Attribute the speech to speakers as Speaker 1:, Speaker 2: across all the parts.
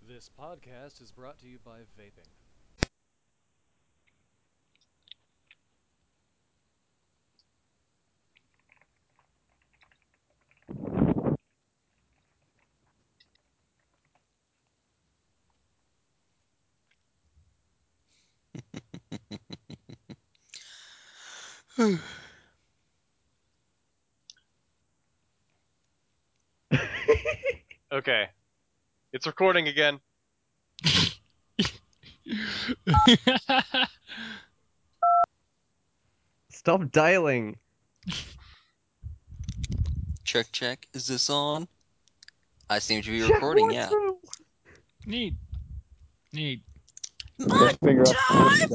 Speaker 1: This podcast is brought to you by vaping. Okay, it's recording again.
Speaker 2: Stop dialing.
Speaker 3: Check, check. Is this on? I seem to be recording, yeah.
Speaker 4: Need. Need.
Speaker 3: My
Speaker 5: figure out
Speaker 3: time!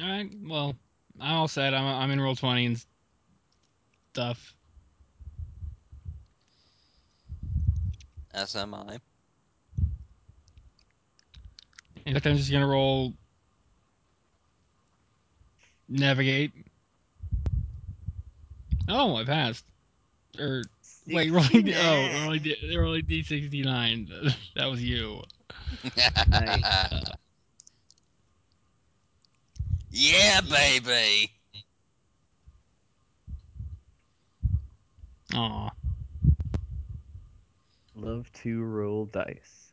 Speaker 4: Alright, well, I'm all set. I'm, I'm in roll 20 and stuff.
Speaker 3: As am I.
Speaker 4: In fact, I'm just gonna roll. Navigate. Oh, I passed. Or, wait, rolling, D- oh, rolling, D- rolling D69. that was you.
Speaker 2: Nice.
Speaker 3: yeah, baby!
Speaker 4: Aw.
Speaker 2: Love to roll dice.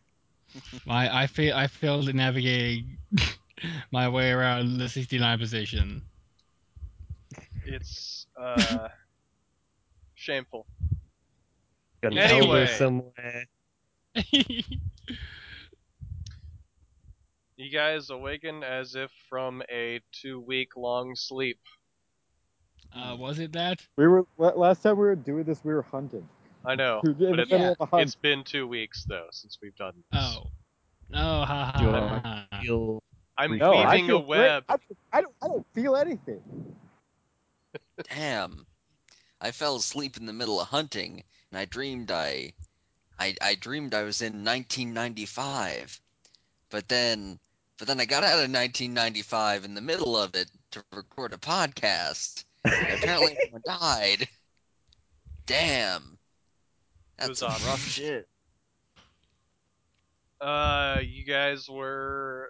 Speaker 4: My, I, fa- I failed at navigating my way around the 69 position.
Speaker 1: It's uh shameful.
Speaker 2: Got an
Speaker 1: Anyway.
Speaker 2: elbow somewhere.
Speaker 4: Uh,
Speaker 1: You guys awaken as if from a two-week-long sleep.
Speaker 4: uh, was it that?
Speaker 5: We were la- last time we were doing this. We were hunting.
Speaker 1: I know.
Speaker 5: We were in
Speaker 1: but
Speaker 5: the
Speaker 1: it-
Speaker 5: middle of a hunt.
Speaker 1: It's been two weeks though since we've done this.
Speaker 4: Oh. Oh, ha
Speaker 2: Do you
Speaker 4: ha,
Speaker 2: wanna-
Speaker 4: ha ha.
Speaker 2: Feel-
Speaker 1: I'm
Speaker 2: No, I
Speaker 1: weaving a
Speaker 5: feel great.
Speaker 1: web.
Speaker 5: I, I don't. I don't feel anything.
Speaker 3: Damn. I fell asleep in the middle of hunting, and I dreamed I. I, I dreamed I was in 1995. But then. But then I got out of 1995 in the middle of it to record a podcast. And apparently, everyone died. Damn.
Speaker 1: was
Speaker 3: That's some
Speaker 1: awesome.
Speaker 3: rough shit.
Speaker 1: Uh, you guys were.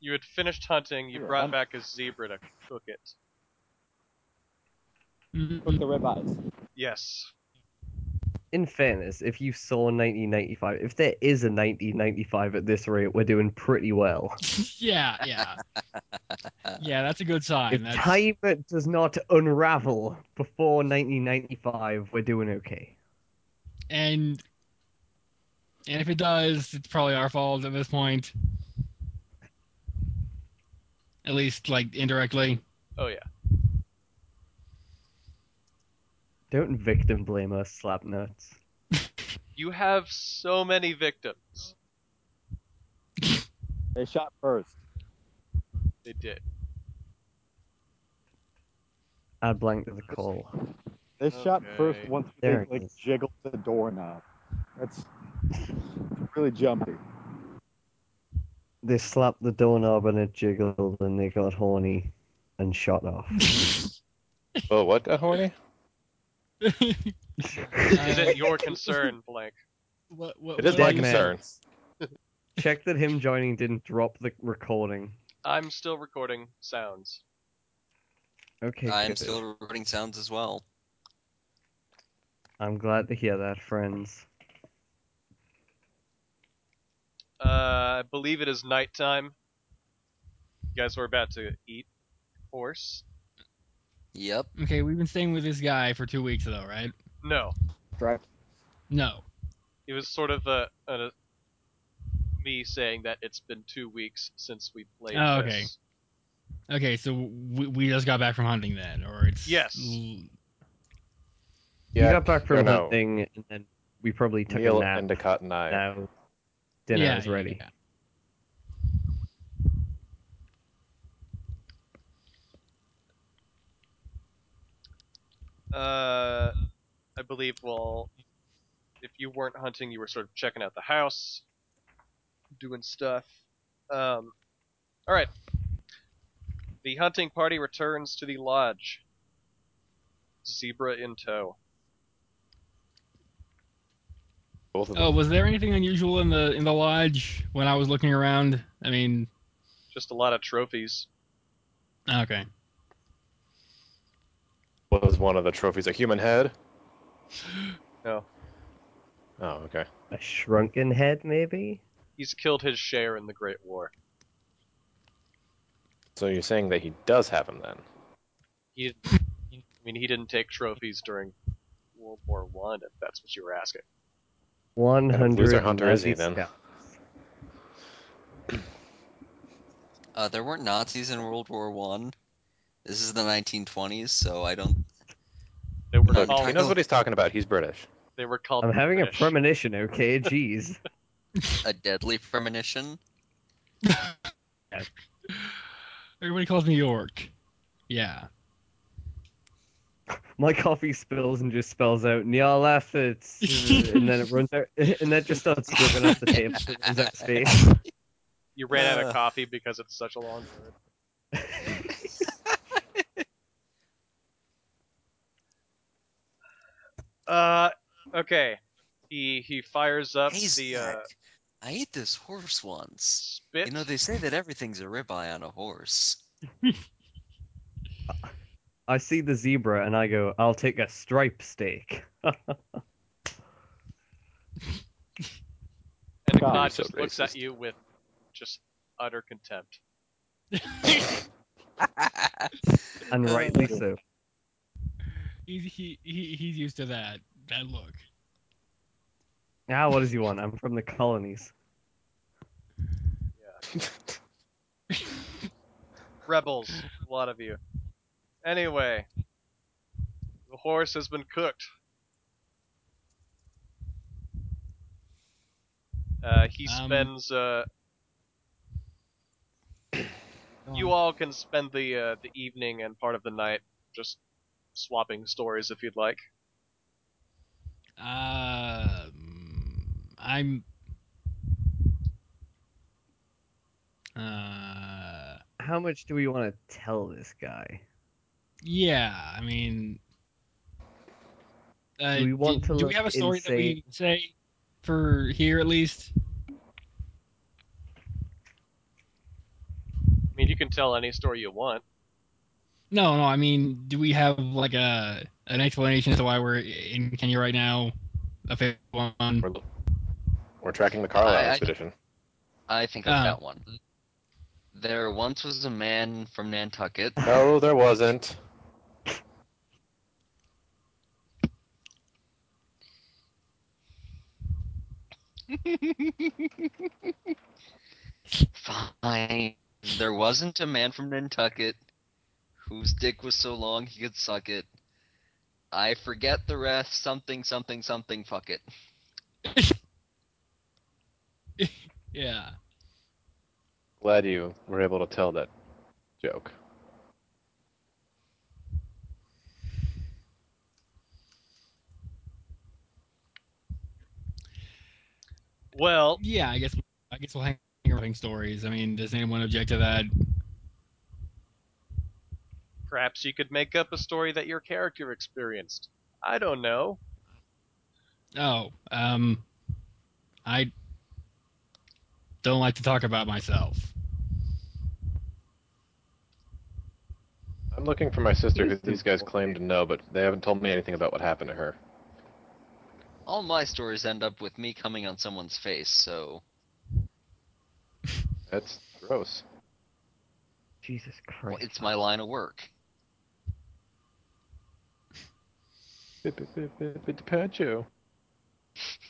Speaker 1: You had finished hunting. You
Speaker 5: We were
Speaker 1: brought
Speaker 5: hunting.
Speaker 1: back a zebra to cook it.
Speaker 4: Mm-hmm.
Speaker 5: With the ribeyes.
Speaker 1: Yes.
Speaker 2: In fairness, if you saw 1995, if there is a 1995 at this rate, we're doing pretty well.
Speaker 4: yeah, yeah. Yeah, that's a good
Speaker 2: If
Speaker 4: sign. That's,
Speaker 2: time does not unravel before 1995, we're doing okay.
Speaker 4: and and if it does, it's probably our fault at this point. At least, like indirectly.
Speaker 1: Oh yeah.
Speaker 2: Don't victim blame us, slap nuts.
Speaker 1: You have so many victims.
Speaker 5: They shot first.
Speaker 1: They did.
Speaker 2: Add blank to the call.
Speaker 5: They shot first
Speaker 1: Okay.
Speaker 5: once
Speaker 2: There
Speaker 5: they
Speaker 2: it
Speaker 5: like
Speaker 2: is.
Speaker 5: jiggled the doorknob. That's really jumpy.
Speaker 2: They slapped the doorknob and it jiggled and they got horny and shot off.
Speaker 6: Oh, what got horny?
Speaker 1: Is
Speaker 4: Uh,
Speaker 1: it your concern, Blank?
Speaker 4: what, what,
Speaker 6: It is
Speaker 4: what
Speaker 6: my
Speaker 4: do you-
Speaker 2: man.
Speaker 6: concern.
Speaker 2: Check that him joining didn't drop the recording.
Speaker 1: I'm still recording sounds.
Speaker 2: Okay.
Speaker 3: I'm
Speaker 2: good.
Speaker 3: still recording sounds as well.
Speaker 2: I'm glad to hear that, friends.
Speaker 1: Uh, I believe it is nighttime. You guys were about to eat horse.
Speaker 3: Yep.
Speaker 4: Okay, we've been staying with this guy for two weeks though, right?
Speaker 1: No,
Speaker 5: Drive.
Speaker 4: No. it
Speaker 1: it was sort of a, a me saying that it's been two weeks since we played.
Speaker 4: Oh,
Speaker 1: this.
Speaker 4: okay. Okay, so we, we just got back from hunting then, or it's
Speaker 1: Yes.
Speaker 4: l-
Speaker 2: We
Speaker 6: Yeah.
Speaker 2: got back from
Speaker 6: no, no.
Speaker 2: hunting and then we probably took
Speaker 6: Neil
Speaker 2: a nap.
Speaker 6: Endicott and I.
Speaker 2: Now dinner
Speaker 4: yeah,
Speaker 2: is
Speaker 4: yeah,
Speaker 2: ready.
Speaker 4: yeah.
Speaker 1: Uh, I believe. Well, if you weren't hunting, you were sort of checking out the house, doing stuff. Um, all right. The hunting party returns to the lodge. zebra in tow.
Speaker 6: Both of them.
Speaker 4: Oh, was there anything unusual in the in the lodge when I was looking around? I mean,
Speaker 1: Just a lot of trophies.
Speaker 4: okay.
Speaker 6: Was one of the trophies a human head?
Speaker 1: No.
Speaker 6: Oh, okay.
Speaker 2: A shrunken head, maybe?
Speaker 1: He's killed his share in the Great War.
Speaker 6: So you're saying that he does have him then?
Speaker 1: He, I mean, he didn't take trophies during World War One, if that's what you were asking.
Speaker 2: One
Speaker 6: Kind of
Speaker 2: hundred.
Speaker 6: loser hunter is he, then?
Speaker 3: Uh, there weren't Nazis in World War One. This is the 1920s, so I don't.
Speaker 1: They were
Speaker 3: No,
Speaker 1: called.
Speaker 6: he knows what he's talking about. He's British.
Speaker 1: They were
Speaker 6: Oh,
Speaker 1: called.
Speaker 2: I'm having a
Speaker 1: British.
Speaker 2: premonition, okay? Jeez.
Speaker 3: A deadly premonition.
Speaker 4: Everybody calls me York. Yeah.
Speaker 2: My coffee spills and just spells out Niall Efforts, and then it runs out, and that just starts dripping off the table. It runs out of space.
Speaker 1: You ran out of
Speaker 3: Uh.
Speaker 1: coffee because it's such a long word. Uh, okay. He he fires up
Speaker 3: Hey,
Speaker 1: the uh,
Speaker 3: Zach, I ate this horse once.
Speaker 1: spit.
Speaker 3: You know they say that everything's a ribeye on a horse.
Speaker 2: I see the zebra and I go, I'll take a stripe steak.
Speaker 1: and the
Speaker 5: God,
Speaker 1: god
Speaker 6: you're so
Speaker 1: just looks at
Speaker 6: racist.
Speaker 1: you with just utter contempt.
Speaker 2: And
Speaker 3: Oh.
Speaker 2: rightly so.
Speaker 4: He's he, he he's used to that that look.
Speaker 2: Now, Ah, what does he want? I'm from the colonies.
Speaker 1: Rebels, a lot of you. Anyway, the horse has been cooked. Uh, he
Speaker 4: Um,
Speaker 1: spends. Uh,
Speaker 4: Go
Speaker 1: you
Speaker 4: on.
Speaker 1: all can spend the uh, the evening and part of the night just swapping stories if you'd like.
Speaker 4: Um, I'm. Uh,
Speaker 2: How much do we want to tell this guy?
Speaker 4: yeah. I mean, uh,
Speaker 2: Do we want
Speaker 4: do,
Speaker 2: to
Speaker 4: do we have a
Speaker 2: look and
Speaker 4: story that we can say for here at least?
Speaker 1: I mean, you can tell any story you want.
Speaker 4: No, no. I mean, do we have like a an explanation as to why we're in Kenya right now? A fake one.
Speaker 6: We're, we're tracking the Carlisle
Speaker 3: I- I-
Speaker 6: expedition.
Speaker 3: I think I've
Speaker 4: Oh.
Speaker 3: got one. There once was a man from Nantucket.
Speaker 6: No, there wasn't.
Speaker 3: Fine. There wasn't a man from Nantucket whose dick was so long he could suck it. I forget the rest. Something, something, something. Fuck it.
Speaker 4: Yeah.
Speaker 6: Glad you were able to tell that joke.
Speaker 1: Well,
Speaker 4: Yeah. I guess. I guess we'll hang around stories. I mean, does anyone object to that?
Speaker 1: perhaps you could make up a story that your character experienced. I don't know.
Speaker 4: Oh, um, I don't like to talk about myself.
Speaker 6: I'm looking for my sister, who these guys claim to know, but they haven't told me anything about what happened to her.
Speaker 3: All my stories end up with me coming on someone's face. So
Speaker 6: That's gross.
Speaker 2: Jesus Christ.
Speaker 3: it's my line of work.
Speaker 6: Pancho.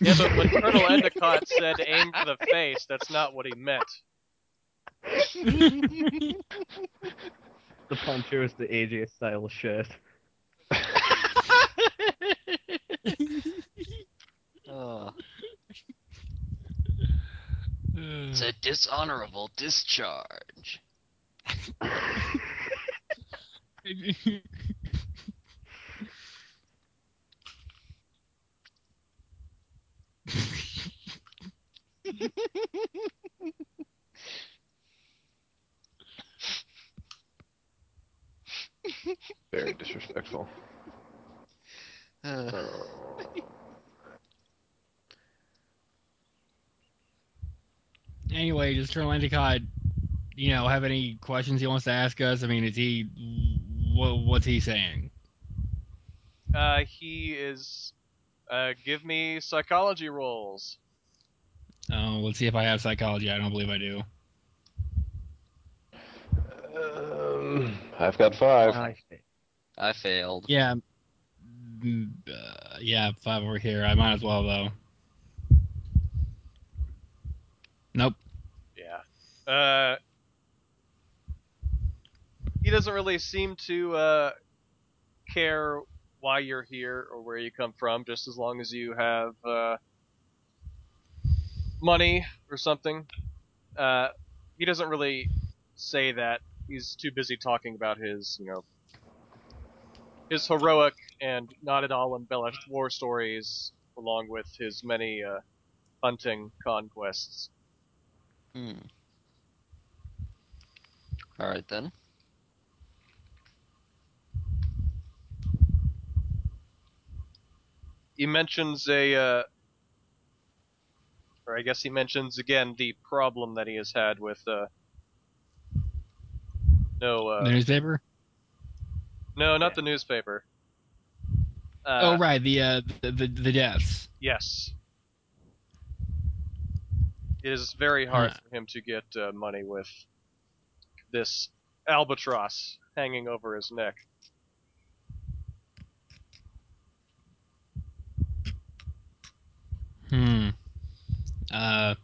Speaker 1: Yeah, but when Colonel Endicott said aim for the face, that's not what he meant.
Speaker 2: The poncho is the AJ style shirt.
Speaker 3: Ugh.
Speaker 4: Uh,
Speaker 3: It's a dishonorable discharge.
Speaker 2: Ah,
Speaker 6: Very disrespectful.
Speaker 3: Uh,
Speaker 4: Anyway, does Colonel Endicott, you know, have any questions he wants to ask us? I mean, is he, what, what's he saying?
Speaker 1: Uh, he is. Uh, give me psychology rolls.
Speaker 4: Oh, let's see if I have psychology. I don't believe I do.
Speaker 6: Um, I've got five.
Speaker 2: Ah, shit.
Speaker 3: I failed.
Speaker 4: Yeah. Mm, Uh, yeah, five over here. I might as well, though. Nope.
Speaker 1: Yeah. Uh, he doesn't really seem to uh, care why you're here or where you come from, just as long as you have uh, money or something. Uh, he doesn't really say that. He's too busy talking about his, you know, his heroic and not at all embellished war stories, along with his many uh, hunting conquests.
Speaker 3: Hmm. All right then.
Speaker 1: he mentions a uh, or I guess he mentions again the problem that he has had with uh, no
Speaker 4: the
Speaker 1: uh,
Speaker 4: newspaper.
Speaker 1: no not the newspaper. Uh,
Speaker 4: oh, right. The uh, the the, the deaths.
Speaker 1: Yes. It is very hard
Speaker 4: Huh.
Speaker 1: for him to get uh, money with this albatross hanging over his neck.
Speaker 4: Hmm. Uh.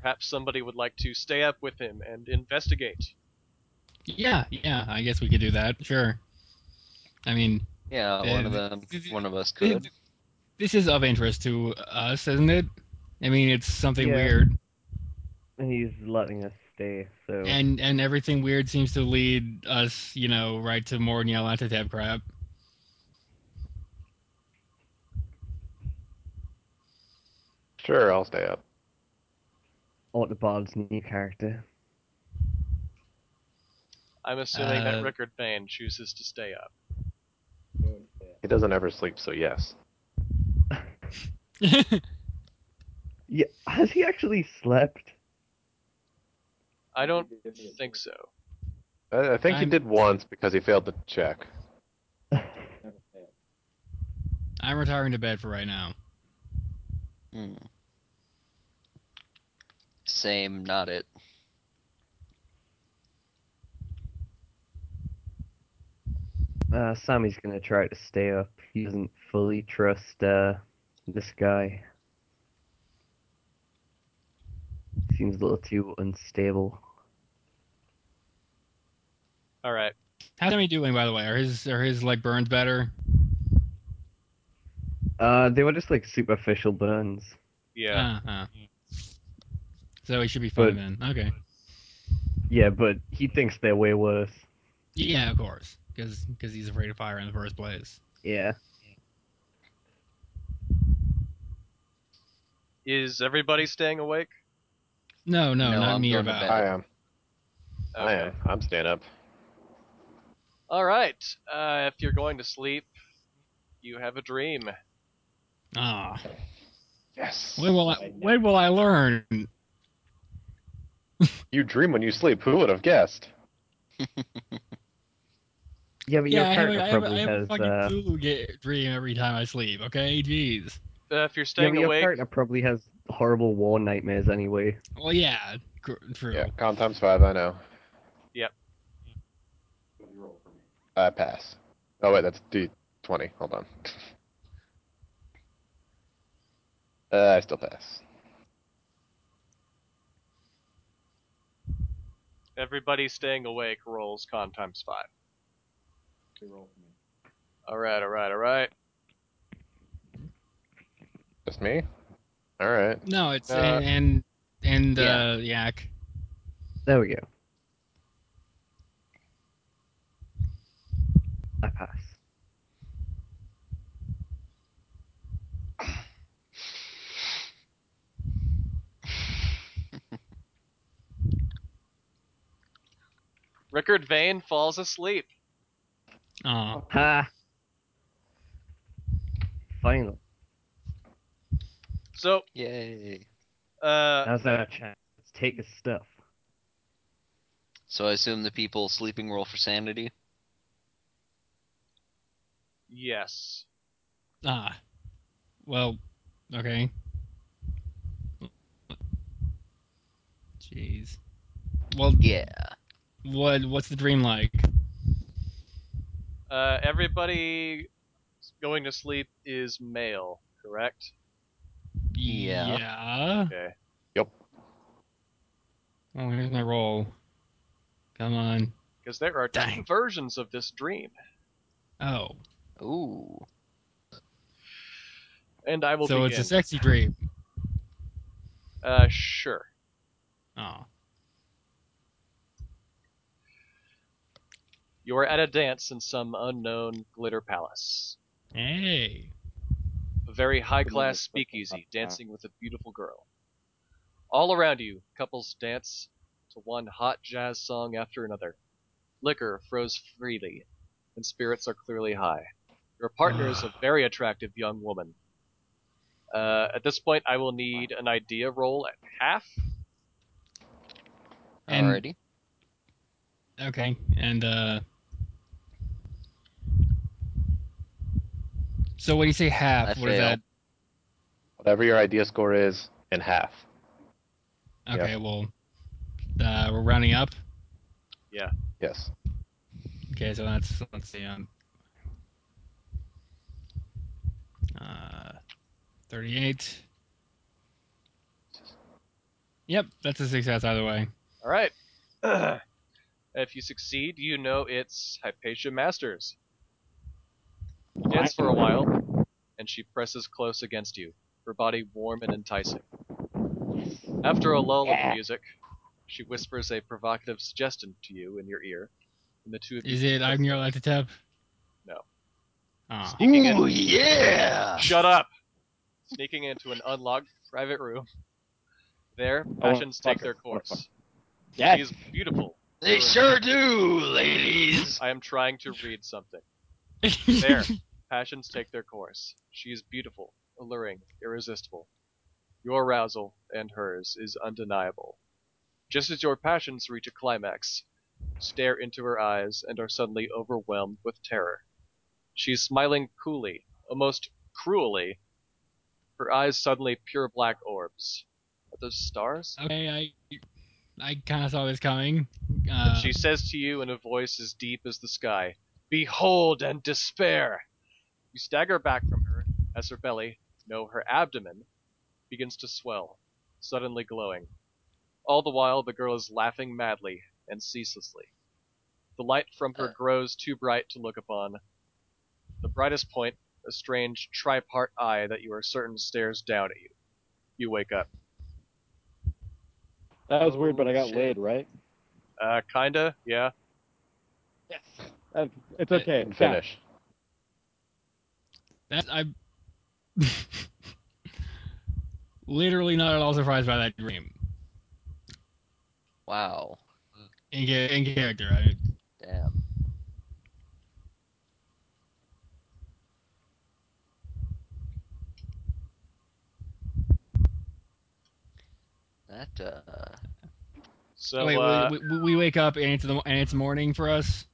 Speaker 1: Perhaps somebody would like to stay up with him and investigate.
Speaker 4: Yeah. Yeah. I guess we could do that. Sure. I mean,
Speaker 3: Yeah,
Speaker 4: Uh,
Speaker 3: one of
Speaker 4: th-
Speaker 3: them.
Speaker 4: th- th-
Speaker 3: One of us
Speaker 4: th-
Speaker 3: could.
Speaker 4: this is of interest to us, isn't it? I mean, it's something
Speaker 2: Yeah.
Speaker 4: weird,
Speaker 2: He's letting us stay, so
Speaker 4: and and everything weird seems to lead us, you know, right to more Neolantiteb crap.
Speaker 6: Sure, I'll stay up.
Speaker 2: Autobot's new character.
Speaker 1: I'm assuming that
Speaker 4: Uh,
Speaker 1: Rickard Bain chooses to stay up.
Speaker 6: He doesn't ever sleep, so yes.
Speaker 2: Yeah, has he actually slept?
Speaker 1: I don't think so.
Speaker 6: I, I think he
Speaker 4: I'm-
Speaker 6: did once because he failed to check.
Speaker 4: I'm retiring to bed for right now.
Speaker 3: Hmm. Same. Not it.
Speaker 2: Uh, Sammy's gonna try to stay up. He doesn't fully trust uh, this guy. Seems a little too unstable.
Speaker 1: All right.
Speaker 4: How's Sammy doing, by the way? Are his are his like burns better?
Speaker 2: Uh, they were just like superficial burns.
Speaker 1: Yeah.
Speaker 4: Uh-huh. So he should be fine then. Okay.
Speaker 2: Yeah, but he thinks they're way worse.
Speaker 4: Yeah, of course, because he's afraid of fire in the first place.
Speaker 2: Yeah.
Speaker 1: Is everybody staying awake?
Speaker 4: No, no,
Speaker 3: No,
Speaker 4: not
Speaker 3: I'm
Speaker 4: me or
Speaker 3: going to
Speaker 4: Val.
Speaker 3: bed.
Speaker 6: I am. I am. I'm staying up.
Speaker 1: All right. Uh, if you're going to sleep, you have a dream.
Speaker 4: Ah,
Speaker 6: Yes.
Speaker 4: when will I when will I learn?
Speaker 6: You dream when you sleep. Who would have guessed?
Speaker 2: Yeah, but
Speaker 4: yeah,
Speaker 2: your
Speaker 4: I have,
Speaker 2: character
Speaker 4: a- I have, a- I
Speaker 2: probably
Speaker 4: have a
Speaker 2: has.
Speaker 4: fucking
Speaker 2: Uh,
Speaker 4: Cthulhu ga- dream every time I sleep. Okay, jeez.
Speaker 1: Uh, if you're
Speaker 2: yeah,
Speaker 1: staying
Speaker 2: but your
Speaker 1: awake,
Speaker 2: character probably has horrible war nightmares anyway.
Speaker 4: Well, yeah, gr- true.
Speaker 6: Yeah, com times five. I know.
Speaker 1: Yep.
Speaker 6: I pass. Oh wait, that's D twenty. Hold on. uh, I still pass.
Speaker 1: everybody staying awake rolls con times five. All right. All right. All right.
Speaker 6: Just me. All right.
Speaker 4: No, it's
Speaker 6: Uh,
Speaker 4: and and, and
Speaker 3: yeah.
Speaker 4: uh, yak.
Speaker 2: There we go. I pass.
Speaker 1: Rickard Vane falls asleep.
Speaker 4: Oh,
Speaker 2: Ha! Finally,
Speaker 1: So,
Speaker 3: Yay.
Speaker 1: uh,
Speaker 2: now's our chance. Let's take his stuff.
Speaker 3: So I assume the people sleeping roll for sanity.
Speaker 1: yes.
Speaker 4: ah. Well, okay. Jeez. Well,
Speaker 3: Yeah.
Speaker 4: what what's the dream like?
Speaker 1: Uh, everybody going to sleep is male, correct?
Speaker 3: Yeah.
Speaker 4: Yeah.
Speaker 1: Okay.
Speaker 4: Oh, here's my roll. Come on.
Speaker 1: Because there are
Speaker 4: Dang.
Speaker 1: two versions of this dream,
Speaker 4: Oh,
Speaker 3: Ooh.
Speaker 1: and I will
Speaker 4: so
Speaker 1: begin.
Speaker 4: it's a sexy dream.
Speaker 1: Uh, sure.
Speaker 4: Oh,
Speaker 1: You are at a dance in some unknown glitter palace.
Speaker 4: hey.
Speaker 1: A very high class speakeasy, dancing with a beautiful girl. All around you, couples dance to one hot jazz song after another. Liquor flows freely, and spirits are clearly high. Your partner is a very attractive young woman. Uh, at this point, I will need an idea roll at half.
Speaker 4: And-
Speaker 3: Alrighty.
Speaker 4: Okay, and uh. So when you say half,
Speaker 3: I
Speaker 4: what is
Speaker 3: fail.
Speaker 6: Whatever your idea score is, in half.
Speaker 4: that? Okay, well, uh, we're rounding up.
Speaker 6: Yes.
Speaker 4: Okay, so that's let's see, um, uh, thirty-eight. Yep, that's a success either way.
Speaker 1: All right. if you succeed, you know it's Hypatia Masters. You dance for a while, and she presses close against you, her body warm and enticing. After a lull of music, she whispers a provocative suggestion to you in your ear, and the two of you
Speaker 4: Is it I'm your to tap?
Speaker 1: No.
Speaker 4: Oh,
Speaker 1: sneaking in-
Speaker 3: yeah.
Speaker 1: Shut up! Sneaking into an unlocked private room. There, passions take
Speaker 5: fuck it.
Speaker 1: their
Speaker 5: I wanna fuck
Speaker 1: course.
Speaker 5: Yes.
Speaker 1: She is beautiful.
Speaker 3: They sure do, ladies.
Speaker 1: I am trying to read something. There. Passions take their course. She is beautiful, alluring, irresistible. Your arousal, and hers, is undeniable. Just as your passions reach a climax, you stare into her eyes and are suddenly overwhelmed with terror. She is smiling coolly, almost cruelly, her eyes suddenly pure black orbs. Are those stars?
Speaker 4: okay, I I kind of saw this coming. Uh,
Speaker 1: She says to you in a voice as deep as the sky, Behold and despair! You stagger back from her as her belly, no, her abdomen, begins to swell, suddenly glowing. All the while, the girl is laughing madly and ceaselessly. The light from her
Speaker 3: Uh.
Speaker 1: grows too bright to look upon. The brightest point, a strange tripart eye that you are certain stares down at you. You wake up.
Speaker 5: That was weird, but I got
Speaker 3: Shit.
Speaker 5: laid, right?
Speaker 1: Uh, kinda, yeah.
Speaker 5: Yes. it's okay.
Speaker 6: And
Speaker 5: it's
Speaker 6: finish.
Speaker 4: That I literally not at all surprised by that dream.
Speaker 3: Wow.
Speaker 4: In, cha- in character, I,
Speaker 3: Damn. That uh
Speaker 1: So,
Speaker 4: Wait,
Speaker 1: uh,
Speaker 4: we, we, we wake up and it's the, and it's morning for us.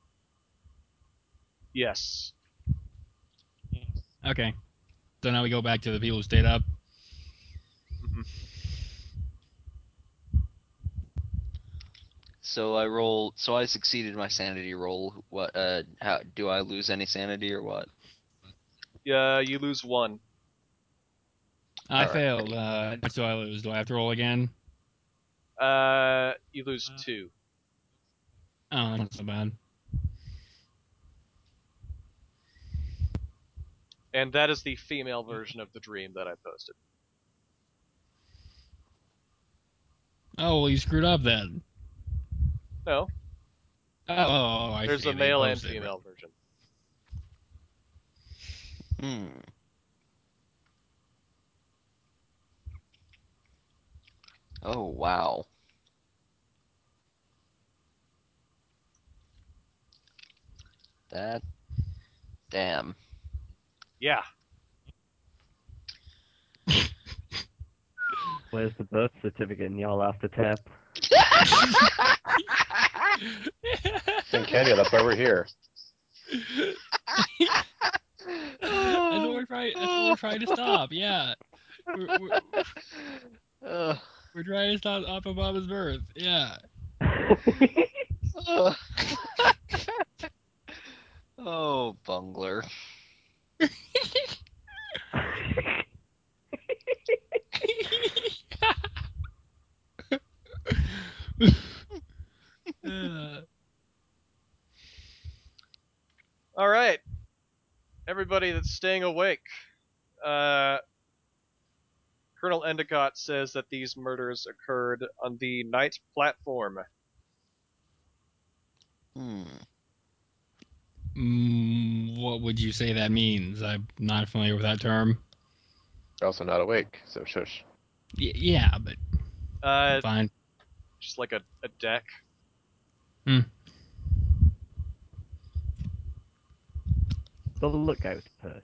Speaker 1: yes.
Speaker 4: Okay, so now we go back to the people who stayed up.
Speaker 3: so I roll so I succeeded my sanity roll. What uh how do I lose any sanity or what?
Speaker 1: Yeah, Uh, you lose one.
Speaker 4: I
Speaker 3: Alright.
Speaker 4: failed. Uh, how much do I lose? Do I have to roll again?
Speaker 1: Uh, you lose two.
Speaker 4: Oh, that's not so bad.
Speaker 1: And that is the female version of the dream that I posted.
Speaker 4: Oh well, you screwed up then.
Speaker 1: No,
Speaker 4: Oh, oh, oh, I
Speaker 1: there's
Speaker 4: see,
Speaker 1: a
Speaker 4: they
Speaker 1: male and
Speaker 4: posted it.
Speaker 1: female version.
Speaker 3: Hmm. Oh wow. That Damn.
Speaker 1: Yeah.
Speaker 2: Where's the birth certificate and y'all after tap?
Speaker 6: It's in Kenya. That's why we're here.
Speaker 4: that's what we're trying. That's what we're trying to stop. Yeah, we're, we're,
Speaker 3: Ugh.
Speaker 4: we're trying to stop Op Obama's birth. Yeah.
Speaker 3: Ugh. oh, bungler.
Speaker 4: Uh,
Speaker 1: All right. Everybody that's staying awake. Uh, Colonel Endicott says that these murders occurred on the night platform.
Speaker 3: Hmm.
Speaker 4: mm, what would you say that means? I'm not familiar with that term.
Speaker 6: You're also not awake, so shush.
Speaker 4: Y- yeah, but
Speaker 1: Uh,
Speaker 4: fine.
Speaker 1: just like a, a deck.
Speaker 2: the lookout perch.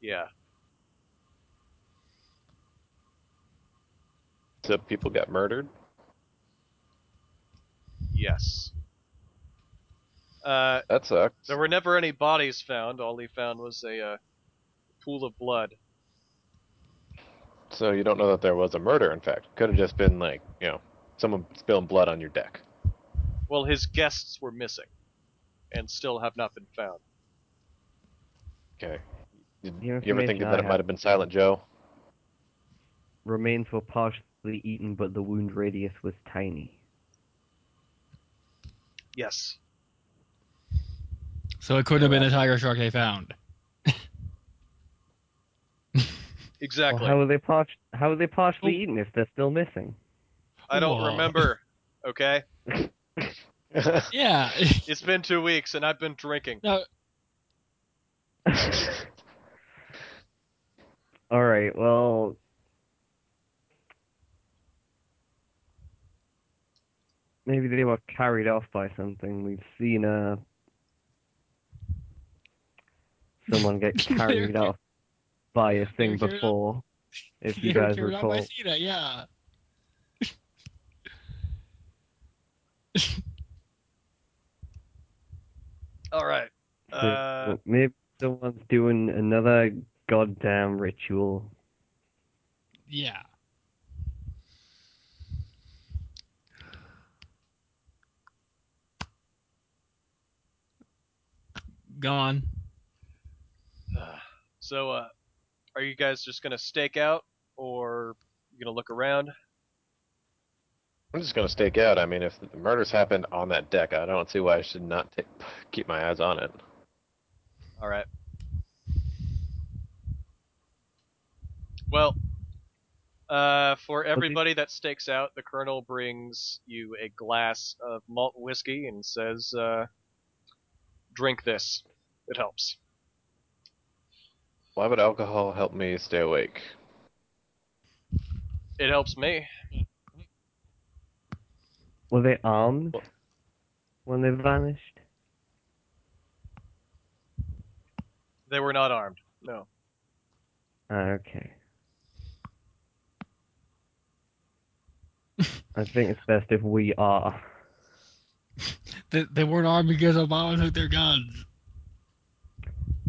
Speaker 1: Yeah.
Speaker 6: So people got murdered.
Speaker 1: Yes. Uh,
Speaker 6: That sucks.
Speaker 1: there were never any bodies found. All he found was a uh, pool of blood.
Speaker 6: So you don't know that there was a murder. In fact, could have just been like you know someone spilling blood on your deck.
Speaker 1: Well, his guests were missing, and still have not been found.
Speaker 6: Okay. Did
Speaker 2: The
Speaker 6: you ever think
Speaker 2: information
Speaker 6: that
Speaker 2: I
Speaker 6: it might have been Silent Joe?
Speaker 2: Remains were partially eaten, but the wound radius was tiny.
Speaker 1: Yes.
Speaker 4: So it couldn't have been the tiger shark they found.
Speaker 2: Well,
Speaker 1: Exactly.
Speaker 2: how were they par- How were they partially
Speaker 4: Oh.
Speaker 2: eaten if they're still missing?
Speaker 1: I don't
Speaker 4: Aw.
Speaker 1: remember. Okay.
Speaker 4: Yeah.
Speaker 1: It's been two weeks, and I've been drinking.
Speaker 4: no.
Speaker 2: All right. Well, maybe they were carried off by something. We've seen uh, someone get
Speaker 4: They were
Speaker 2: carried
Speaker 4: car-
Speaker 2: off by a thing
Speaker 4: carried off-
Speaker 2: before, if you
Speaker 4: They were
Speaker 2: guys
Speaker 4: carried out by
Speaker 2: recall.
Speaker 4: Sita, yeah.
Speaker 1: All right. Uh,
Speaker 2: Well, maybe someone's doing another goddamn ritual.
Speaker 4: Yeah. Gone.
Speaker 1: so, uh, are you guys just gonna stake out, or you gonna look around?
Speaker 6: I'm just gonna stake out. I mean, if the murders happened on that deck, I don't see why I should not ta keep my eyes on it.
Speaker 1: All right. Well, uh, for everybody that stakes out, the colonel brings you a glass of malt whiskey and says, uh, "Drink this. It helps."
Speaker 6: Why would alcohol help me stay awake?
Speaker 1: It helps me.
Speaker 2: Were they armed
Speaker 6: Well-
Speaker 2: when they vanished?
Speaker 1: They were not armed. No.
Speaker 2: Ah, Okay. I think it's best if we are.
Speaker 4: They, they weren't armed because Obama took their guns.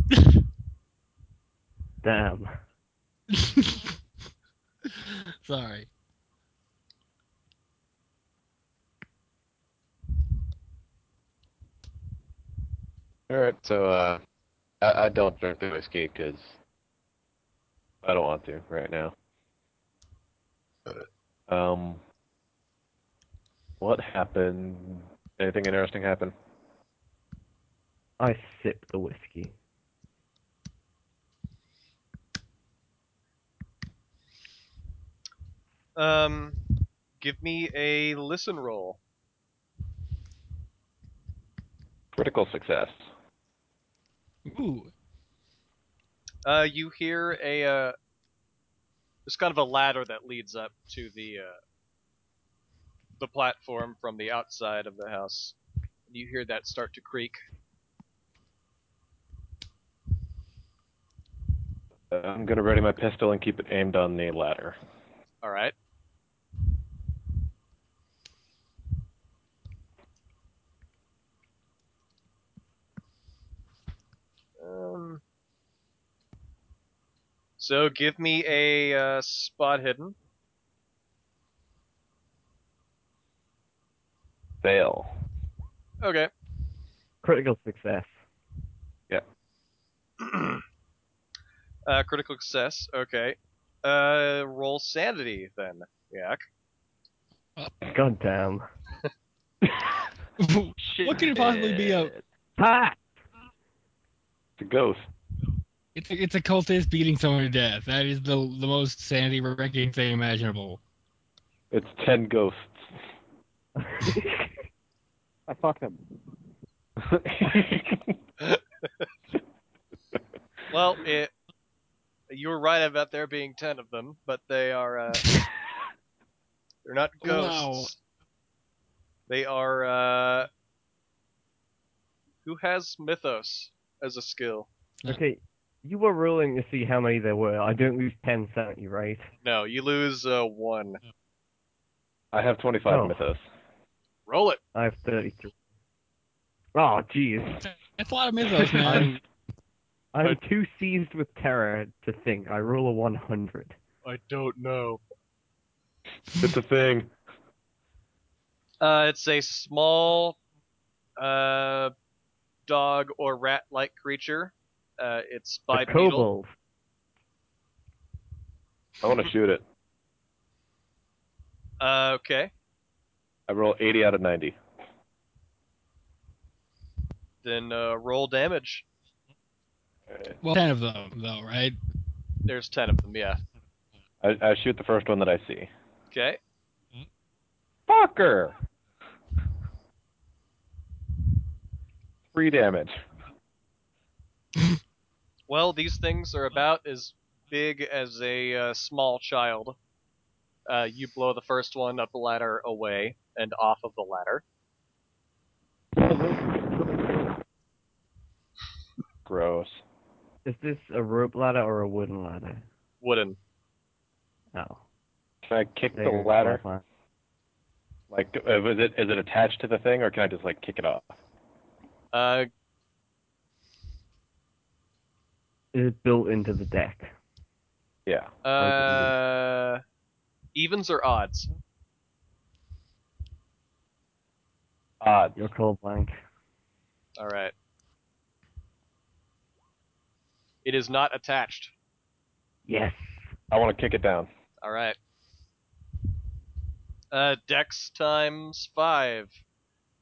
Speaker 2: Damn.
Speaker 4: Sorry.
Speaker 6: All right, so uh, I, I don't drink the whiskey because I don't want to right now. Um, what happened? Anything interesting happen?
Speaker 2: I sip the whiskey.
Speaker 1: Um, give me a listen roll.
Speaker 6: Critical success.
Speaker 4: Ooh.
Speaker 1: Uh, you hear a uh, there's kind of a ladder that leads up to the uh, the platform from the outside of the house. You hear that start to creak.
Speaker 6: I'm gonna ready my pistol and keep it aimed on the ladder.
Speaker 1: All right. Um, so give me a uh, spot hidden.
Speaker 6: Fail.
Speaker 1: Okay.
Speaker 2: Critical success.
Speaker 1: Uh, critical success. Okay. Uh, roll sanity then. Yak.
Speaker 2: God damn.
Speaker 4: What could it possibly be a-
Speaker 2: Ha!
Speaker 6: It's a ghost.
Speaker 4: It's a, it's a cultist beating someone to death. That is the the most sanity wrecking thing imaginable.
Speaker 6: It's ten ghosts.
Speaker 5: I fucked him.
Speaker 1: Well, it. You were right about there being ten of them, but they are. Uh, they're not ghosts.
Speaker 4: Wow.
Speaker 1: They are. Uh, who has mythos as a skill?
Speaker 2: Okay, you were rolling to see how many there were. I don't lose 10 sanity, right?
Speaker 1: No, you lose uh, one.
Speaker 6: I have 25
Speaker 2: Oh.
Speaker 6: mythos.
Speaker 1: Roll it.
Speaker 2: I have 33. Oh, jeez.
Speaker 4: That's a lot of mythos, man.
Speaker 2: I'm, I'm too seized with terror to think. I roll a 100.
Speaker 1: I don't know.
Speaker 6: It's a thing.
Speaker 1: Uh, it's a small uh, dog or rat like creature. Uh, it's
Speaker 2: A
Speaker 1: bipedal.
Speaker 2: kobold.
Speaker 6: I want to shoot it.
Speaker 1: Uh, okay.
Speaker 6: I roll 80 out of 90.
Speaker 1: Then uh, roll damage.
Speaker 4: well, ten of them though, right?
Speaker 1: There's 10 of them, yeah.
Speaker 6: I, I shoot the first one that I see.
Speaker 1: Okay.
Speaker 6: Fucker! Three damage.
Speaker 1: Well, these things are about as big as a uh, small child. Uh, you blow the first one up the ladder away and off of the ladder.
Speaker 6: Gross.
Speaker 2: Is this a rope ladder or a wooden ladder?
Speaker 1: Wooden.
Speaker 2: Oh.
Speaker 6: Can I kick the
Speaker 2: There's
Speaker 6: ladder?
Speaker 2: no plan.
Speaker 6: Like, uh, is it is it attached to the thing, or can I just like kick it off?
Speaker 1: Uh,
Speaker 2: It is built into the deck.
Speaker 6: Yeah.
Speaker 1: uh, evens or odds?
Speaker 6: Odds.
Speaker 2: You're called blank.
Speaker 1: All right. It is not attached.
Speaker 2: Yes.
Speaker 6: I want to kick it down.
Speaker 1: All right. Uh, Dex times five,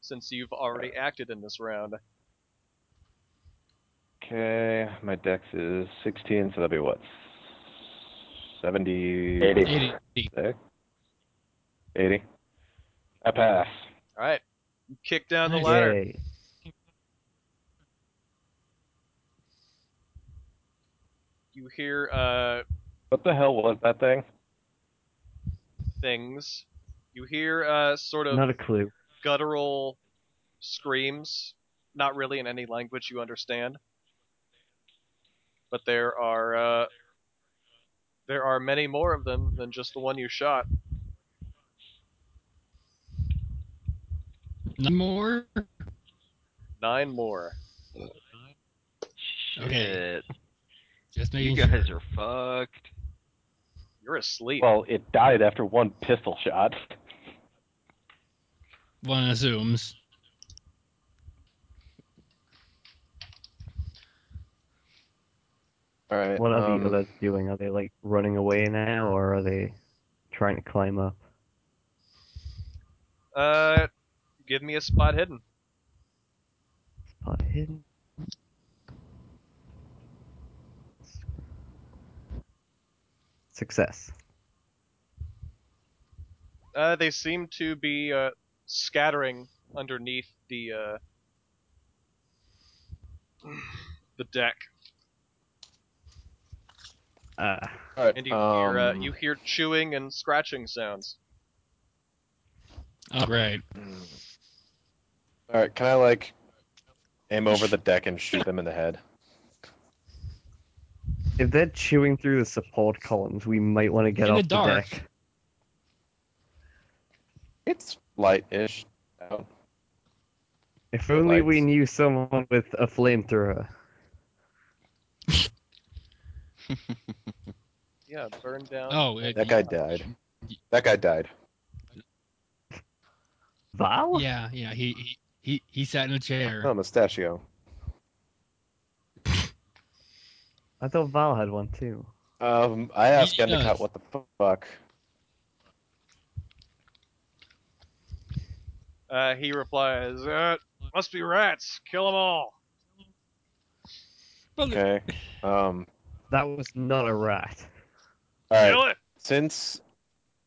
Speaker 1: since you've already acted in this round.
Speaker 6: Okay, my dex is 16, so that'd be what? 70.
Speaker 4: Eighty.
Speaker 6: Eighty. I pass.
Speaker 1: All right. You kick down the
Speaker 4: Nice.
Speaker 1: ladder.
Speaker 2: Yay.
Speaker 1: You hear uh
Speaker 6: What the hell was that thing?
Speaker 1: things. You hear uh sort of
Speaker 2: Not a clue.
Speaker 1: guttural screams, not really in any language you understand. But there are uh there are many more of them than just the one you shot.
Speaker 4: None more.
Speaker 1: Nine more.
Speaker 4: Okay.
Speaker 7: Shit.
Speaker 4: Just
Speaker 7: You
Speaker 4: making sure.
Speaker 7: guys are fucked.
Speaker 1: You're asleep.
Speaker 6: Well, it died after one pistol shot.
Speaker 4: One assumes.
Speaker 6: All right.
Speaker 2: What are
Speaker 6: um,
Speaker 2: the others doing? Are they like running away now or are they trying to climb up?
Speaker 1: Uh give me a spot hidden.
Speaker 2: Spot hidden. Success.
Speaker 1: Uh they seem to be uh scattering underneath the uh the deck.
Speaker 2: Uh,
Speaker 6: All right.
Speaker 1: and you hear uh,
Speaker 6: um,
Speaker 1: you hear chewing and scratching sounds.
Speaker 4: All Oh, right.
Speaker 6: All right. Can I like aim over the deck and shoot them in the head?
Speaker 2: If they're chewing through the support columns, we might want to get
Speaker 4: In the
Speaker 2: off the,
Speaker 4: dark.
Speaker 2: deck.
Speaker 6: It's light-ish. out.
Speaker 2: If only we
Speaker 6: lights.
Speaker 2: knew someone with a flamethrower.
Speaker 1: Yeah, burn down.
Speaker 4: Oh, it,
Speaker 6: That guy died. That guy died.
Speaker 2: Val?
Speaker 4: Yeah, yeah. He he he, he sat in a chair.
Speaker 6: Oh, mustachio.
Speaker 2: I thought Val had one too.
Speaker 6: Um, I asked
Speaker 4: He
Speaker 6: Endicott
Speaker 4: does.
Speaker 6: what the fuck.
Speaker 1: Uh, he replies, uh, "Must be rats. Kill them all."
Speaker 4: Well,
Speaker 6: Okay. Um.
Speaker 2: That was not a rat.
Speaker 6: All right.
Speaker 1: Kill it.
Speaker 6: since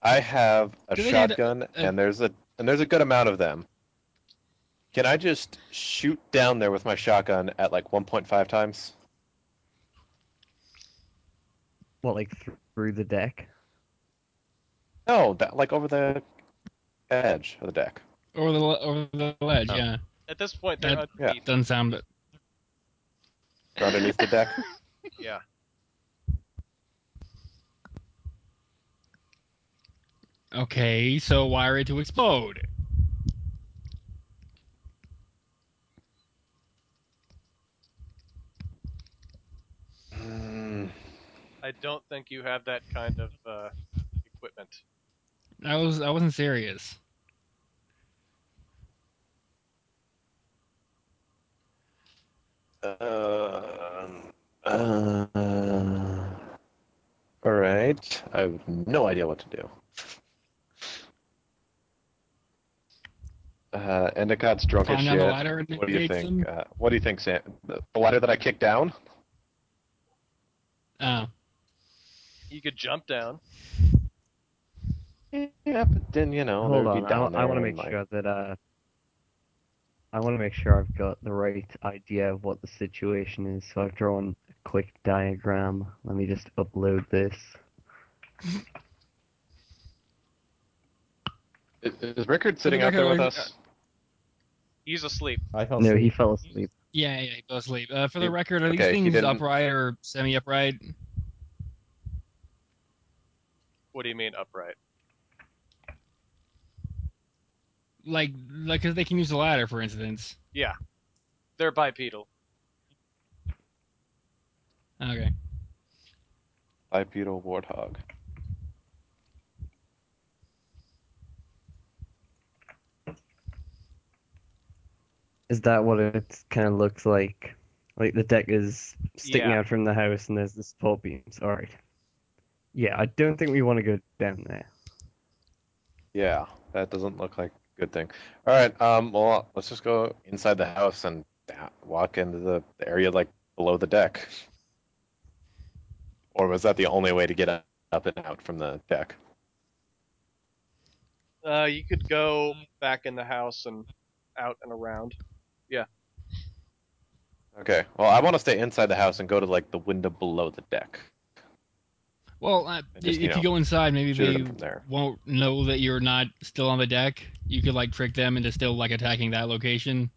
Speaker 6: I have a
Speaker 4: Do they have-
Speaker 6: shotgun and there's a and there's a good amount of them, can I just shoot down there with my shotgun at like 1.5 times?
Speaker 2: What, like th- through the deck?
Speaker 6: No, that, like over the edge of the deck.
Speaker 4: Over the le- over the ledge.
Speaker 6: Oh.
Speaker 4: Yeah,
Speaker 1: At this point, they're
Speaker 4: Uh,
Speaker 6: yeah.
Speaker 1: unbeaten.
Speaker 4: doesn't sound.
Speaker 6: Or underneath the deck.
Speaker 1: Yeah.
Speaker 4: Okay, so wire it to explode.
Speaker 6: Hmm.
Speaker 1: I don't think you have that kind of uh, equipment.
Speaker 4: I was I wasn't serious.
Speaker 6: uh, Um, uh, all right. I have no idea what to do. Uh, Endicott's drunk as
Speaker 4: Climb down
Speaker 6: shit.
Speaker 4: the ladder and
Speaker 6: What do you
Speaker 4: engage
Speaker 6: think?
Speaker 4: them.
Speaker 6: Uh, what do you think, Sam? The the ladder that I kicked down?
Speaker 4: Oh,
Speaker 1: You could jump down.
Speaker 6: Yeah, but then you know,
Speaker 2: Hold
Speaker 6: there'd
Speaker 2: on,
Speaker 6: Oh, be
Speaker 2: I,
Speaker 6: down
Speaker 2: want
Speaker 6: there
Speaker 2: to
Speaker 6: and,
Speaker 2: make
Speaker 6: like-
Speaker 2: sure that uh, I want to make sure I've got the right idea of what the situation is. So I've drawn a quick diagram. Let me just upload this.
Speaker 6: Is, is Rickard sitting out
Speaker 4: Rickard,
Speaker 6: there with
Speaker 4: are you-
Speaker 6: us?
Speaker 1: He's asleep.
Speaker 7: I fell
Speaker 2: No,
Speaker 7: asleep.
Speaker 2: he fell asleep.
Speaker 4: yeah, yeah. Go sleep. Uh, for the
Speaker 6: He-
Speaker 4: record, are these
Speaker 6: okay, he
Speaker 4: things
Speaker 6: didn't-
Speaker 4: upright or semi-upright?
Speaker 1: What do you mean upright?
Speaker 4: Like, like, cause they can use the ladder, for instance.
Speaker 1: They're bipedal.
Speaker 4: Okay.
Speaker 6: Bipedal warthog.
Speaker 2: Is that what it kind of looks like? Like the deck is sticking
Speaker 1: Yeah.
Speaker 2: out from the house, and there's the support beams. All right. Yeah, I don't think we want to go down there.
Speaker 6: Yeah, that doesn't look like a good thing. All right, um, well, let's just go inside the house and da- walk into the the area like below the deck. Or was that the only way to get up- up and out from the deck?
Speaker 1: Uh, you could go back in the house and out and around.
Speaker 6: Okay, well, I want to stay inside the house and go to like the window below the deck.
Speaker 4: Well, uh,
Speaker 6: And just,
Speaker 4: if
Speaker 6: you
Speaker 4: you,
Speaker 6: know,
Speaker 4: go inside, maybe
Speaker 6: Shoot at
Speaker 4: they
Speaker 6: them from there.
Speaker 4: won't know that you're not still on the deck. You could like trick them into still like attacking that location.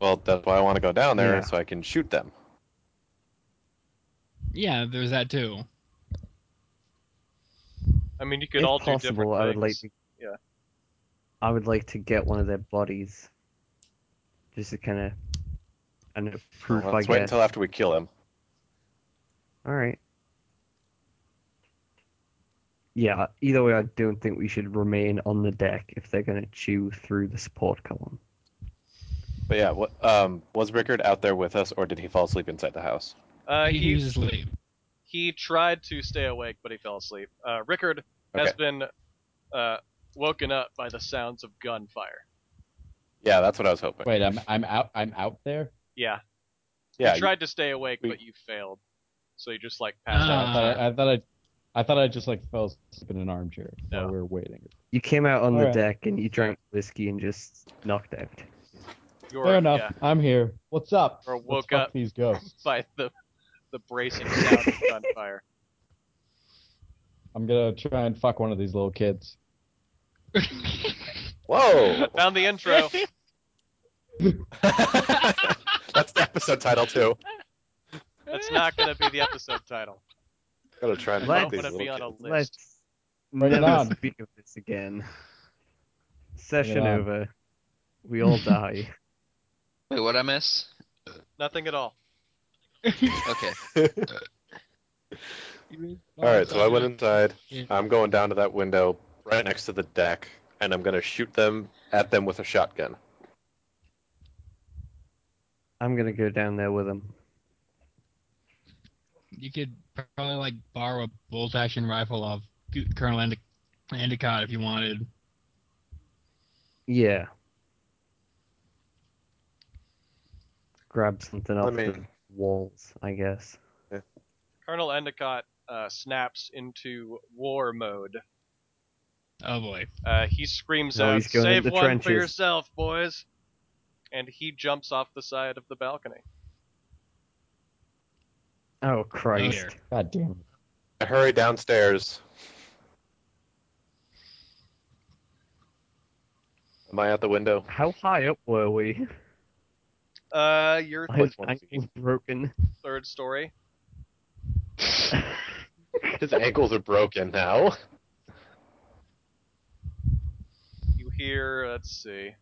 Speaker 6: Well, that's why I want to go down there
Speaker 2: Yeah.
Speaker 6: so I can shoot them.
Speaker 4: Yeah, there's that too.
Speaker 1: I mean, you could
Speaker 2: if
Speaker 1: all do different
Speaker 2: possible, I would like
Speaker 1: things.
Speaker 2: to,
Speaker 1: Yeah.
Speaker 2: I would like to get one of their bodies, just to kind of, and know, proof. I
Speaker 6: Well, Oh, let's wait
Speaker 2: guess.
Speaker 6: until after we kill him.
Speaker 2: All right. Yeah. Either way, I don't think we should remain on the deck if they're going to chew through the support column.
Speaker 6: But yeah, what, um, was Rickard out there with us, or did he fall asleep inside the house?
Speaker 1: Uh,
Speaker 4: he,
Speaker 1: he
Speaker 4: uses sleep.
Speaker 1: he tried to stay awake, but he fell asleep. Uh, Rickard has
Speaker 6: Okay.
Speaker 1: been uh, woken up by the sounds of gunfire.
Speaker 6: Yeah, that's what I was hoping.
Speaker 7: Wait, I'm I'm out I'm out there.
Speaker 1: Yeah,
Speaker 6: yeah,
Speaker 1: you tried to stay awake,
Speaker 6: we-
Speaker 1: but you failed. So you just like passed
Speaker 7: So
Speaker 1: out.
Speaker 7: I thought I, I thought I, I thought I just like fell asleep in an armchair
Speaker 1: No.
Speaker 7: while we were waiting.
Speaker 2: You came out on the
Speaker 7: Alright.
Speaker 2: deck and you drank whiskey and just knocked out.
Speaker 1: You were-
Speaker 7: Fair enough.
Speaker 1: yeah,
Speaker 7: I'm here. What's up?
Speaker 1: Or
Speaker 7: Let's
Speaker 1: woke
Speaker 7: fuck
Speaker 1: up.
Speaker 7: These ghosts.
Speaker 1: by the the bracing sound of gunfire.
Speaker 7: I'm gonna try and fuck one of these little kids.
Speaker 6: Whoa!
Speaker 1: Found the intro.
Speaker 6: That's the episode title too.
Speaker 1: That's not going to be the episode title.
Speaker 6: Gotta try and
Speaker 1: I
Speaker 2: Let-
Speaker 1: don't
Speaker 6: help
Speaker 2: Let's-
Speaker 6: these
Speaker 1: want to
Speaker 6: little
Speaker 1: be on a
Speaker 6: kids.
Speaker 1: list.
Speaker 2: Let's
Speaker 7: Bring it
Speaker 2: never
Speaker 7: on.
Speaker 2: speak of this again. Session
Speaker 7: on.
Speaker 2: over. We all die.
Speaker 3: Wait, what I miss?
Speaker 1: Nothing at all.
Speaker 3: Okay.
Speaker 6: All right, so I went inside. I'm going down to that window right next to the deck, and I'm gonna shoot them at them with a shotgun.
Speaker 2: I'm gonna go down there with him.
Speaker 4: You could probably like borrow a bolt action rifle off Colonel Endic- Endicott if you wanted.
Speaker 2: Yeah. Grab something off the
Speaker 6: mean-
Speaker 2: walls, I guess.
Speaker 1: Colonel Endicott uh, snaps into war mode.
Speaker 4: Oh boy.
Speaker 1: Uh, he screams
Speaker 2: No,
Speaker 1: out,
Speaker 2: he's going
Speaker 1: "Save
Speaker 2: into
Speaker 1: one for
Speaker 2: trenches."
Speaker 1: yourself, boys!" And he jumps off the side of the balcony.
Speaker 2: Oh Christ!
Speaker 4: dear.
Speaker 7: God damn it.
Speaker 6: I hurry downstairs. Am I out the window?
Speaker 2: How high up were we?
Speaker 1: Uh, your
Speaker 2: My
Speaker 6: one
Speaker 2: ankle's broken.
Speaker 1: third story.
Speaker 6: His ankles are broken now.
Speaker 1: You hear, let's see.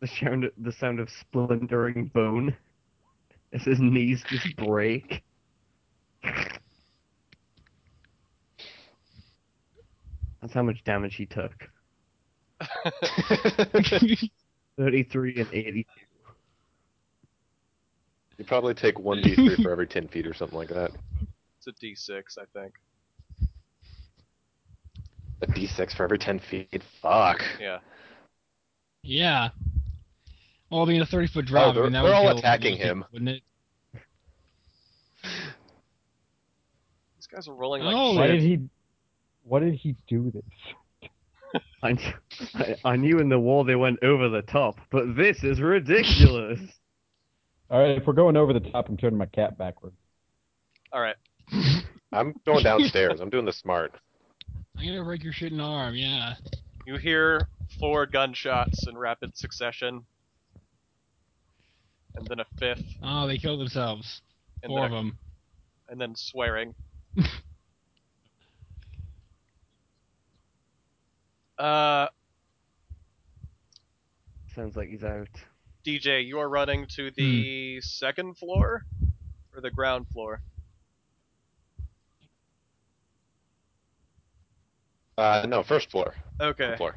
Speaker 2: The sound, the sound of splintering bone as his knees just break. That's how much damage he took.
Speaker 4: That's
Speaker 2: Thirty-three and eighty.
Speaker 6: You probably take one d3 for every ten feet or something like that.
Speaker 1: It's a D6, I think.
Speaker 6: A d6 for every ten feet. Fuck.
Speaker 1: Yeah.
Speaker 4: Yeah. Well, I mean, a thirty-foot drop.
Speaker 6: Oh, they're-
Speaker 4: I mean, that
Speaker 6: they're
Speaker 4: would
Speaker 6: all
Speaker 4: kill
Speaker 6: attacking
Speaker 4: most people,
Speaker 6: him.
Speaker 4: wouldn't it?
Speaker 1: These guys are rolling like
Speaker 4: Oh,
Speaker 1: shit.
Speaker 7: Why did he? Why did he do this?
Speaker 2: I, I, I knew in the war they went over the top, but this is ridiculous.
Speaker 7: All right, if we're going over the top, I'm turning my cap backward.
Speaker 1: All right.
Speaker 6: I'm going downstairs. I'm doing the smart.
Speaker 4: I'm gonna break your shitting arm. Yeah.
Speaker 1: You hear four gunshots in rapid succession, and then a fifth,
Speaker 4: Oh, they killed themselves.
Speaker 1: and,
Speaker 4: Four
Speaker 1: then,
Speaker 4: of
Speaker 1: a,
Speaker 4: them.
Speaker 1: and then swearing. uh,
Speaker 2: Sounds like he's out.
Speaker 1: DJ, you are running to the
Speaker 4: Hmm.
Speaker 1: second floor or the ground floor.
Speaker 6: Uh, no, first floor.
Speaker 1: Okay.
Speaker 6: Second floor.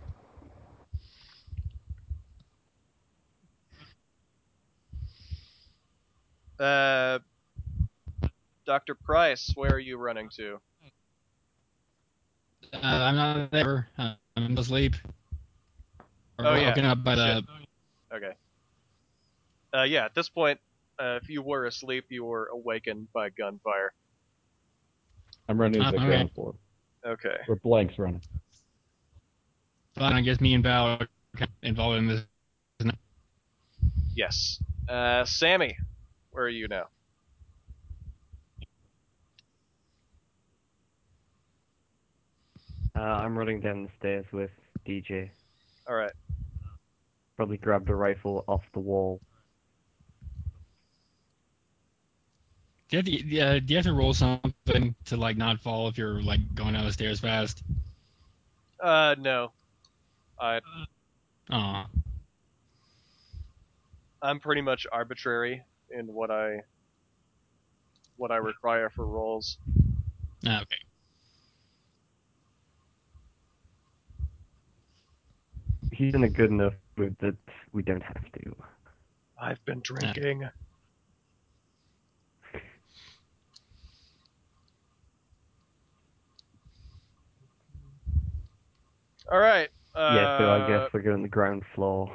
Speaker 1: Uh, Doctor Price, where are you running to?
Speaker 4: Uh, I'm not there. Uh, I'm asleep. Or
Speaker 1: Oh, yeah.
Speaker 4: woken up uh, by the.
Speaker 1: Okay. Uh, yeah, at this point, uh, if you were asleep, you were awakened by gunfire.
Speaker 7: I'm running to the
Speaker 4: All right.
Speaker 7: ground floor.
Speaker 1: Okay.
Speaker 7: Where Blank's running.
Speaker 4: Fine, I guess me and Val are involved in this.
Speaker 1: Yes. Uh, Sammy, where are you now?
Speaker 2: Uh, I'm running down the stairs with DJ.
Speaker 1: All right.
Speaker 2: Probably grabbed a rifle off the wall.
Speaker 4: Do you, have to, yeah, do you have to roll something to like not fall if you're like going down the stairs fast?
Speaker 1: Uh, no. I
Speaker 4: Aw.
Speaker 1: I'm pretty much arbitrary in what I what I require for roles.
Speaker 4: Ah, okay.
Speaker 2: He's in a good enough mood that we don't have to.
Speaker 1: I've been drinking. All right. Uh,
Speaker 2: yeah, so I guess we're going the ground floor.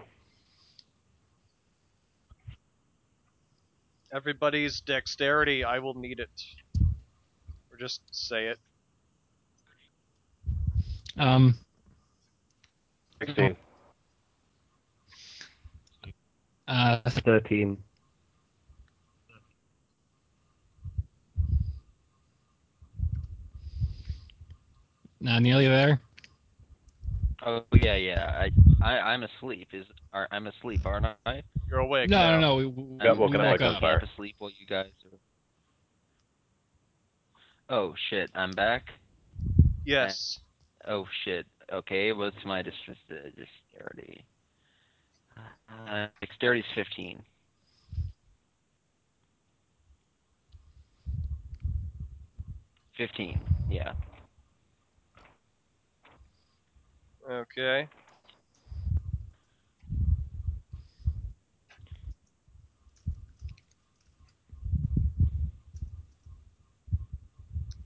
Speaker 1: everybody's dexterity. I will need it. Or just say it.
Speaker 4: Um,
Speaker 6: 16.
Speaker 4: uh,
Speaker 2: 13.
Speaker 4: uh, Neil, you there?
Speaker 8: Oh yeah, yeah. I I, I'm asleep. Is are, I'm asleep, aren't I?
Speaker 1: You're awake. now.
Speaker 4: No, no, no. We, we,
Speaker 6: Got
Speaker 4: we
Speaker 6: woken up
Speaker 4: woke
Speaker 6: like
Speaker 4: up.
Speaker 6: on fire.
Speaker 8: half asleep while you guys are. Oh shit! I'm back.
Speaker 1: Yes.
Speaker 8: Oh shit. Okay, what's my dis- dis- dexterity? Uh, dexterity's 15. Fifteen, yeah.
Speaker 1: Okay.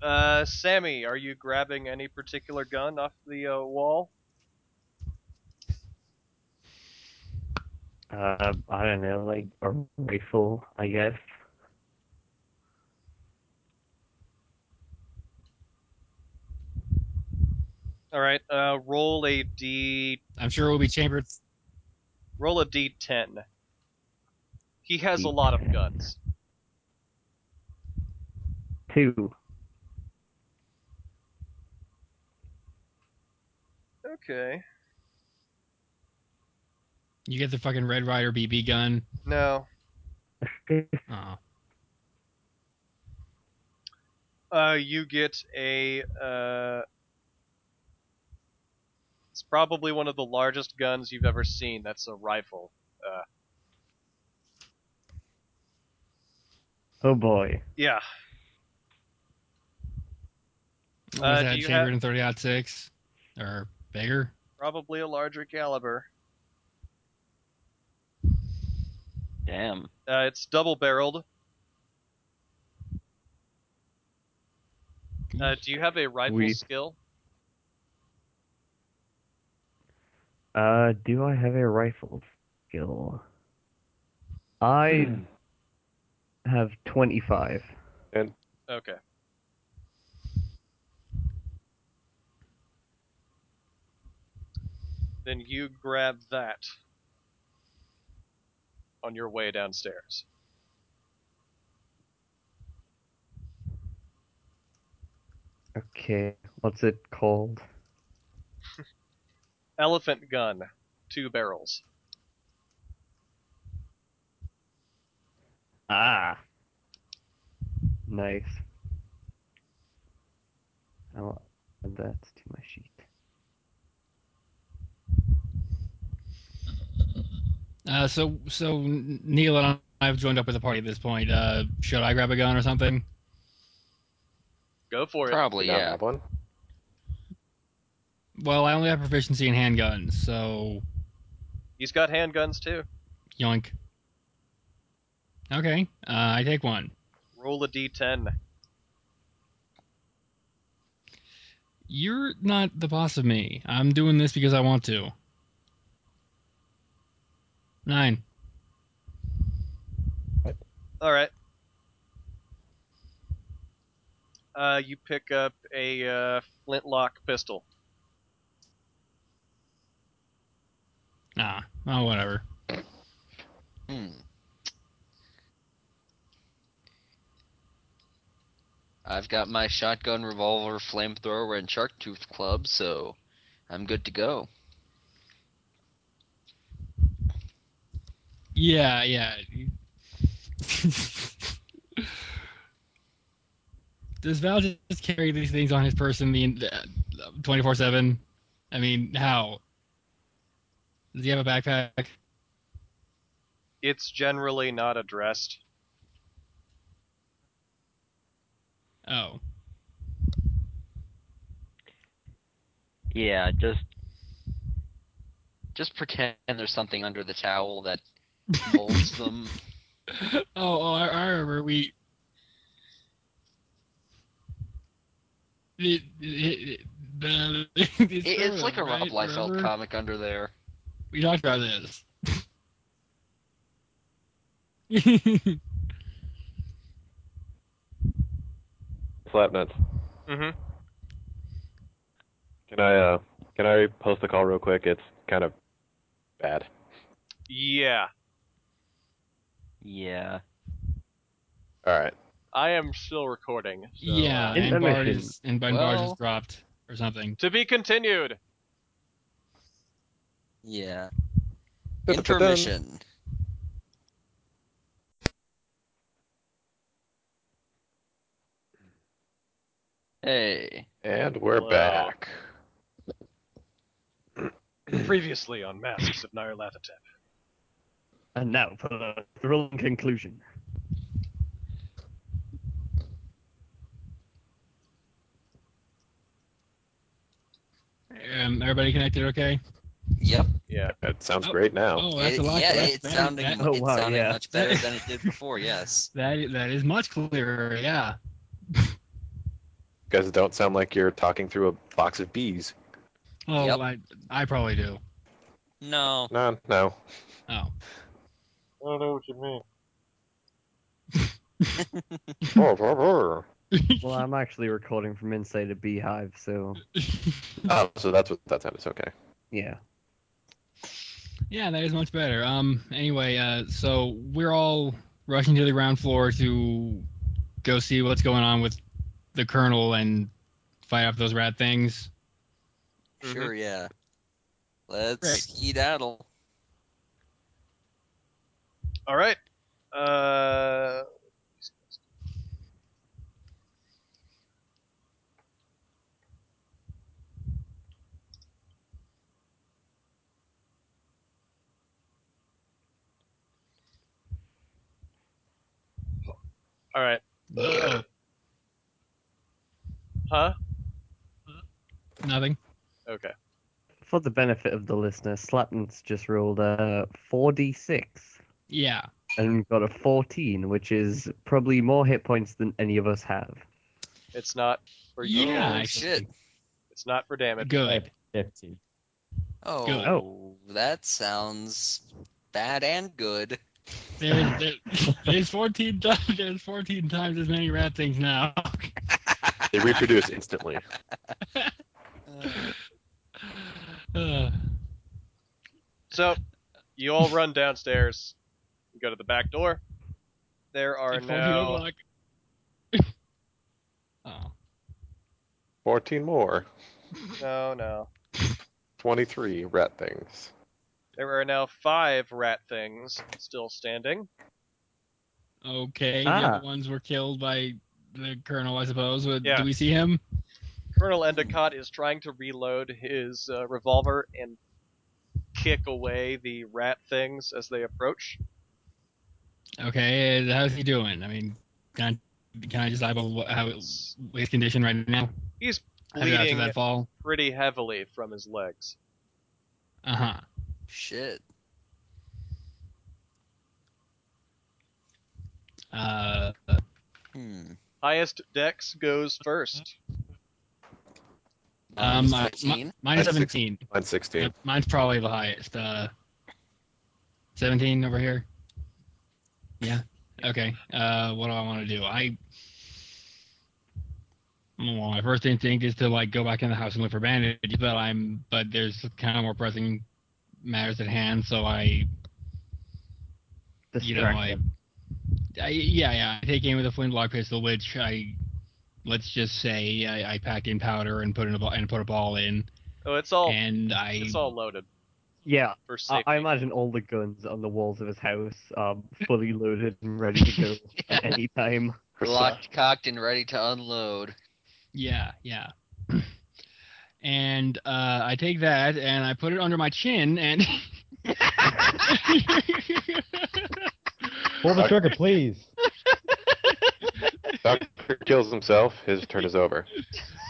Speaker 1: Uh, Sammy, are you grabbing any particular gun off the uh, wall?
Speaker 2: Uh, I don't know, like a rifle, I guess.
Speaker 1: All right. Uh, roll a d
Speaker 4: I'm sure we'll be chambered.
Speaker 1: roll a d10. He has a lot of guns.
Speaker 2: Two.
Speaker 1: Okay.
Speaker 4: You get the fucking Red Rider BB gun.
Speaker 1: No.
Speaker 4: Oh,
Speaker 1: Uh, you get a uh. It's probably one of the largest guns you've ever seen. That's a rifle.
Speaker 2: Oh boy.
Speaker 1: Yeah.
Speaker 4: was
Speaker 1: Uh, do
Speaker 4: that
Speaker 1: you
Speaker 4: chambered in 30 six or bigger?
Speaker 1: Probably a larger caliber.
Speaker 8: Damn.
Speaker 1: Uh, it's double barreled. Uh, do you have a rifle
Speaker 7: We-
Speaker 1: skill?
Speaker 2: Uh, do I have a rifle skill? I have 25.
Speaker 1: Okay. Then you grab that on your way downstairs.
Speaker 2: Okay, what's it called?
Speaker 1: Elephant gun, two barrels.
Speaker 2: Ah. Nice. I'll add that to my sheet.
Speaker 4: Uh, so, so Neil and I have joined up with the party at this point. Uh, should I grab a gun or something?
Speaker 1: Go for it.
Speaker 3: Probably,
Speaker 6: You not
Speaker 3: yeah.
Speaker 6: have one?
Speaker 4: Well, I only have proficiency in handguns, so
Speaker 1: He's got handguns too.
Speaker 4: yoink. Okay, uh, I take one.
Speaker 1: Roll a d10.
Speaker 4: You're not the boss of me. I'm doing this because I want to. Nine.
Speaker 1: All right. Uh, you pick up a uh, flintlock pistol.
Speaker 4: Ah, oh, whatever.
Speaker 3: Hmm. I've got my shotgun, revolver, flamethrower, and shark tooth club, so I'm good to go.
Speaker 4: Yeah, yeah. Does Val just carry these things on his person the twenty four seven? I mean, how? Does he have a backpack?
Speaker 1: It's generally not addressed.
Speaker 4: Oh,
Speaker 8: Yeah, just
Speaker 3: Just pretend there's something under the towel that holds them.
Speaker 4: oh, oh I, I remember we. It- it- it- the-
Speaker 3: It- it's like a Rob
Speaker 4: right?
Speaker 3: Liefeld
Speaker 4: Remember?
Speaker 3: comic under there.
Speaker 4: We talked about this.
Speaker 6: Slap nuts.
Speaker 1: Mm-hmm.
Speaker 6: Can I uh can I post the call real quick? It's kind of bad.
Speaker 1: Yeah.
Speaker 8: yeah.
Speaker 6: All right.
Speaker 1: I am still recording. so,
Speaker 4: yeah,
Speaker 1: uh,
Speaker 4: and Bard
Speaker 2: Intermission.
Speaker 4: is and Bard
Speaker 3: Well-
Speaker 4: just dropped or something.
Speaker 1: to be continued.
Speaker 3: Yeah.
Speaker 6: Dun-dun-dun-dun.
Speaker 3: Intermission. Hey.
Speaker 6: And we're
Speaker 1: Wow.
Speaker 6: back.
Speaker 1: Previously on Masks of Nyarlathotep.
Speaker 2: And now for the thrilling conclusion.
Speaker 4: Um, everybody connected okay?
Speaker 3: Yep.
Speaker 1: Yeah.
Speaker 6: That sounds
Speaker 4: Oh.
Speaker 6: great now.
Speaker 4: Oh, that's
Speaker 3: It-
Speaker 4: a lot.
Speaker 3: yeah,
Speaker 4: that's
Speaker 3: it's
Speaker 4: better.
Speaker 3: sounding
Speaker 4: That-
Speaker 3: mu-
Speaker 2: oh,
Speaker 3: it's
Speaker 2: wow,
Speaker 3: sounding
Speaker 2: yeah.
Speaker 3: much better than it did before. Yes.
Speaker 4: that i- that is much clearer. Yeah.
Speaker 6: You guys don't sound like you're talking through a box of bees.
Speaker 4: Oh,
Speaker 3: Yep.
Speaker 4: I I probably do.
Speaker 3: No.
Speaker 6: No, no.
Speaker 4: Oh,
Speaker 1: I don't know what you mean.
Speaker 6: Oh, brr, brr.
Speaker 2: Well, I'm actually recording from inside a beehive, so
Speaker 6: Oh, so that's what that sound is. Okay.
Speaker 2: yeah.
Speaker 4: yeah, that is much better. Um. Anyway, uh, so we're all rushing to the ground floor to go see what's going on with the colonel and fight off those rat things.
Speaker 1: Mhm.
Speaker 3: Sure. Yeah. Let's
Speaker 4: Right.
Speaker 3: skedaddle.
Speaker 1: All right. Uh, all right. Huh?
Speaker 4: Nothing.
Speaker 1: Okay.
Speaker 2: For the benefit of the listener, Slapton's just rolled a 4d6
Speaker 4: Yeah.
Speaker 2: and got a 14, which is probably more hit points than any of us have.
Speaker 1: It's not for you.
Speaker 4: Yeah,
Speaker 3: Holy
Speaker 4: I
Speaker 3: shit.
Speaker 1: It's not for damage.
Speaker 4: Good.
Speaker 7: 50.
Speaker 3: Oh,
Speaker 4: Good.
Speaker 3: that sounds bad and good.
Speaker 4: There's, there- there's 14 times there's 14 times as many rat things now.
Speaker 6: They reproduce instantly.
Speaker 3: Uh,
Speaker 4: Uh,
Speaker 1: So, you all run downstairs. You go to the back door. There are
Speaker 4: like 14
Speaker 1: now
Speaker 4: o'clock. oh.
Speaker 6: 14 more.
Speaker 1: no no.
Speaker 6: 23 rat things.
Speaker 1: There are now five rat things still standing.
Speaker 4: Okay. The
Speaker 2: Ah.
Speaker 4: other ones were killed by the colonel, I suppose. But
Speaker 1: Yeah.
Speaker 4: Do we see him?
Speaker 1: Colonel Endicott is trying to reload his uh, revolver and kick away the rat things as they approach.
Speaker 4: Okay. and How's he doing? I mean, can I, can I just eyeball what, how his condition right now?
Speaker 1: He's
Speaker 4: After, after
Speaker 1: bleeding
Speaker 4: that fall.
Speaker 1: pretty heavily from his legs.
Speaker 4: Uh huh.
Speaker 3: shit.
Speaker 4: Uh.
Speaker 3: Hmm.
Speaker 1: Highest dex goes first.
Speaker 4: Um.
Speaker 3: Minus
Speaker 4: my- my,
Speaker 3: 15?
Speaker 4: mine's
Speaker 6: That's six-
Speaker 4: 17.
Speaker 6: Mine's 16.
Speaker 4: Yep, mine's probably the highest. Uh, 17 over here. Yeah. Okay. Uh, what do I want to do? I. Well, my first instinct is to like go back in the house and look for bandages, but I'm but there's kind of more pressing matters at hand, so I you know
Speaker 2: Distract
Speaker 4: I,
Speaker 2: them.
Speaker 4: I yeah yeah I take aim with a flintlock pistol, which I let's just say I, I pack in powder and put in a ball and put a ball in,
Speaker 1: Oh, it's all
Speaker 4: and I
Speaker 1: it's all loaded
Speaker 2: Yeah,
Speaker 1: for
Speaker 2: I,
Speaker 1: safety.
Speaker 2: I imagine all the guns on the walls of his house are fully loaded and ready to go at any time.
Speaker 3: Locked, cocked, and ready to unload.
Speaker 4: Yeah, yeah. And uh, I take that and I put it under my chin and.
Speaker 7: Pull the trigger, please.
Speaker 6: Doctor kills himself. His turn is over.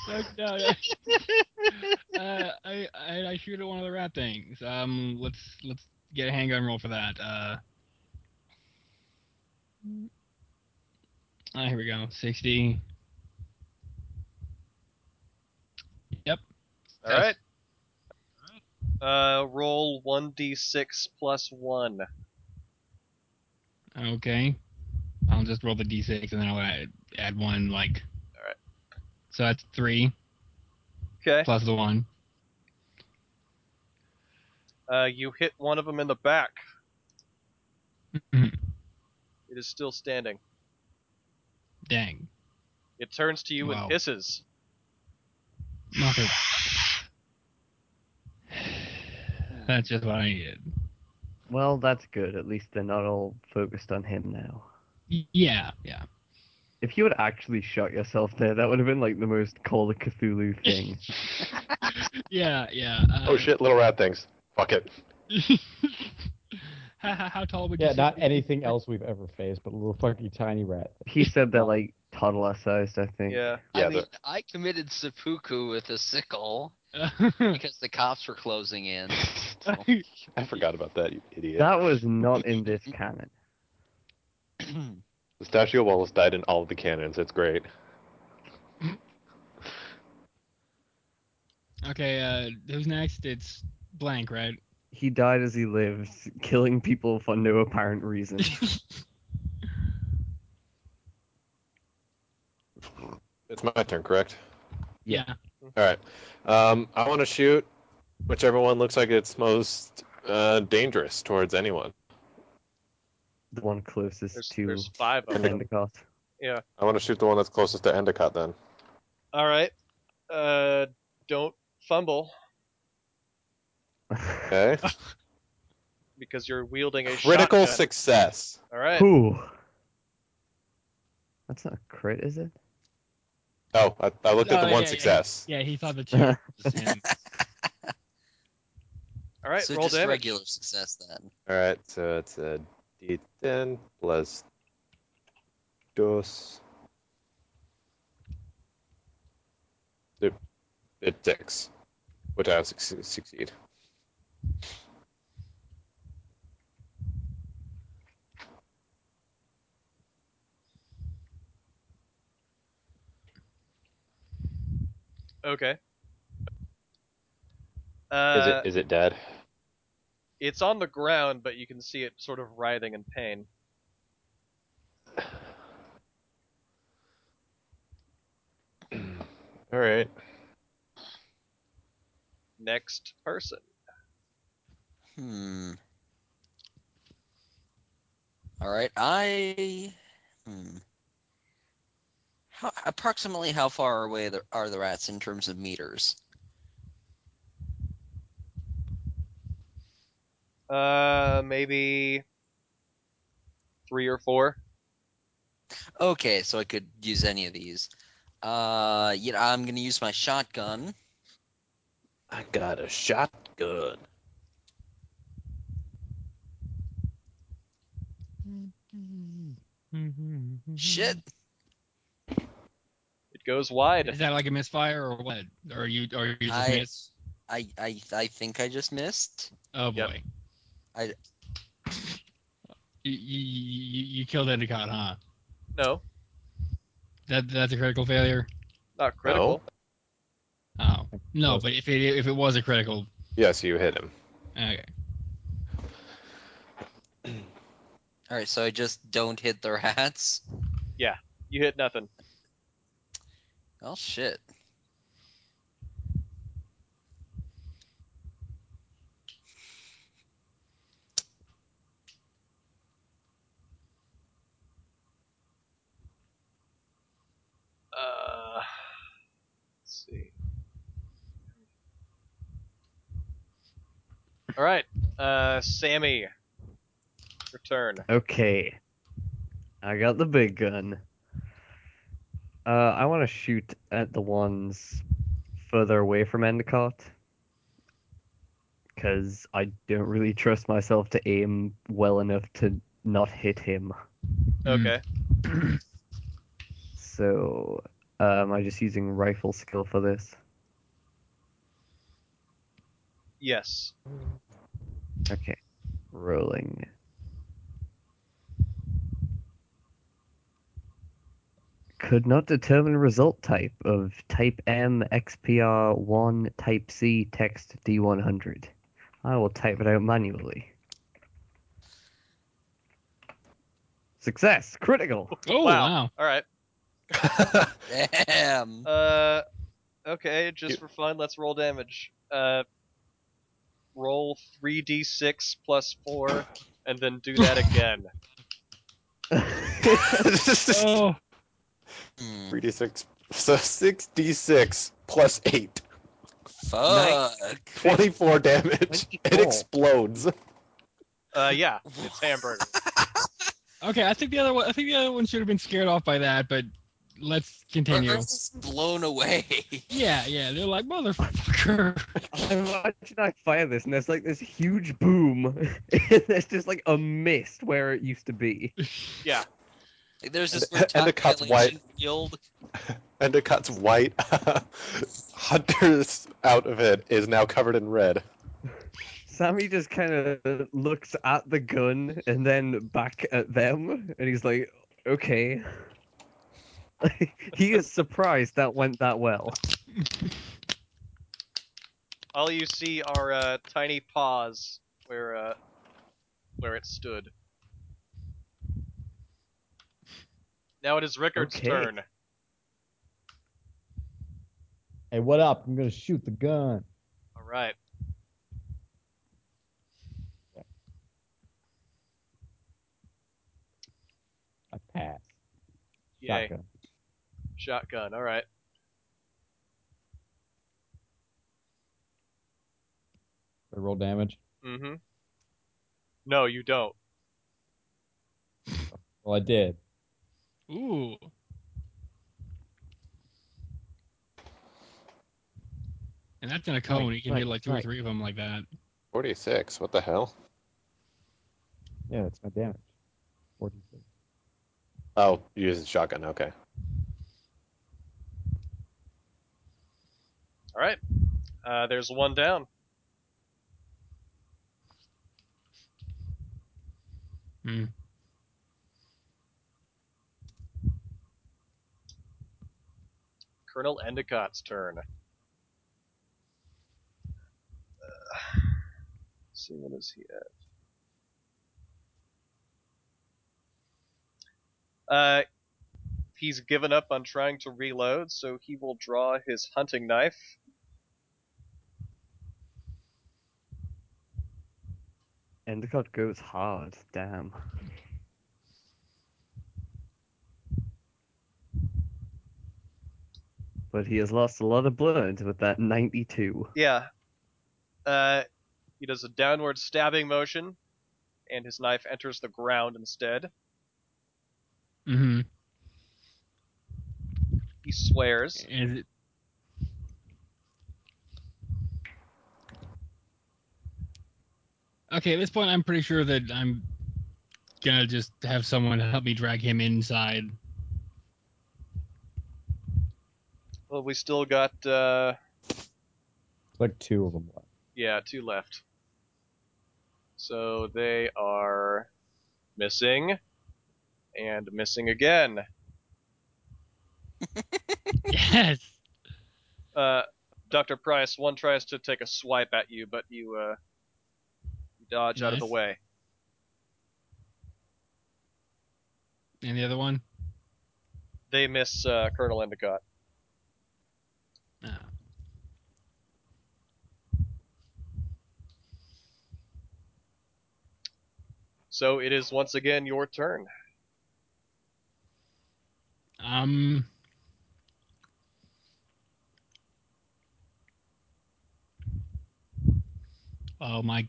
Speaker 4: No, no, no. Uh, I, I I shoot at one of the rat things. Um, let's let's get a handgun roll for that. Uh, ah, here we go. Sixty. Yep.
Speaker 1: All right. Uh, roll one d six plus one.
Speaker 4: Okay. I'll just roll the d6 and then I'll add, add one, like.
Speaker 1: Alright.
Speaker 4: So that's three
Speaker 1: Okay.
Speaker 4: plus the one.
Speaker 1: Uh, you hit one of them in the back.
Speaker 4: Mhm.
Speaker 1: it is still standing.
Speaker 4: Dang.
Speaker 1: It turns to you
Speaker 4: Wow.
Speaker 1: and hisses.
Speaker 4: Knock it. That's just what I needed.
Speaker 2: Well, that's good. At least they're not all focused on him now.
Speaker 4: Y- Yeah, yeah.
Speaker 2: If you had actually shot yourself there, that would have been like the most Call of Cthulhu thing.
Speaker 4: Yeah, yeah. Uh,
Speaker 6: Oh shit, little rat things. Fuck it.
Speaker 4: how, how- how tall would you
Speaker 7: Yeah,
Speaker 4: say-
Speaker 7: not anything else we've ever faced, but a little fucking tiny rat.
Speaker 2: he said they're like toddler sized, I think.
Speaker 1: Yeah.
Speaker 6: Yeah,
Speaker 3: I mean,
Speaker 6: the-
Speaker 3: I committed seppuku with a sickle because the cops were closing in. So,
Speaker 6: I forgot about that, you idiot.
Speaker 2: That was not in this canon.
Speaker 6: The statue of Wallace died in all of the canons. It's great.
Speaker 4: okay, uh, who's next? It's blank, right?
Speaker 2: He died as he lived, killing people for no apparent reason.
Speaker 6: It's my turn, correct?
Speaker 2: Yeah.
Speaker 6: All right. Um, I want to shoot whichever one looks like it's most uh, dangerous towards anyone.
Speaker 2: the one closest
Speaker 1: There's,
Speaker 2: to
Speaker 1: there's five of them.
Speaker 2: Endicott.
Speaker 6: I want to shoot the one that's closest to Endicott then.
Speaker 1: All right. Uh, don't fumble
Speaker 6: Okay.
Speaker 1: because you're wielding a
Speaker 6: Critical
Speaker 1: shotgun.
Speaker 6: success.
Speaker 1: All right.
Speaker 2: Ooh. That's not a crit, is it?
Speaker 6: Oh, I, I looked at
Speaker 4: Oh,
Speaker 6: the
Speaker 4: yeah,
Speaker 6: one
Speaker 4: yeah,
Speaker 6: success.
Speaker 4: Yeah, he thought the two. were the same.
Speaker 1: All right.
Speaker 3: so
Speaker 1: roll
Speaker 3: just
Speaker 1: damage.
Speaker 3: regular success then.
Speaker 6: All right, so it's a D10 plus dos. It, it's six, which I suc- succeed.
Speaker 1: Okay.
Speaker 6: Is
Speaker 1: Uh,
Speaker 6: it is it dead?
Speaker 1: It's on the ground, but you can see it sort of writhing in pain.
Speaker 6: All right.
Speaker 1: Next person.
Speaker 3: Hmm. All right. I. Hmm. How, approximately how far away the, are the rats in terms of meters?
Speaker 1: Uh, maybe three or four.
Speaker 3: Okay, so I could use any of these. Uh, you know, I'm gonna use my shotgun.
Speaker 6: I got a shotgun.
Speaker 3: Shit.
Speaker 1: It goes wide.
Speaker 4: Is that like a misfire or what? Or you or you just
Speaker 3: I-
Speaker 4: miss?
Speaker 3: I, I I think I just missed.
Speaker 4: Oh
Speaker 1: Yep.
Speaker 4: boy.
Speaker 3: I-
Speaker 4: You, you, you, you killed Endicott, huh?
Speaker 1: No,
Speaker 4: That that's a critical failure.
Speaker 1: not critical.
Speaker 4: Oh no, but if it if it was a critical,
Speaker 6: Yes, you hit him.
Speaker 4: okay.
Speaker 3: All right, so I just don't hit the rats.
Speaker 1: You hit nothing.
Speaker 3: Oh shit.
Speaker 1: Uh, let's see. All right, uh, Sammy, return.
Speaker 2: Okay. I got the big gun. Uh, I want to shoot at the ones further away from Endicott. Because I don't really trust myself to aim well enough to not hit him.
Speaker 1: Okay,
Speaker 2: So, uh, am I just using rifle skill for this?
Speaker 1: yes.
Speaker 2: Okay. Rolling. Could not determine result type of type M XPR 1 type C text D100. I will type it out manually. Success! Critical!
Speaker 4: Oh
Speaker 1: Wow.
Speaker 4: wow.
Speaker 1: All right.
Speaker 3: Damn.
Speaker 1: Uh, okay, just for fun, let's roll damage. Uh, roll 3d6 plus 4, and then do that again.
Speaker 4: Oh.
Speaker 3: Hmm.
Speaker 6: Three d six. So six d six plus eight.
Speaker 3: Fuck.
Speaker 6: 24 damage. It
Speaker 2: 24.
Speaker 6: explodes.
Speaker 1: Uh, yeah, it's hamburger.
Speaker 4: Okay, I think the other one. I think the other one should have been scared off by that, but let's
Speaker 3: Earth
Speaker 4: continue.
Speaker 3: is blown away.
Speaker 4: Yeah, yeah, they're like motherfucker.
Speaker 2: Imagine I fire this and there's like this huge boom. and there's just like a mist where it used to be.
Speaker 1: Yeah,
Speaker 3: Like, there's this
Speaker 6: And- and the cut's
Speaker 3: recalculation field.
Speaker 6: Endicott's white. Hunter's out of it is now covered in red.
Speaker 2: Sammy just kind of looks at the gun and then back at them, and he's like, "Okay." he is surprised that went that well.
Speaker 1: all you see are uh, tiny paws where uh, where it stood. Now it is Rickard's
Speaker 2: Okay.
Speaker 1: turn.
Speaker 7: Hey, what up? I'm gonna shoot the gun.
Speaker 1: All right.
Speaker 7: I pass.
Speaker 1: Yay.
Speaker 7: Shotgun.
Speaker 1: Shotgun. All right.
Speaker 7: I roll damage.
Speaker 1: Mm-hmm. No, you don't.
Speaker 7: Well, I did.
Speaker 4: Ooh. And that's in a cone.
Speaker 2: Right,
Speaker 4: you can
Speaker 2: right,
Speaker 4: hit like two or
Speaker 2: right.
Speaker 4: three of them like that.
Speaker 6: 46. What the hell?
Speaker 7: Yeah, that's my damage. 46.
Speaker 6: Oh, you used the shotgun. Okay.
Speaker 1: All right. Uh, there's one down.
Speaker 4: Hmm.
Speaker 1: Colonel Endicott's turn. Uh, see what is he at? Uh, he's given up on trying to reload, so he will draw his hunting knife.
Speaker 2: Endicott goes hard. Damn. But he has lost a lot of blood with that 92.
Speaker 1: Yeah. Uh, he does a downward stabbing motion, and his knife enters the ground instead.
Speaker 4: Mm-hmm.
Speaker 1: He swears.
Speaker 4: Is it? Okay, at this point, I'm pretty sure that I'm gonna just have someone help me drag him inside.
Speaker 1: Well, we still got uh,
Speaker 7: It's like two of them left.
Speaker 1: yeah, two left. So they are missing and missing again.
Speaker 4: yes.
Speaker 1: Uh, Doctor Price, one tries to take a swipe at you, but you uh, dodge out of the
Speaker 4: Nice.
Speaker 1: way.
Speaker 4: And the other one.
Speaker 1: They miss uh, Colonel Endicott.
Speaker 4: No.
Speaker 1: So it is once again your turn.
Speaker 4: Um. Well, my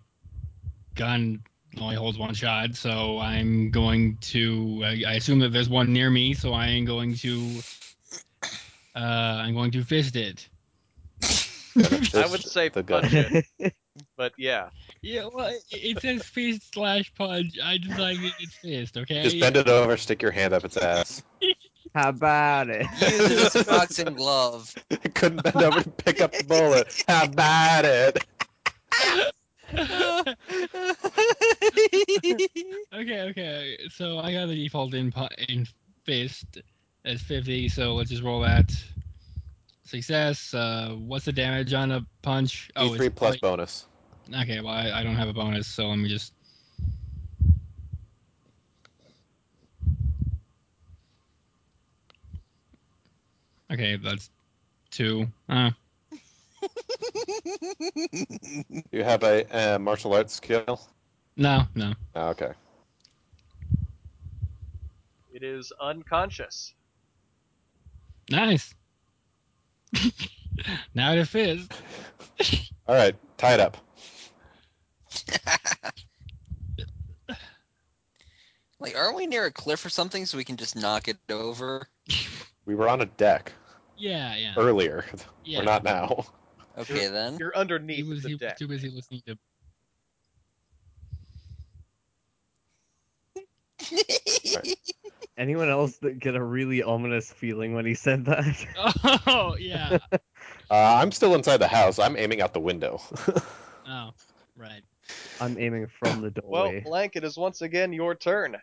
Speaker 4: gun only holds one shot, so I'm going to. I, I assume that there's one near me, so I am going to. Uh, I'm going to fist it.
Speaker 1: I would say
Speaker 6: the gun.
Speaker 1: punch it, but yeah,
Speaker 4: Yeah, well, it, it says fist slash punch. I decided it's fist. Okay.
Speaker 6: Just bend it over, stick your hand up its ass.
Speaker 2: How about it?
Speaker 3: Use this boxing glove.
Speaker 6: It couldn't bend over to pick up the bullet. How about it?
Speaker 4: Okay, okay. So I got the default in pu- in fist as 50, so let's just roll that. Success. Uh, what's the damage on a punch?
Speaker 1: Oh,
Speaker 4: Oh, it's
Speaker 6: E3 E plus
Speaker 4: like-
Speaker 6: bonus.
Speaker 4: Okay, well, I, I don't have a bonus, so let me just. Okay, that's two. Uh,
Speaker 6: You have a uh, martial arts skill?
Speaker 4: no, no.
Speaker 6: Oh, okay.
Speaker 1: it is unconscious.
Speaker 4: Nice. Now it is.
Speaker 6: All right, tie it up.
Speaker 3: Like, are we near a cliff or something so we can just knock it over?
Speaker 6: We were on a deck
Speaker 4: Yeah, yeah.
Speaker 6: earlier.
Speaker 4: yeah.
Speaker 6: We're not now.
Speaker 3: Okay then.
Speaker 1: You're
Speaker 4: He
Speaker 1: underneath
Speaker 4: was, he
Speaker 1: the
Speaker 4: was
Speaker 1: deck.
Speaker 4: too busy listening to.
Speaker 2: Anyone else that get a really ominous feeling when he said that?
Speaker 4: Oh yeah.
Speaker 6: Uh, I'm still inside the house. I'm aiming out the window.
Speaker 4: Oh, right.
Speaker 2: I'm aiming from the
Speaker 1: Well,
Speaker 2: doorway.
Speaker 1: Blank, it is once again your turn.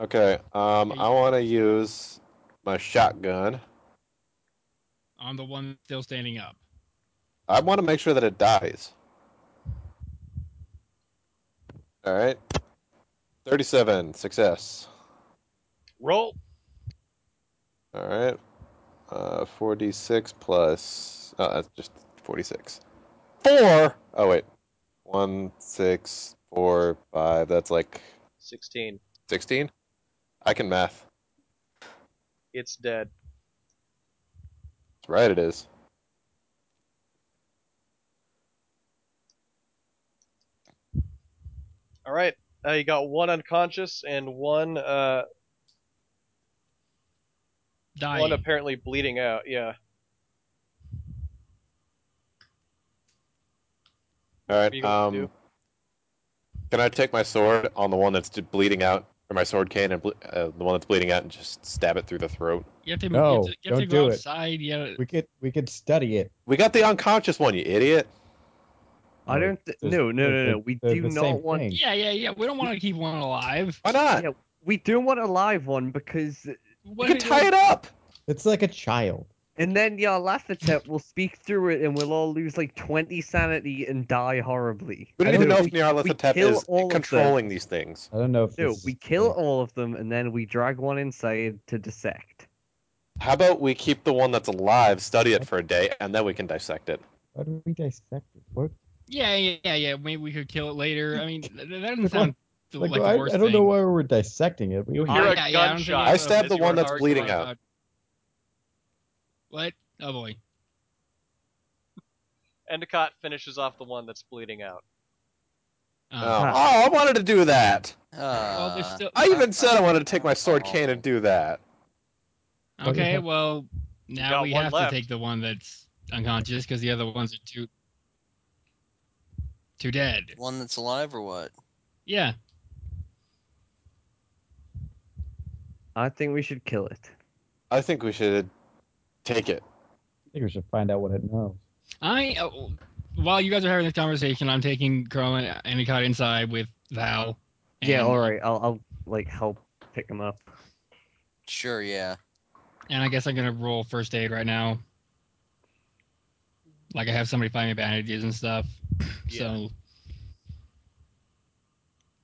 Speaker 6: okay. Um, I want to use my shotgun.
Speaker 4: On the one still standing up.
Speaker 6: I want to make sure that it dies. All right. 37, success.
Speaker 1: Roll.
Speaker 6: All right. Uh, 46 plus. Oh, that's just 46. Four! Oh, wait. One, six, four, five. That's like
Speaker 1: 16.
Speaker 6: 16? I can math.
Speaker 1: It's dead.
Speaker 6: That's right, it is.
Speaker 1: All right. Uh, you got one unconscious and one uh,
Speaker 4: Dying.
Speaker 1: one apparently bleeding out. Yeah.
Speaker 6: All
Speaker 1: are you
Speaker 6: right.
Speaker 1: gonna
Speaker 6: Um,
Speaker 1: do?
Speaker 6: can I take my sword on the one that's d- bleeding out, or my sword cane and ble- uh, the one that's bleeding out, and just stab it through the throat?
Speaker 4: You have to,
Speaker 7: No,
Speaker 4: you have to, you have to
Speaker 7: don't
Speaker 4: go
Speaker 7: do it.
Speaker 4: outside. You gotta-
Speaker 7: We could we could study it.
Speaker 6: We got the unconscious one, you idiot.
Speaker 2: I don't. Th-
Speaker 7: There's-
Speaker 2: no, no, no,
Speaker 7: they're-
Speaker 2: no. We
Speaker 7: they're
Speaker 2: do
Speaker 7: the
Speaker 2: not
Speaker 7: same
Speaker 2: want.
Speaker 7: thing.
Speaker 4: Yeah, yeah, yeah. We don't want to keep one alive.
Speaker 6: Why not?
Speaker 2: Yeah, we do want a live one because,
Speaker 6: We
Speaker 4: What
Speaker 6: can tie it up.
Speaker 7: It's like a child.
Speaker 2: and then your laugh attempt will speak through it, and we'll all lose like twenty sanity and die horribly.
Speaker 6: We don't even
Speaker 2: No,
Speaker 6: know if Nyarlathotep
Speaker 2: kill
Speaker 6: is
Speaker 2: all of
Speaker 6: controlling these things.
Speaker 7: I don't know if
Speaker 2: No,
Speaker 7: this
Speaker 2: we
Speaker 7: is-
Speaker 2: kill all of them, and then we drag one inside to dissect.
Speaker 6: How about we keep the one that's alive, study it for a day, and then we can dissect it?
Speaker 7: How do we dissect it? What?
Speaker 4: Yeah, yeah, yeah, yeah. Maybe we could kill it later. I mean, th- that doesn't
Speaker 7: Like,
Speaker 4: sound like,
Speaker 7: Like,
Speaker 4: the
Speaker 7: I,
Speaker 4: worst
Speaker 7: I don't know
Speaker 4: thing.
Speaker 7: why we're dissecting it. We
Speaker 1: You
Speaker 4: Oh,
Speaker 1: hear a
Speaker 4: yeah, yeah, I don't think
Speaker 1: gunshot.
Speaker 4: it-
Speaker 6: I stabbed the
Speaker 1: as you
Speaker 6: one
Speaker 1: are
Speaker 6: that's
Speaker 1: arguing
Speaker 6: bleeding out.
Speaker 4: What? Oh boy.
Speaker 1: Endicott finishes off the one that's bleeding out.
Speaker 4: Oh.
Speaker 6: Oh, oh, I wanted to do that.
Speaker 1: Oh.
Speaker 4: well, there's
Speaker 3: Uh,
Speaker 4: still.
Speaker 6: I even said I wanted to take my sword cane and do that.
Speaker 4: Okay, well, now
Speaker 1: got
Speaker 4: we
Speaker 1: one
Speaker 4: have
Speaker 1: left.
Speaker 4: to take the one that's unconscious because the other ones are too too dead.
Speaker 3: One that's alive or what?
Speaker 4: Yeah.
Speaker 2: I think we should kill it.
Speaker 6: I think we should take it.
Speaker 7: I think we should find out what it knows.
Speaker 4: I uh, while you guys are having this conversation, I'm taking Crow and Endicott inside with Val.
Speaker 2: yeah,
Speaker 4: and-
Speaker 2: all right. I'll, I'll like help pick him up.
Speaker 3: Sure, yeah.
Speaker 4: And I guess I'm gonna roll first aid right now. Like I have somebody find me bandages and stuff. So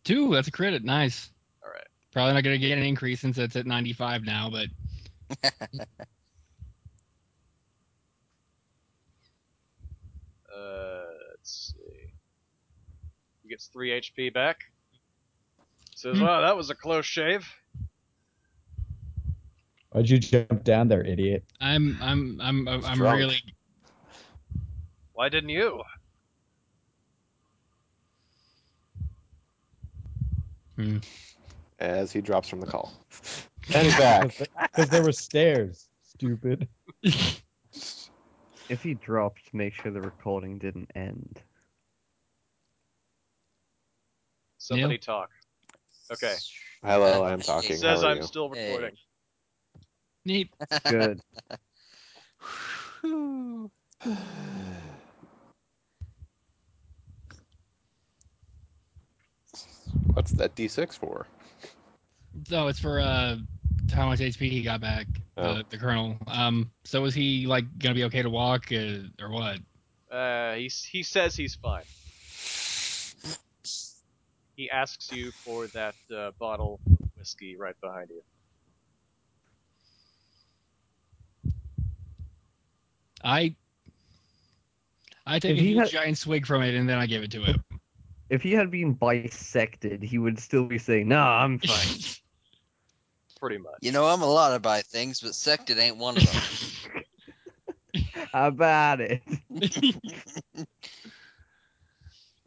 Speaker 4: two, that's a credit. Nice.
Speaker 1: All right.
Speaker 4: Probably not gonna get an increase since it's at 95 now, but
Speaker 1: Uh, let's see. He gets 3 HP back. Says,
Speaker 4: Hmm.
Speaker 1: wow, that was a close shave.
Speaker 7: Why'd you jump down there, idiot?
Speaker 4: I'm I'm I'm I'm, I'm
Speaker 6: Drunk.
Speaker 4: really
Speaker 1: Why didn't you?
Speaker 6: As he drops from the call. And he's back.
Speaker 7: Because there were stairs. Stupid.
Speaker 2: If he dropped, make sure the recording didn't end.
Speaker 1: Somebody talk. Okay.
Speaker 6: Hello, I'm talking. How
Speaker 1: Says
Speaker 6: are
Speaker 1: I'm
Speaker 6: you?
Speaker 1: still
Speaker 3: Hey.
Speaker 1: recording.
Speaker 4: neat.
Speaker 2: Good.
Speaker 6: What's that D6 for?
Speaker 4: So it's for uh how much HP he got back,
Speaker 6: Oh.
Speaker 4: the, the colonel. Um, so is he like gonna be okay to walk uh, or what?
Speaker 1: Uh, he, s- he says he's fine. He asks you for that uh, bottle of whiskey right behind you.
Speaker 4: I I take
Speaker 2: If
Speaker 4: a
Speaker 2: he
Speaker 4: huge
Speaker 2: had-
Speaker 4: giant swig from it and then I give it to him.
Speaker 2: If he had been bisected, he would still be saying, "Nah, I'm fine."
Speaker 1: pretty much.
Speaker 3: You know, I'm a lot about things, but Sected ain't one of them.
Speaker 2: How about it?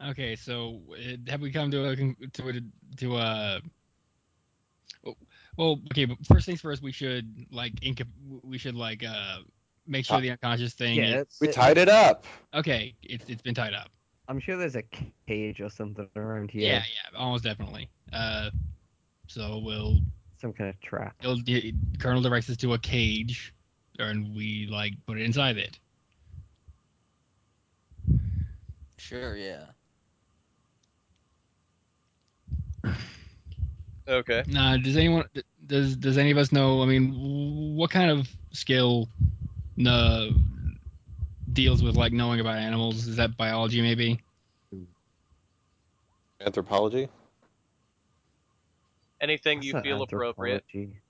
Speaker 4: Okay, so uh, have we come to a con- to a, to a well? Okay, but first things first, we should like inca- we should like uh make sure the unconscious thing.
Speaker 2: Yeah,
Speaker 4: is,
Speaker 2: that's
Speaker 6: We tied it up.
Speaker 4: okay, it's it's been tied up.
Speaker 2: I'm sure there's a cage or something around here.
Speaker 4: Yeah, yeah, almost definitely. Uh, so we'll
Speaker 2: Some kind of trap.
Speaker 4: he'll, he- Colonel directs us to a cage, and we like put it inside it.
Speaker 3: sure, yeah.
Speaker 1: Okay.
Speaker 4: Now, does anyone does does any of us know? I mean, what kind of skill uh, deals with like knowing about animals? Is that biology, maybe?
Speaker 6: Anthropology.
Speaker 1: Anything you
Speaker 2: That's not
Speaker 1: feel appropriate.
Speaker 2: anthropology.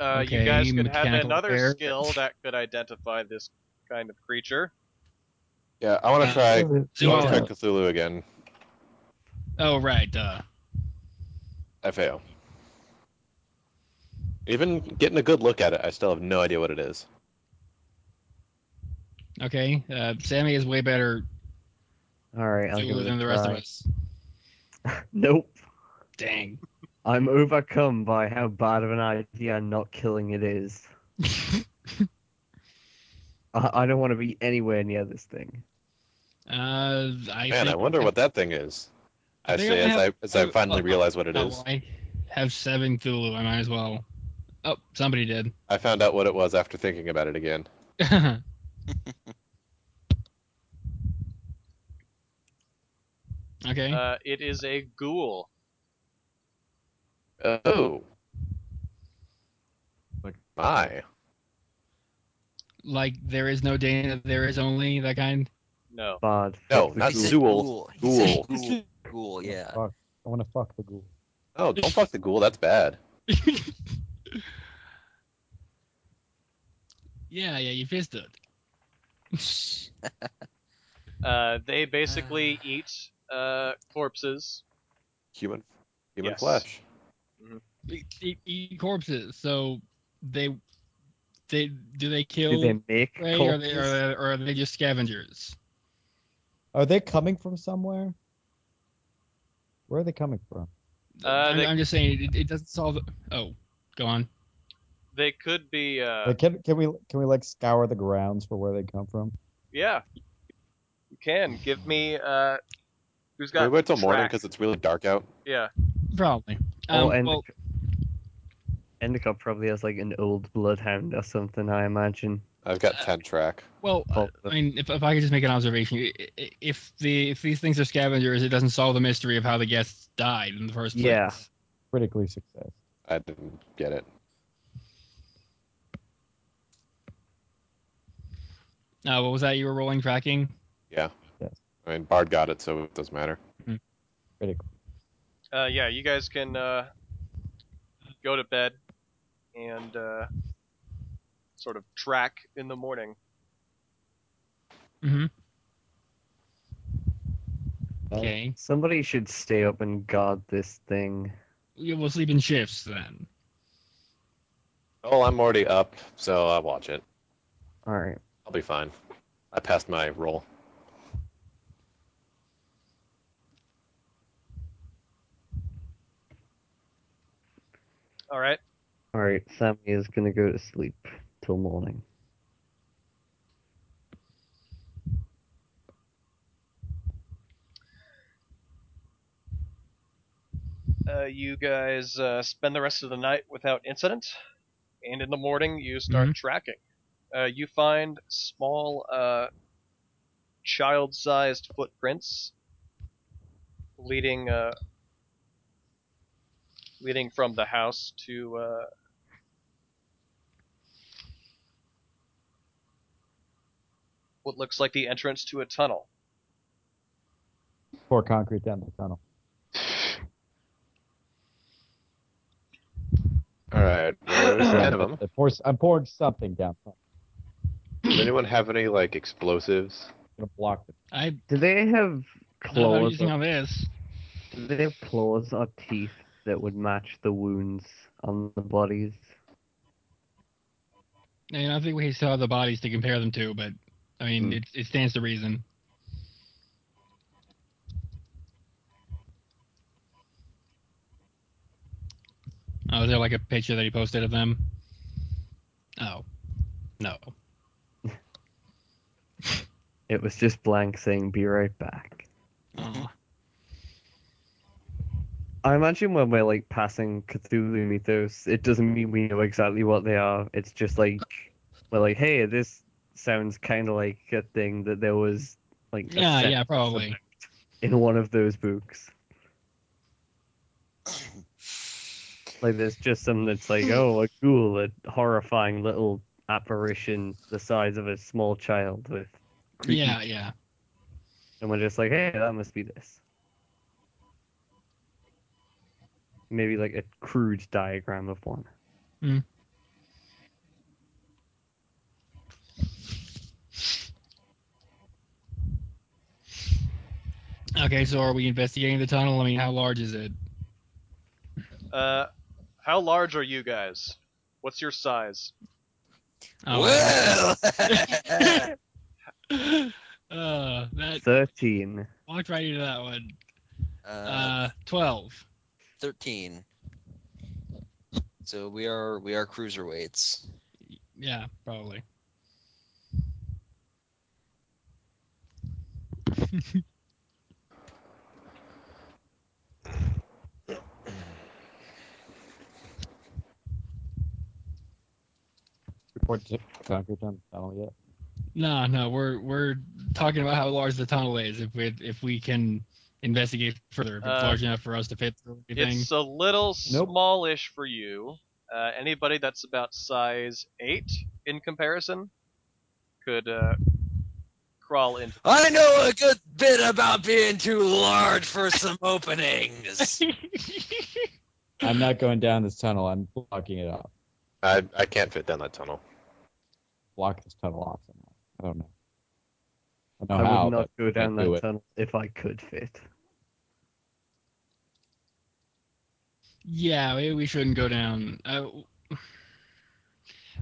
Speaker 1: Uh, you
Speaker 4: Okay,
Speaker 1: guys could have
Speaker 4: mechanical
Speaker 1: another
Speaker 4: repair.
Speaker 1: skill that could identify this kind of creature.
Speaker 6: Yeah, I want
Speaker 4: Uh,
Speaker 6: to try. I want to try
Speaker 4: Zoology.
Speaker 6: Cthulhu again.
Speaker 4: Oh, right. Duh.
Speaker 6: I fail. Even getting a good look at it, I still have no idea what it is.
Speaker 4: Okay. Uh, Sammy is way better
Speaker 2: All right, I'll give
Speaker 4: Zulu
Speaker 2: it
Speaker 4: than
Speaker 2: a
Speaker 4: the rest of
Speaker 2: try.
Speaker 4: us.
Speaker 2: Nope.
Speaker 4: Dang.
Speaker 2: I'm overcome by how bad of an idea not killing it is. I, I don't want to be anywhere near this thing.
Speaker 4: Uh, I
Speaker 6: Man,
Speaker 4: think,
Speaker 6: I wonder what that thing is.
Speaker 4: I
Speaker 6: I
Speaker 4: think
Speaker 6: say
Speaker 4: I'm
Speaker 6: as
Speaker 4: gonna
Speaker 6: I as I
Speaker 4: have-
Speaker 6: finally
Speaker 4: oh,
Speaker 6: realize what it
Speaker 4: oh,
Speaker 6: is.
Speaker 4: I have seven Thulu. I might as well. Oh, somebody did.
Speaker 6: I found out what it was after thinking about it again.
Speaker 4: okay.
Speaker 1: Uh, it is a ghoul.
Speaker 6: Oh. Like my.
Speaker 4: like there is no Dana, there is only that kind.
Speaker 1: No.
Speaker 2: Bad.
Speaker 6: No,
Speaker 2: Fuck the
Speaker 6: not
Speaker 3: He said
Speaker 2: ghoul.
Speaker 6: Zool.
Speaker 3: ghoul. He said
Speaker 6: Ghoul.
Speaker 3: ghoul. Ghoul, yeah.
Speaker 7: Fuck. I want to fuck the ghoul.
Speaker 6: Oh, don't fuck the ghoul. That's bad.
Speaker 4: Yeah, yeah, you fist it.
Speaker 1: Uh, they basically
Speaker 3: Ah.
Speaker 1: eat uh, corpses.
Speaker 6: Human, human
Speaker 1: Yes.
Speaker 6: flesh.
Speaker 4: eat, eat- eat E, corpses. So they they do they
Speaker 2: Do
Speaker 4: kill
Speaker 2: they make
Speaker 4: prey, or, they,
Speaker 2: corpses?
Speaker 4: or, or are they just scavengers?
Speaker 7: Are they coming from somewhere? Where are they coming from?
Speaker 1: Uh,
Speaker 4: I'm,
Speaker 1: they-
Speaker 4: I'm just saying it, it doesn't solve. Oh, go on.
Speaker 1: They could be. Uh,
Speaker 7: Like, can, can we can we like scour the grounds for where they come from?
Speaker 1: yeah. You can give me. Uh, who's
Speaker 6: Can
Speaker 1: got?
Speaker 6: we wait till morning
Speaker 1: track?
Speaker 6: because it's really dark out.
Speaker 1: Yeah.
Speaker 4: Probably. Um,
Speaker 2: Oh, and
Speaker 4: well,
Speaker 2: Endicott probably has like an old bloodhound or something, I imagine.
Speaker 6: I've got
Speaker 4: Uh,
Speaker 6: ten track.
Speaker 4: well,
Speaker 2: Oh,
Speaker 4: uh, I mean, if, if I could just make an observation, i- i- if the if these things are scavengers, it doesn't solve the mystery of how the guests died in the first place.
Speaker 2: Yeah.
Speaker 7: Critically success.
Speaker 6: I didn't get it.
Speaker 4: Uh, what was that? You were rolling tracking.
Speaker 6: I mean, Bard got it, so it doesn't matter.
Speaker 7: Critically.
Speaker 1: Uh, yeah. You guys can uh, go to bed and uh, sort of track in the morning.
Speaker 4: Mm-hmm.
Speaker 7: Uh,
Speaker 4: Okay.
Speaker 2: Somebody should stay up and guard this thing.
Speaker 4: Yeah, We'll sleep in shifts then.
Speaker 6: Oh, I'm already up, so I'll watch it.
Speaker 2: Alright.
Speaker 6: I'll be fine. I passed my roll.
Speaker 1: All right.
Speaker 2: Alright, Sammy is gonna go to sleep till morning.
Speaker 1: Uh, you guys uh, spend the rest of the night without incident, and in the morning you start tracking. Uh, you find small, uh, child-sized footprints leading uh, leading from the house to uh, what looks like the entrance to a tunnel.
Speaker 7: Pour concrete down the tunnel.
Speaker 6: All right, there's ten of them.
Speaker 7: I pour, I'm pouring something down. I'm
Speaker 6: Does anyone have any like explosives?
Speaker 7: gonna block the
Speaker 4: I
Speaker 2: Do they have
Speaker 4: I'm not
Speaker 2: claws?
Speaker 4: using
Speaker 2: Or,
Speaker 4: on this.
Speaker 2: do they have claws or teeth? that would match the wounds on the bodies.
Speaker 4: And I think we still have the bodies to compare them to, but I mean,
Speaker 2: Hmm.
Speaker 4: it, it stands to reason. Oh, is there like a picture that he posted of them? Oh, no.
Speaker 2: It was just blank saying, be right back.
Speaker 3: Uh-huh.
Speaker 4: Oh.
Speaker 2: I imagine when we're like passing Cthulhu mythos, it doesn't mean we know exactly what they are. It's just like, we're like, hey, this sounds kind of like a thing that there was like. a
Speaker 4: Yeah,
Speaker 2: set
Speaker 4: yeah, probably.
Speaker 2: about In one of those books. Like there's just some that's like, oh, a ghoul, a horrifying little apparition the size of a small child with creepy
Speaker 4: Yeah, yeah.
Speaker 2: and we're just like, hey, that must be this. Maybe like a crude diagram of one.
Speaker 4: Okay, so are we investigating the tunnel? I mean, how large is it?
Speaker 1: Uh, how large are you guys? What's your size?
Speaker 4: Oh,
Speaker 3: well,
Speaker 4: uh, that
Speaker 2: 13.
Speaker 4: walked right into that one.
Speaker 3: uh,
Speaker 4: Uh, twelve.
Speaker 3: thirteen. So we are we are cruiserweights.
Speaker 4: Yeah, probably.
Speaker 7: Report to concrete on the tunnel yet.
Speaker 4: No, no, we're we're talking about how large the tunnel is. If we if we can investigate further, if it's
Speaker 1: Uh,
Speaker 4: large enough for us to fit through everything.
Speaker 1: It's a little
Speaker 7: Nope.
Speaker 1: smallish for you. Uh, anybody that's about size eight in comparison could uh, crawl into.
Speaker 3: I know a good bit about being too large for some openings.
Speaker 7: I'm not going down this tunnel. I'm blocking it off.
Speaker 6: I I can't fit down that tunnel.
Speaker 7: Block this tunnel off somehow. I don't know. I
Speaker 2: I
Speaker 7: don't know how.
Speaker 2: would not
Speaker 7: but
Speaker 2: go down
Speaker 7: do
Speaker 2: that
Speaker 7: it.
Speaker 2: tunnel if I could fit.
Speaker 4: Yeah, maybe we shouldn't go down. Uh,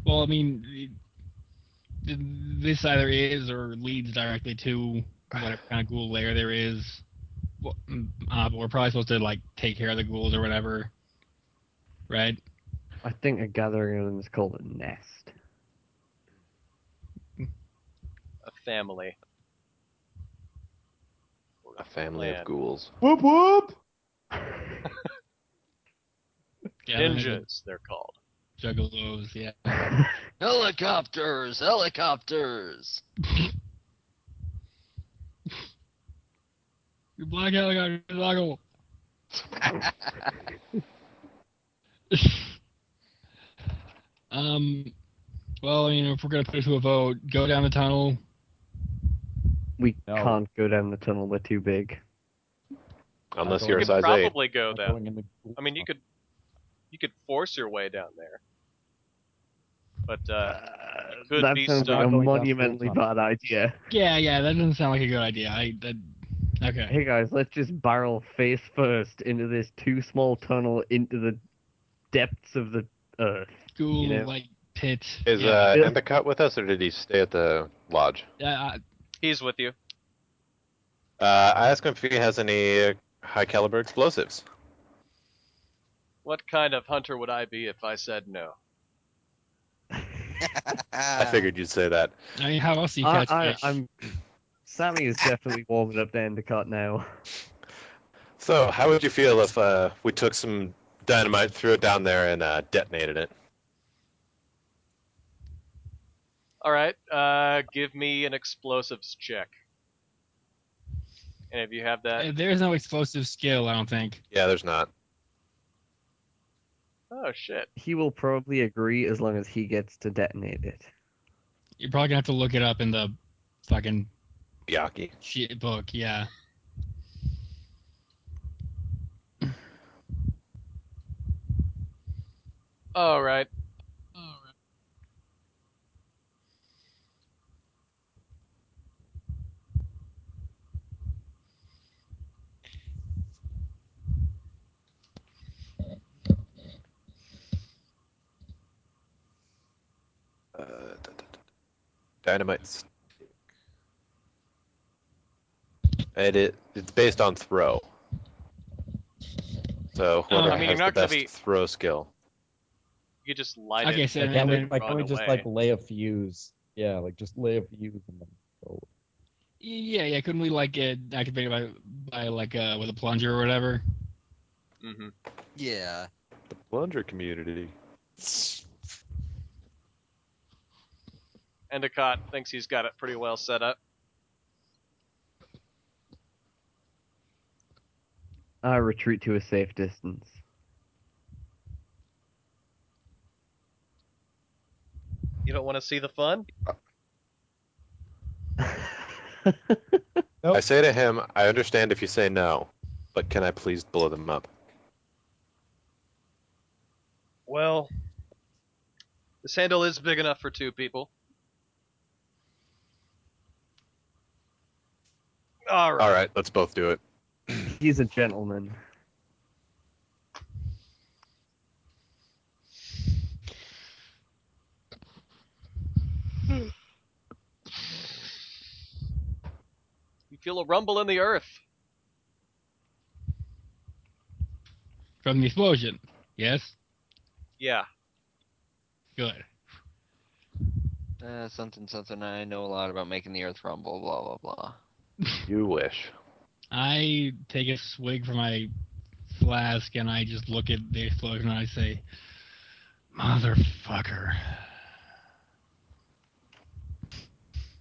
Speaker 4: well, I mean, th- this either is or leads directly to whatever kind of ghoul lair there is. Well, mm, uh, but we're probably supposed to like take care of the ghouls or whatever, right?
Speaker 2: I think a gathering of them is called a nest.
Speaker 1: a family.
Speaker 6: A family
Speaker 1: Land.
Speaker 6: of ghouls.
Speaker 5: Whoop whoop.
Speaker 4: Gathering of
Speaker 1: Ninjas, they're called.
Speaker 4: Juggalos, yeah.
Speaker 3: helicopters, helicopters.
Speaker 4: You black helicopter, juggle. um, well, you know, if we're gonna put it to a vote, go down the tunnel.
Speaker 2: We
Speaker 7: No.
Speaker 2: can't go down the tunnel, we're too big.
Speaker 6: Unless
Speaker 7: Not
Speaker 6: you're
Speaker 1: You
Speaker 6: a
Speaker 7: going-
Speaker 1: could
Speaker 6: size eight.
Speaker 1: probably go
Speaker 7: I'm
Speaker 1: down.
Speaker 7: going in the ghoul
Speaker 1: I mean, you could you could force your way down there, but uh, could
Speaker 2: that
Speaker 1: be
Speaker 2: sounds like
Speaker 1: stuck.
Speaker 2: a
Speaker 7: Going down the
Speaker 2: monumentally
Speaker 7: tunnel.
Speaker 2: bad idea.
Speaker 4: Yeah, yeah, that doesn't sound like a good idea. I that, okay.
Speaker 2: Hey guys, let's just barrel face first into this too small tunnel into the depths of the earth.
Speaker 4: Ghoul
Speaker 2: You know.
Speaker 4: like pit.
Speaker 6: Is
Speaker 4: yeah.
Speaker 6: uh,
Speaker 2: Yeah.
Speaker 6: Endicott with us, or did he stay at the lodge?
Speaker 4: Yeah, I-
Speaker 1: He's with you.
Speaker 6: Uh, I asked him if he has any uh, high caliber explosives.
Speaker 1: What kind of hunter would I be if I said no? Uh.
Speaker 6: I figured you'd say that.
Speaker 4: I mean, how else do you
Speaker 2: I,
Speaker 4: catch
Speaker 2: I,
Speaker 4: fish?
Speaker 2: I'm. Sammy is definitely warming up the Endicott now.
Speaker 6: So, how would you feel if uh, we took some dynamite, threw it down there, and uh, detonated it?
Speaker 1: All right, uh, give me an explosives check. And if you have that,
Speaker 4: Uh, There's no explosive skill, I don't think.
Speaker 6: Yeah, there's not.
Speaker 1: oh shit,
Speaker 2: He will probably agree as long as he gets to detonate it.
Speaker 4: You're probably gonna have to look it up in the fucking
Speaker 6: Yaki.
Speaker 4: shit book. Yeah.
Speaker 1: all right. Uh,
Speaker 6: Dynamite. stick. And it it's based on throw. So whoever
Speaker 4: I
Speaker 1: Oh, mean,
Speaker 6: has
Speaker 1: you're not
Speaker 6: the
Speaker 1: gonna
Speaker 6: best
Speaker 1: be-
Speaker 6: throw skill.
Speaker 1: You just light
Speaker 4: Okay,
Speaker 1: it.
Speaker 4: so-
Speaker 1: and
Speaker 4: Yeah,
Speaker 7: Like, can
Speaker 1: then
Speaker 7: we, like,
Speaker 1: run
Speaker 7: can we just
Speaker 1: away.
Speaker 7: like lay a fuse? Yeah, like just lay a fuse and then go.
Speaker 4: Yeah, yeah. Couldn't we like get activated by by like uh with a plunger or whatever?
Speaker 1: Mhm.
Speaker 3: Yeah.
Speaker 6: The plunger community.
Speaker 1: Endicott thinks he's got it pretty well set up.
Speaker 2: I retreat to a safe distance.
Speaker 1: You don't want to see the fun?
Speaker 7: Nope.
Speaker 6: I say to him, I understand if you say no, but can I please blow them up?
Speaker 1: Well, this handle is big enough for two people. All right.
Speaker 6: All right, let's both do it.
Speaker 2: He's a gentleman.
Speaker 1: You feel a rumble in the earth.
Speaker 4: From the explosion. Yes?
Speaker 1: Yeah.
Speaker 4: Good.
Speaker 3: Uh, something, something. I know a lot about making the earth rumble, blah, blah, blah.
Speaker 6: You wish.
Speaker 4: I take a swig from my flask and I just look at the explosion and I say, Motherfucker.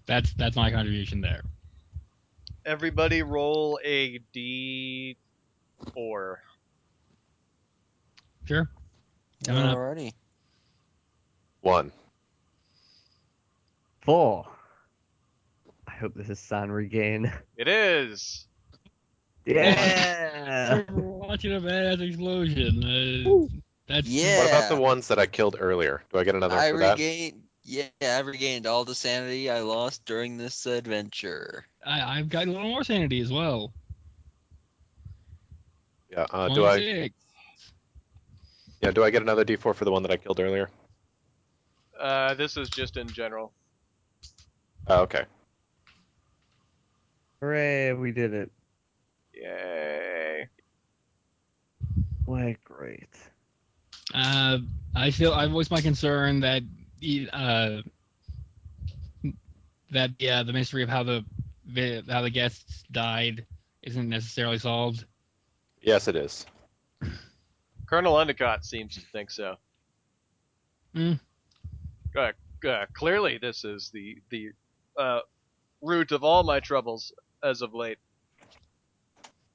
Speaker 4: That's that's my contribution there.
Speaker 1: Everybody roll a D four.
Speaker 4: Sure. Coming up.
Speaker 3: Alrighty.
Speaker 6: One.
Speaker 2: Four. I hope this is Sanri again.
Speaker 1: It is.
Speaker 2: Yeah.
Speaker 4: We're watching a badass explosion. Uh,
Speaker 2: Woo.
Speaker 4: that's
Speaker 6: What
Speaker 3: Yeah.
Speaker 6: about the ones that I killed earlier? Do I get another
Speaker 3: I
Speaker 6: for that?
Speaker 3: regained. Yeah, I regained all the sanity I lost during this adventure.
Speaker 4: I, I've gotten a little more sanity as well.
Speaker 6: Yeah. Uh, do I?
Speaker 4: 26.
Speaker 6: Yeah. Do I get another D4 for the one that I killed earlier?
Speaker 1: Uh, this is just in general.
Speaker 6: Oh, okay.
Speaker 2: Hooray, we did it.
Speaker 1: Yay.
Speaker 2: We're great.
Speaker 4: Uh, I still I voiced my concern that e- uh, that yeah the mystery of how the the- how the guests died isn't necessarily solved.
Speaker 6: Yes, it is.
Speaker 1: Colonel Endicott seems to think so.
Speaker 4: Hmm.
Speaker 1: Uh, uh, clearly, this is the the uh, root of all my troubles as of late.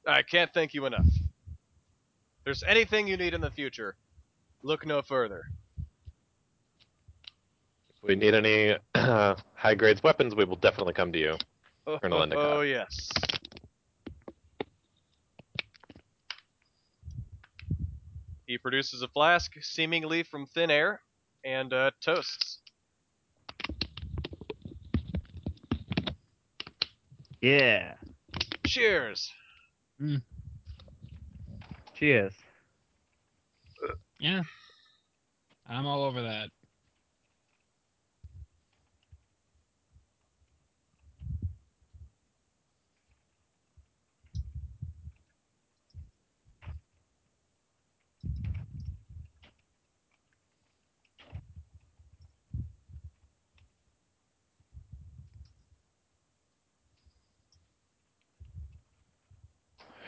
Speaker 1: I can't thank you enough. If there's anything you need in the future, look no further.
Speaker 6: If we need any high grades weapons, we will definitely come to you. Colonel Endicott.
Speaker 1: Oh yes. He produces a flask, seemingly from thin air, and uh, toasts.
Speaker 2: Yeah.
Speaker 1: Cheers.
Speaker 2: Cheers.
Speaker 4: Yeah, I'm all over that.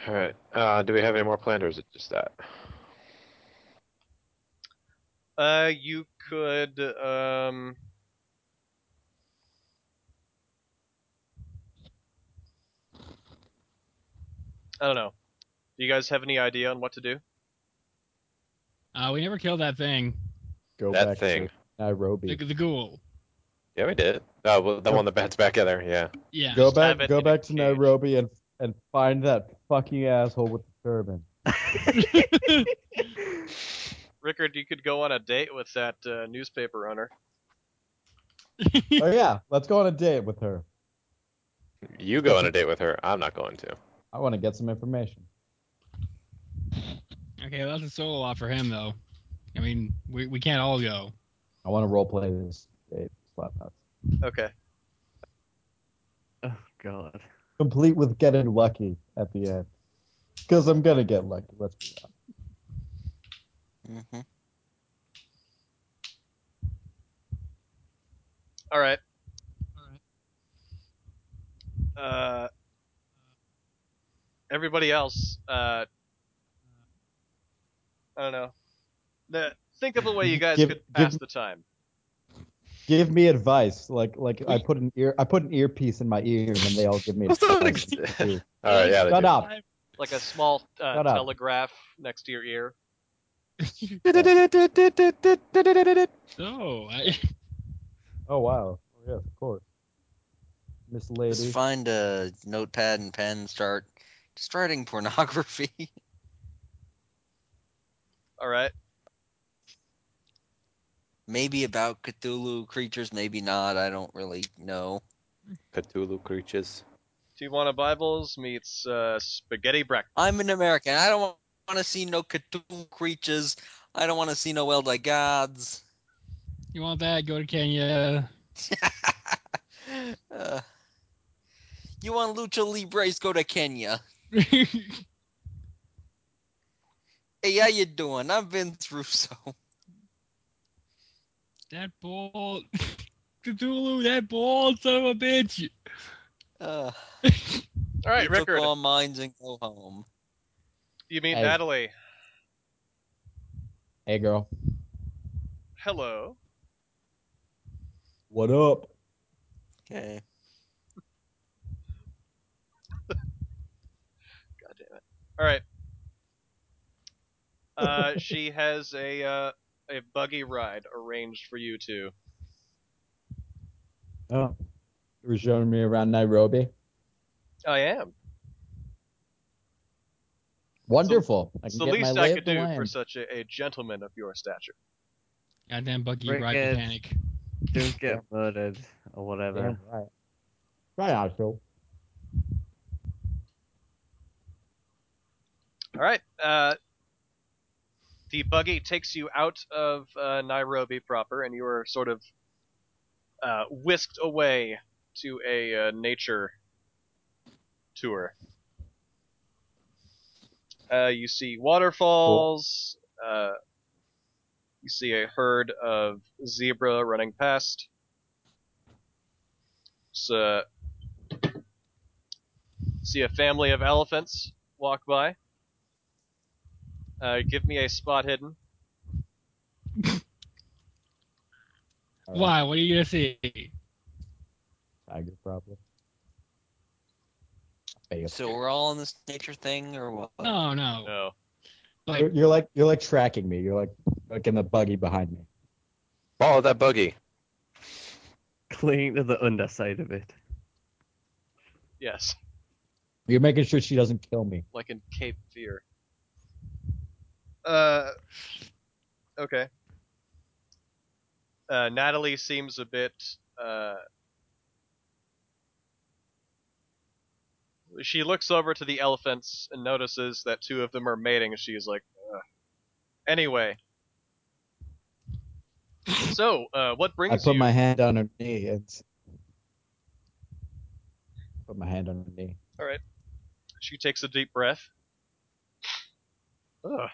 Speaker 6: All right. Uh, do we have any more planned, or is it just that?
Speaker 1: Uh, you could um. I don't know. Do you guys have any idea on what to do?
Speaker 4: Uh, we never killed that thing.
Speaker 7: Go
Speaker 6: that
Speaker 7: back
Speaker 6: thing.
Speaker 7: to Nairobi.
Speaker 4: The, the ghoul.
Speaker 6: Yeah, we did. Oh, well, the one that bats back at her. Yeah.
Speaker 4: Yeah.
Speaker 7: Go
Speaker 1: stab
Speaker 7: back,
Speaker 1: it
Speaker 7: go
Speaker 1: in
Speaker 7: back
Speaker 1: a
Speaker 7: to
Speaker 1: cage.
Speaker 7: Nairobi and and find that fucking asshole with the turban.
Speaker 1: Rickard, you could go on a date with that uh, newspaper owner.
Speaker 7: oh yeah, let's go on a date with her.
Speaker 6: You go on a date with her. I'm not going to.
Speaker 7: I want to get some information.
Speaker 4: Okay, that's a solo lot for him though. I mean, we we can't all go.
Speaker 7: I want to role play this date. Slap nuts.
Speaker 1: Okay.
Speaker 2: Oh, God.
Speaker 7: Complete with getting lucky at the end. Because I'm going to get lucky, let's be honest.
Speaker 3: Mm-hmm.
Speaker 1: All right. Uh, everybody else, uh, I don't know. The, think of a way you guys
Speaker 7: Give-
Speaker 1: could
Speaker 7: give-
Speaker 1: pass the time.
Speaker 7: Give me advice. Like like I put an ear I put an earpiece in my ear and then they all give me
Speaker 6: That's not an
Speaker 7: advice.
Speaker 6: ex- All right, yeah. they
Speaker 7: Shut
Speaker 6: do.
Speaker 7: up.
Speaker 1: Like a small uh,
Speaker 7: Shut up.
Speaker 1: telegraph next to your ear.
Speaker 4: No, I,
Speaker 7: Oh wow. Oh, yeah, of course. Miss Lady.
Speaker 3: Just find a notepad and pen, start just writing pornography.
Speaker 1: All right.
Speaker 3: maybe about Cthulhu creatures, maybe not. I don't really know.
Speaker 6: Cthulhu creatures.
Speaker 1: Tijuana Bibles meets uh, Spaghetti Breakfast.
Speaker 3: I'm an American. I don't want to see no Cthulhu creatures. I don't want to see no elder gods.
Speaker 4: you want that? Go to Kenya.
Speaker 3: Uh, you want lucha libres? Go to Kenya. Hey, how you doing? I'm Vince Russo.
Speaker 4: that bald Cthulhu, that bald son of a bitch.
Speaker 3: Uh,
Speaker 1: All right,
Speaker 3: we took
Speaker 1: Rickard.
Speaker 3: all mines and go home.
Speaker 1: You meet
Speaker 7: Hey.
Speaker 1: Natalie.
Speaker 7: Hey girl.
Speaker 1: Hello.
Speaker 7: What up?
Speaker 3: Okay.
Speaker 1: God damn it. All right. Uh, she has a uh, a buggy ride arranged for you two.
Speaker 7: Oh. You were showing me around Nairobi.
Speaker 1: I am.
Speaker 7: Wonderful. I
Speaker 1: It's
Speaker 7: can
Speaker 1: the
Speaker 7: get my
Speaker 1: least
Speaker 7: lay
Speaker 1: I
Speaker 7: of
Speaker 1: could
Speaker 7: the
Speaker 1: do
Speaker 7: land.
Speaker 1: for such a, a gentleman of your stature.
Speaker 4: Goddamn buggy
Speaker 2: Rick,
Speaker 4: ride
Speaker 2: uh,
Speaker 4: mechanic.
Speaker 2: Don't get murdered or whatever.
Speaker 7: Damn right. Right, asshole.
Speaker 1: All right. Uh, the buggy takes you out of uh, Nairobi proper, and you are sort of uh, whisked away to a uh, nature tour. Uh, you see waterfalls. Uh, you see a herd of zebra running past. S- uh, see a family of elephants walk by. Uh, give me a spot hidden.
Speaker 7: All right,
Speaker 4: Why? What are you gonna see?
Speaker 7: Tiger probably. Fail.
Speaker 3: So we're all in this nature thing, or what?
Speaker 4: No, Oh, no.
Speaker 1: No.
Speaker 7: You're,
Speaker 4: Like
Speaker 7: you're like you're like tracking me. You're like like in the buggy behind me.
Speaker 6: Follow that buggy.
Speaker 2: Clinging to the underside of it.
Speaker 1: Yes.
Speaker 7: You're making sure she doesn't kill me.
Speaker 1: Like in Cape Fear. Uh. Okay. Uh, Natalie seems a bit. Uh, she looks over to the elephants and notices that two of them are mating. and She's like, Ugh. anyway. So, uh, what
Speaker 7: I
Speaker 1: brings
Speaker 7: put
Speaker 1: you?
Speaker 7: my hand on her knee and put my hand on her knee.
Speaker 1: She takes a deep breath. Ugh.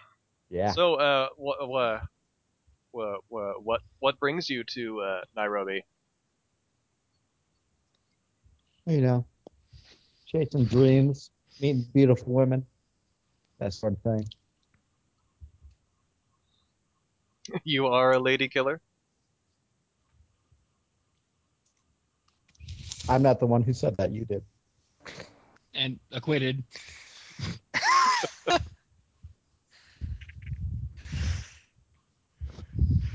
Speaker 7: Yeah.
Speaker 1: So, uh, wha wha wha wha what what brings you to uh, Nairobi?
Speaker 7: you know, chasing dreams, meeting beautiful women, that sort of thing.
Speaker 1: you are a lady killer.
Speaker 7: I'm not the one who said that. You did.
Speaker 4: and acquitted.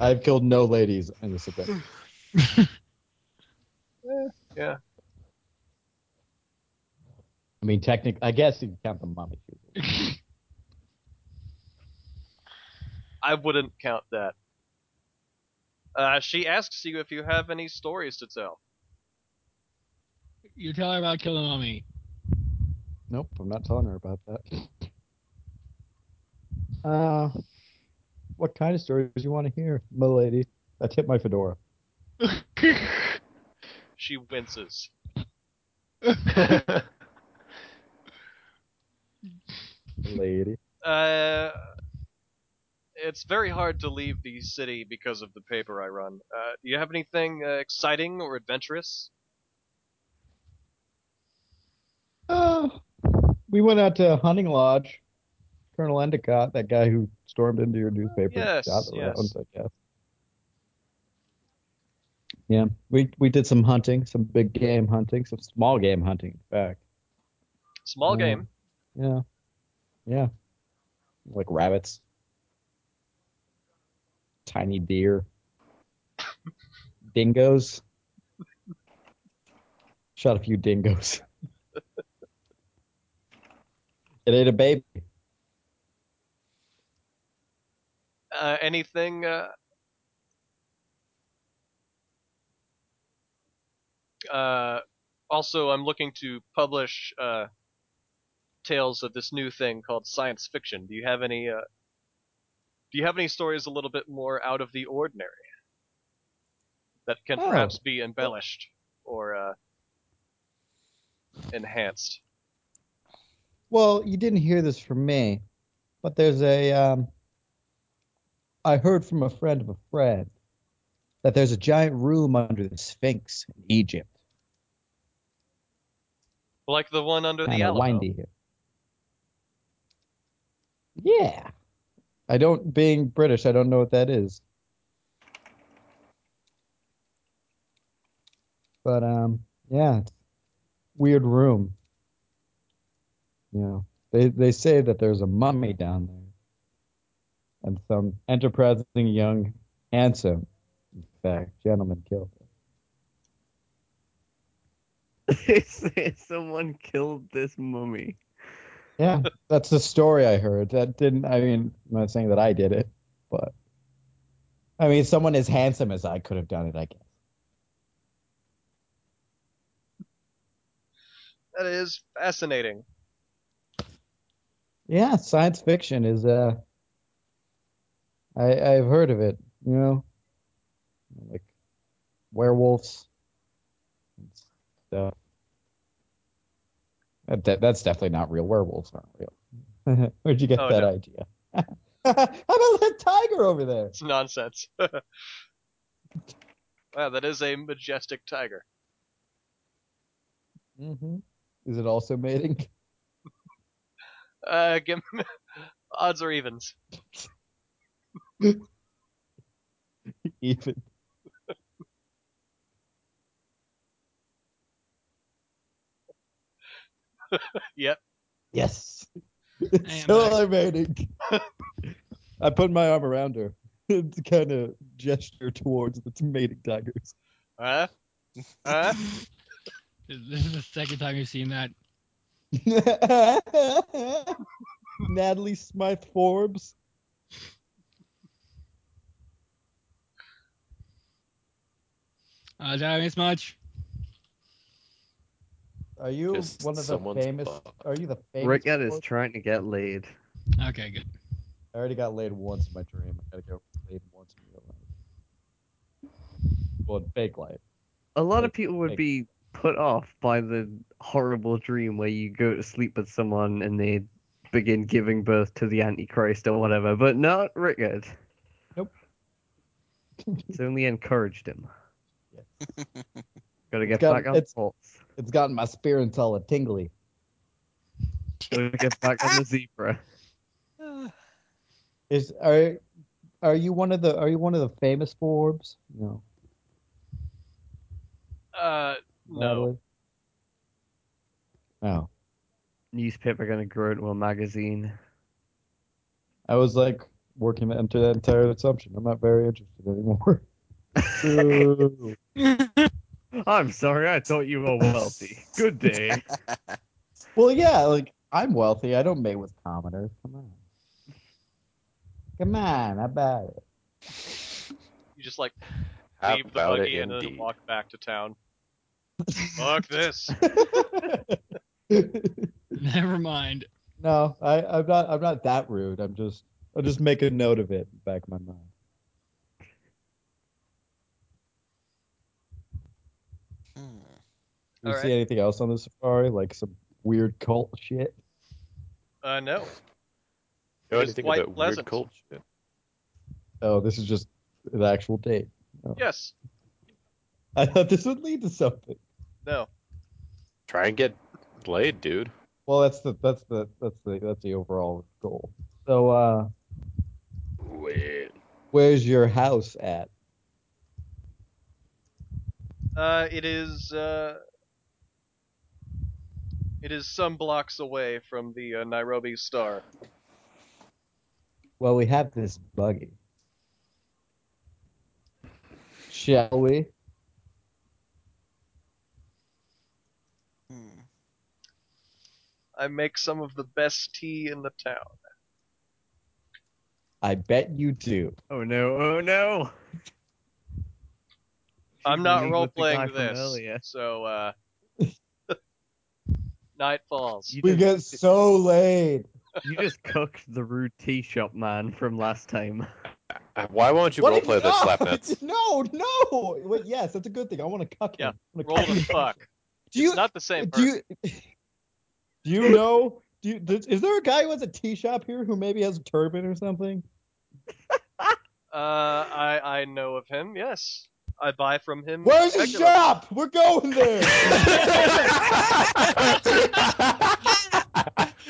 Speaker 7: I've killed no ladies in this adventure.
Speaker 1: yeah.
Speaker 7: I mean, technically, I guess you can count the mommy shoes.
Speaker 1: I wouldn't count that. Uh, she asks you if you have any stories to tell.
Speaker 4: You tell her about killing mommy.
Speaker 7: Nope, I'm not telling her about that. Uh, what kind of stories you want to hear, milady? I tip my fedora.
Speaker 1: She winces.
Speaker 5: Lady.
Speaker 1: Uh, it's very hard to leave the city because of the paper I run. Uh, do you have anything uh, exciting or adventurous?
Speaker 7: Oh, we went out to Hunting Lodge. Colonel Endicott, that guy who stormed into your newspaper.
Speaker 1: Yes,
Speaker 7: shot the
Speaker 1: yes.
Speaker 7: rounds, I guess. Yeah, we we did some hunting, some big game hunting, some small game hunting. In fact,
Speaker 1: Small
Speaker 7: Uh,
Speaker 1: game.
Speaker 7: yeah, yeah, like rabbits, tiny deer, dingoes. Shot a few dingoes. it ate a baby.
Speaker 1: Uh, anything? Uh, uh, also, I'm looking to publish uh, tales of this new thing called science fiction. Do you have any? Uh, do you have any stories a little bit more out of the ordinary that can
Speaker 7: Oh.
Speaker 1: perhaps be embellished or uh, enhanced?
Speaker 7: Well, you didn't hear this from me, but there's a. Um, I heard from a friend of a friend that there's a giant room under the Sphinx in Egypt.
Speaker 1: Like the one under the
Speaker 7: Kind of
Speaker 1: Alamo.
Speaker 7: windy here. Yeah. I don't, being British, I don't know what that is. But, um, yeah, it's weird room. You know, they, they say that there's a mummy down there. And some enterprising young, handsome, in fact, gentleman killed her.
Speaker 2: Someone killed this mummy.
Speaker 7: Yeah, that's the story I heard. That didn't. I mean, I'm not saying that I did it, but I mean, someone as handsome as I could have done it, I guess.
Speaker 1: That is fascinating.
Speaker 7: Yeah, science fiction is. Uh, I I've heard of it. You know, like werewolves. and Stuff. That, that- that's definitely not real. Werewolves aren't real. Where'd you get
Speaker 1: Oh,
Speaker 7: that
Speaker 1: no.
Speaker 7: idea? How about that tiger over there?
Speaker 1: It's nonsense. wow, that is a majestic tiger.
Speaker 7: hmm Is it also mating?
Speaker 1: Uh, give me odds or evens.
Speaker 7: Even.
Speaker 1: Yep.
Speaker 7: Yes.
Speaker 4: Hey,
Speaker 7: It's
Speaker 4: I'm
Speaker 7: so
Speaker 4: back.
Speaker 7: ironic. I put my arm around her to kind of gesture towards the mating tigers.
Speaker 1: Huh? Huh?
Speaker 4: This is the second time you've seen that.
Speaker 7: Natalie Smythe Forbes.
Speaker 4: Uh, did I miss much?
Speaker 7: Are you
Speaker 6: Just
Speaker 7: one of the
Speaker 6: someone's
Speaker 7: famous?
Speaker 6: butt.
Speaker 7: Are you the famous?
Speaker 2: Rickett is
Speaker 7: Forbes?
Speaker 2: trying to get laid.
Speaker 4: Okay, good.
Speaker 7: I already got laid once in my dream. I gotta go laid once in real life. Well, in fake life.
Speaker 2: A lot of
Speaker 7: Like-
Speaker 2: people would
Speaker 7: like-
Speaker 2: be put off by the horrible dream where you go to sleep with someone and they begin giving birth to the Antichrist or whatever, but not Rickard.
Speaker 7: Nope.
Speaker 2: it's only encouraged him.
Speaker 7: Yes.
Speaker 2: Gotta
Speaker 7: It's
Speaker 2: get
Speaker 7: got-
Speaker 2: back on
Speaker 7: it's-
Speaker 2: the horse.
Speaker 7: It's gotten my spirits all a tingly.
Speaker 2: Gotta get back on the zebra.
Speaker 7: Is are are you one of the are you one of the famous Forbes? No.
Speaker 1: Uh, no.
Speaker 7: No.
Speaker 2: Newspaper gonna grow into a magazine.
Speaker 7: I was like working into that entire assumption. I'm not very interested anymore. Boo.
Speaker 2: I'm sorry, I thought you were wealthy. Good day.
Speaker 7: well, yeah, like I'm wealthy. I don't mate with commoners. Come on. Come on, how about it?
Speaker 1: You just like
Speaker 6: How
Speaker 1: leave the
Speaker 6: about
Speaker 1: buggy
Speaker 6: it,
Speaker 1: and then
Speaker 6: indeed?
Speaker 1: walk back to town. Fuck this.
Speaker 4: Never mind.
Speaker 7: no, I, I'm not. I'm not that rude. I'm just. I'll just make a note of it in the back of my mind.
Speaker 3: Hmm.
Speaker 7: Do
Speaker 1: All
Speaker 7: you see
Speaker 1: right.
Speaker 7: anything else on the safari? Like some weird cult shit?
Speaker 1: Uh, no.
Speaker 6: Know
Speaker 1: It's
Speaker 6: anything
Speaker 1: quite
Speaker 6: about
Speaker 1: pleasant.
Speaker 6: weird cult shit?
Speaker 7: Oh, this is just the actual date.
Speaker 1: Yes.
Speaker 7: I thought this would lead to something.
Speaker 1: No.
Speaker 6: Try and get laid, dude.
Speaker 7: Well, that's the that's the that's the that's the overall goal. So, uh,
Speaker 6: Wait.
Speaker 7: where's your house at?
Speaker 1: Uh, it is. Uh, it is some blocks away from the uh, Nairobi Star.
Speaker 7: Well, we have this buggy. Shall we?
Speaker 3: Hmm.
Speaker 1: I make some of the best tea in the town.
Speaker 7: I bet you do.
Speaker 2: Oh no! Oh no!
Speaker 1: I'm not
Speaker 2: meeting
Speaker 1: role
Speaker 2: with the guy
Speaker 1: playing
Speaker 2: from
Speaker 1: this,
Speaker 2: earlier.
Speaker 1: so uh, night falls.
Speaker 2: You
Speaker 7: We
Speaker 2: just,
Speaker 7: get so laid.
Speaker 2: you just cooked the rude tea shop man from last time.
Speaker 6: Uh, Why won't you
Speaker 7: What
Speaker 6: roleplay
Speaker 7: if
Speaker 6: this,
Speaker 7: not?
Speaker 6: Slapnuts?
Speaker 7: No, no. Wait, yes, that's a good thing. I want to cuck
Speaker 1: Yeah,
Speaker 7: him. I wanna
Speaker 1: Roll
Speaker 7: cuck
Speaker 1: the
Speaker 7: him.
Speaker 1: fuck.
Speaker 7: Do you
Speaker 1: It's not the same
Speaker 7: do
Speaker 1: person.
Speaker 7: you do you know? Do you, does- is there a guy who has a tea shop here who maybe has a turban or something?
Speaker 1: Uh, I I know of him. Yes, I buy from him.
Speaker 7: Where's his
Speaker 1: regularly.
Speaker 7: shop? We're going there.
Speaker 4: To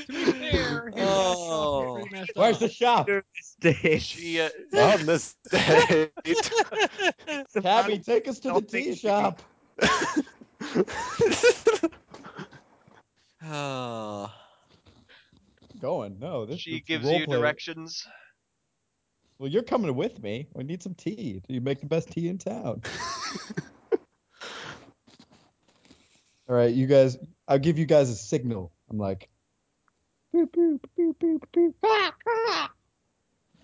Speaker 4: be fair, his
Speaker 3: Oh.
Speaker 4: shop is pretty messed
Speaker 7: Where's
Speaker 4: up.
Speaker 7: the shop?
Speaker 1: She uh,
Speaker 6: On this date.
Speaker 7: Tabby, take us to the
Speaker 2: Don't think
Speaker 7: tea
Speaker 2: it's
Speaker 7: shop.
Speaker 3: Oh.
Speaker 7: Going? No, this
Speaker 1: she
Speaker 7: it's
Speaker 1: gives you
Speaker 7: roleplay.
Speaker 1: directions.
Speaker 7: Well, you're coming with me. We need some tea. You make the best tea in town. All right, you guys. I'll give you guys a signal. I'm like, boop, boop, boop, boop, boop, ah, ah.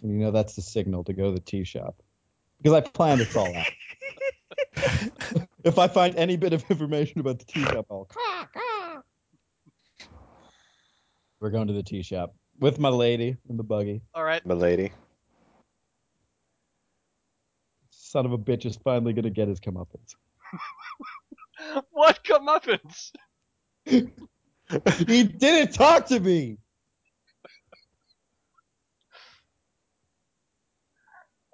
Speaker 7: and you know that's the signal to go to the tea shop because I planned this all out. if I find any bit of information about the tea shop, I'll. ah, ah. We're going to the tea shop with my lady in the buggy.
Speaker 1: All right.
Speaker 6: Milady.
Speaker 7: Son of a bitch is finally gonna get his comeuppance.
Speaker 1: What comeuppance?
Speaker 7: he didn't talk to me.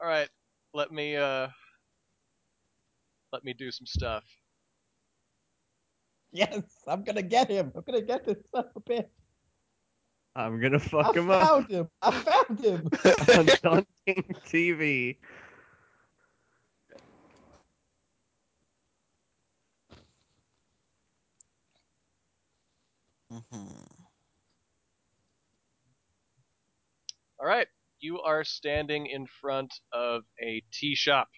Speaker 1: All right. Let me uh. Let me do some stuff.
Speaker 7: Yes, I'm gonna get him. I'm gonna get this son of a bitch.
Speaker 2: I'm gonna
Speaker 7: I
Speaker 2: fuck him up
Speaker 7: found him. I found him.
Speaker 2: on Daunting TV.
Speaker 3: Mhm.
Speaker 1: All right. You are standing in front of a tea shop.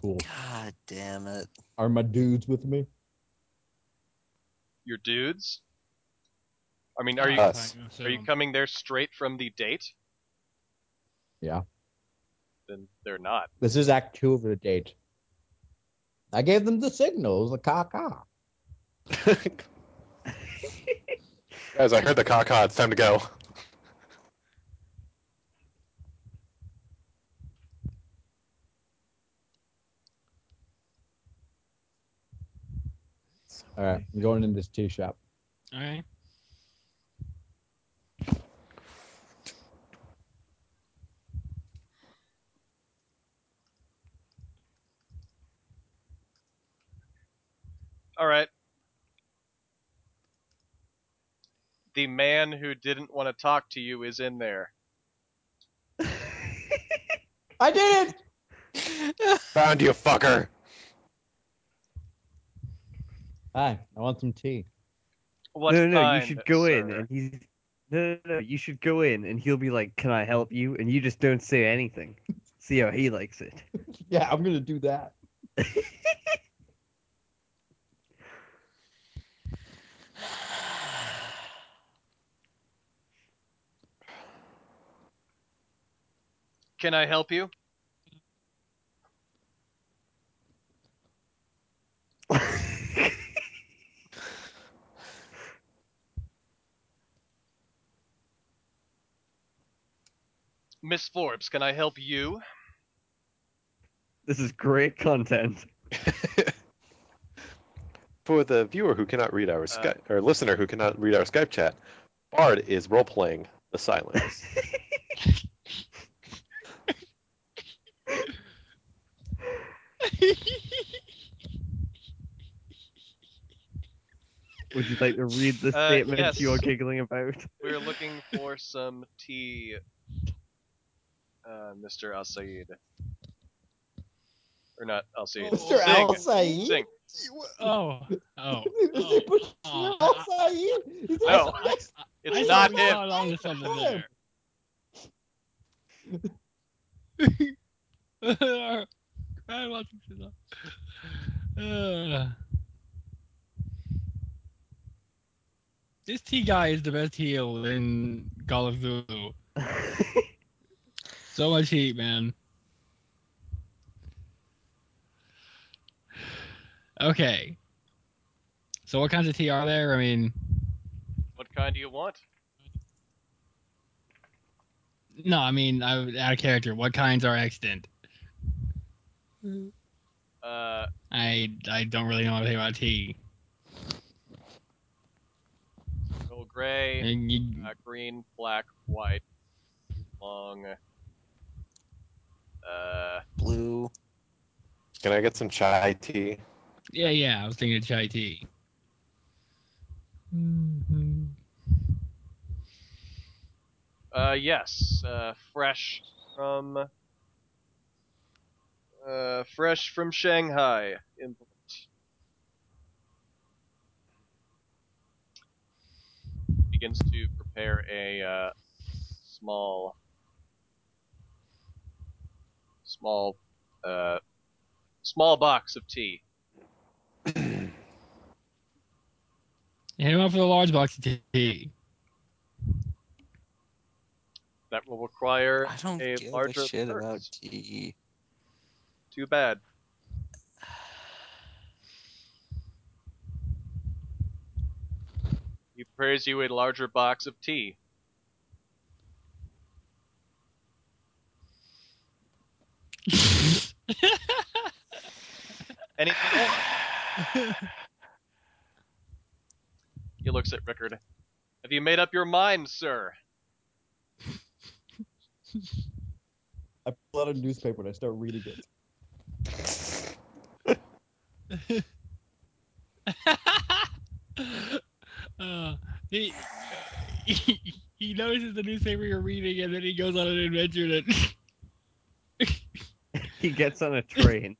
Speaker 7: Cool.
Speaker 3: God damn it.
Speaker 7: Are my dudes with me?
Speaker 1: Your dudes. I mean, are you
Speaker 7: Uh,
Speaker 6: Us.
Speaker 1: are you coming there straight from the date?
Speaker 7: Yeah.
Speaker 1: Then they're not.
Speaker 7: This is Act Two of the date. I gave them the signals, the caca.
Speaker 6: Guys, I heard the caca. It's time to go.
Speaker 7: All right, I'm going in this tea shop.
Speaker 4: All right.
Speaker 1: All right. The man who didn't want to talk to you is in there.
Speaker 7: I did it.
Speaker 6: Found you, fucker.
Speaker 7: Hi, I want some tea.
Speaker 1: What
Speaker 2: no, no,
Speaker 1: kind,
Speaker 2: you should go in,
Speaker 1: sir?
Speaker 2: and he's no, no, no, you should go in, and he'll be like, "Can I help you?" And you just don't say anything. See how he likes it.
Speaker 7: Yeah, I'm gonna do that.
Speaker 1: Can I help you? Miss Forbes, can I help you?
Speaker 2: This is great content.
Speaker 6: For the viewer who cannot read our Skype, or listener who cannot read our Skype chat, Bard is role playing the silence.
Speaker 2: Would you like to read the
Speaker 1: Uh,
Speaker 2: statement
Speaker 1: yes.
Speaker 2: you're giggling about?
Speaker 1: We're looking for some tea, uh, Mr. Al Sayed. Or not Al Sayed.
Speaker 7: Mr.
Speaker 1: Singh.
Speaker 7: Al Sayed?
Speaker 1: Singh.
Speaker 4: Oh, oh.
Speaker 7: Is he
Speaker 4: oh.
Speaker 7: pushing
Speaker 4: oh,
Speaker 7: Al
Speaker 4: I-
Speaker 7: Sayed? He's
Speaker 1: No.
Speaker 7: also next-
Speaker 1: It's
Speaker 4: I
Speaker 1: not
Speaker 4: thought we
Speaker 1: him.
Speaker 4: caught on to something there. I want to do that. Uh, this T guy is the best heel in Call of Duty. So much heat, man. Okay. So what kinds of tea are there? I mean,
Speaker 1: What kind do you want?
Speaker 4: no, I mean, I would out of character. What kinds are extant?
Speaker 1: Uh,
Speaker 4: I I don't really know anything about tea.
Speaker 1: Earl Grey,
Speaker 4: And you-
Speaker 1: uh, green, black, white, long. Uh,
Speaker 3: Blue.
Speaker 6: Can I get some chai tea?
Speaker 4: yeah, yeah. I was thinking of chai tea. Mhm.
Speaker 1: uh, yes, uh, fresh from. Uh, fresh from Shanghai. Import. Begins to prepare a uh, small, small, uh, small box of tea.
Speaker 4: Hit him up for the large box of tea.
Speaker 1: That will require
Speaker 3: I don't
Speaker 1: a
Speaker 3: give a
Speaker 1: larger
Speaker 3: shit
Speaker 1: purse.
Speaker 3: about tea.
Speaker 1: Too bad. He prepares you a larger box of tea. Anything else? He looks at Rickard. Have you made up your mind, sir?
Speaker 7: I pull out a newspaper and I start reading it.
Speaker 4: uh, he, he he notices the newspaper you're reading, and then he goes on an adventure that.
Speaker 2: he gets on a train.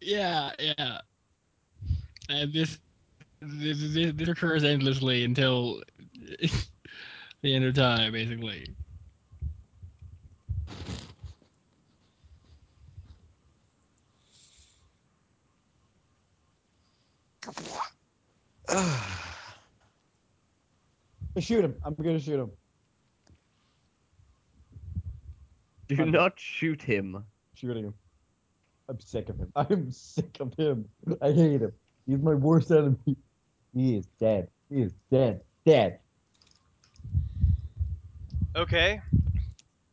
Speaker 4: Yeah, yeah. And this this, this, this occurs endlessly until the end of time, basically.
Speaker 7: Shoot him. I'm going to shoot him.
Speaker 2: Do not shoot him.
Speaker 7: Shooting him. I'm sick of him. I'm sick of him. I hate him. He's my worst enemy. He is dead. He is dead. Dead.
Speaker 1: Okay.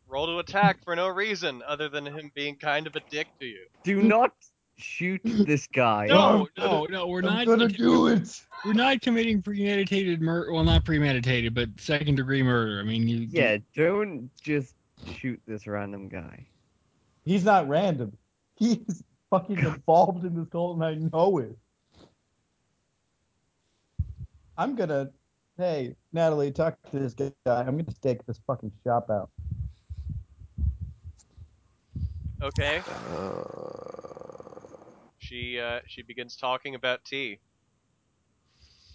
Speaker 1: Roll to attack for no reason other than him being kind of a dick to you.
Speaker 2: Do not shoot this guy.
Speaker 4: No, Oh, no, no. We're
Speaker 7: I'm
Speaker 4: not.
Speaker 7: gonna do it.
Speaker 4: We're not committing premeditated murder. Well, not premeditated, but second degree murder. I mean, you.
Speaker 2: Yeah, don't just shoot this random guy.
Speaker 7: He's not random. He's fucking involved in this cult, and I know it. I'm gonna, hey Natalie, talk to this guy. I'm gonna stake this fucking shop out.
Speaker 1: Okay.
Speaker 6: Uh,
Speaker 1: She uh, she begins talking about tea.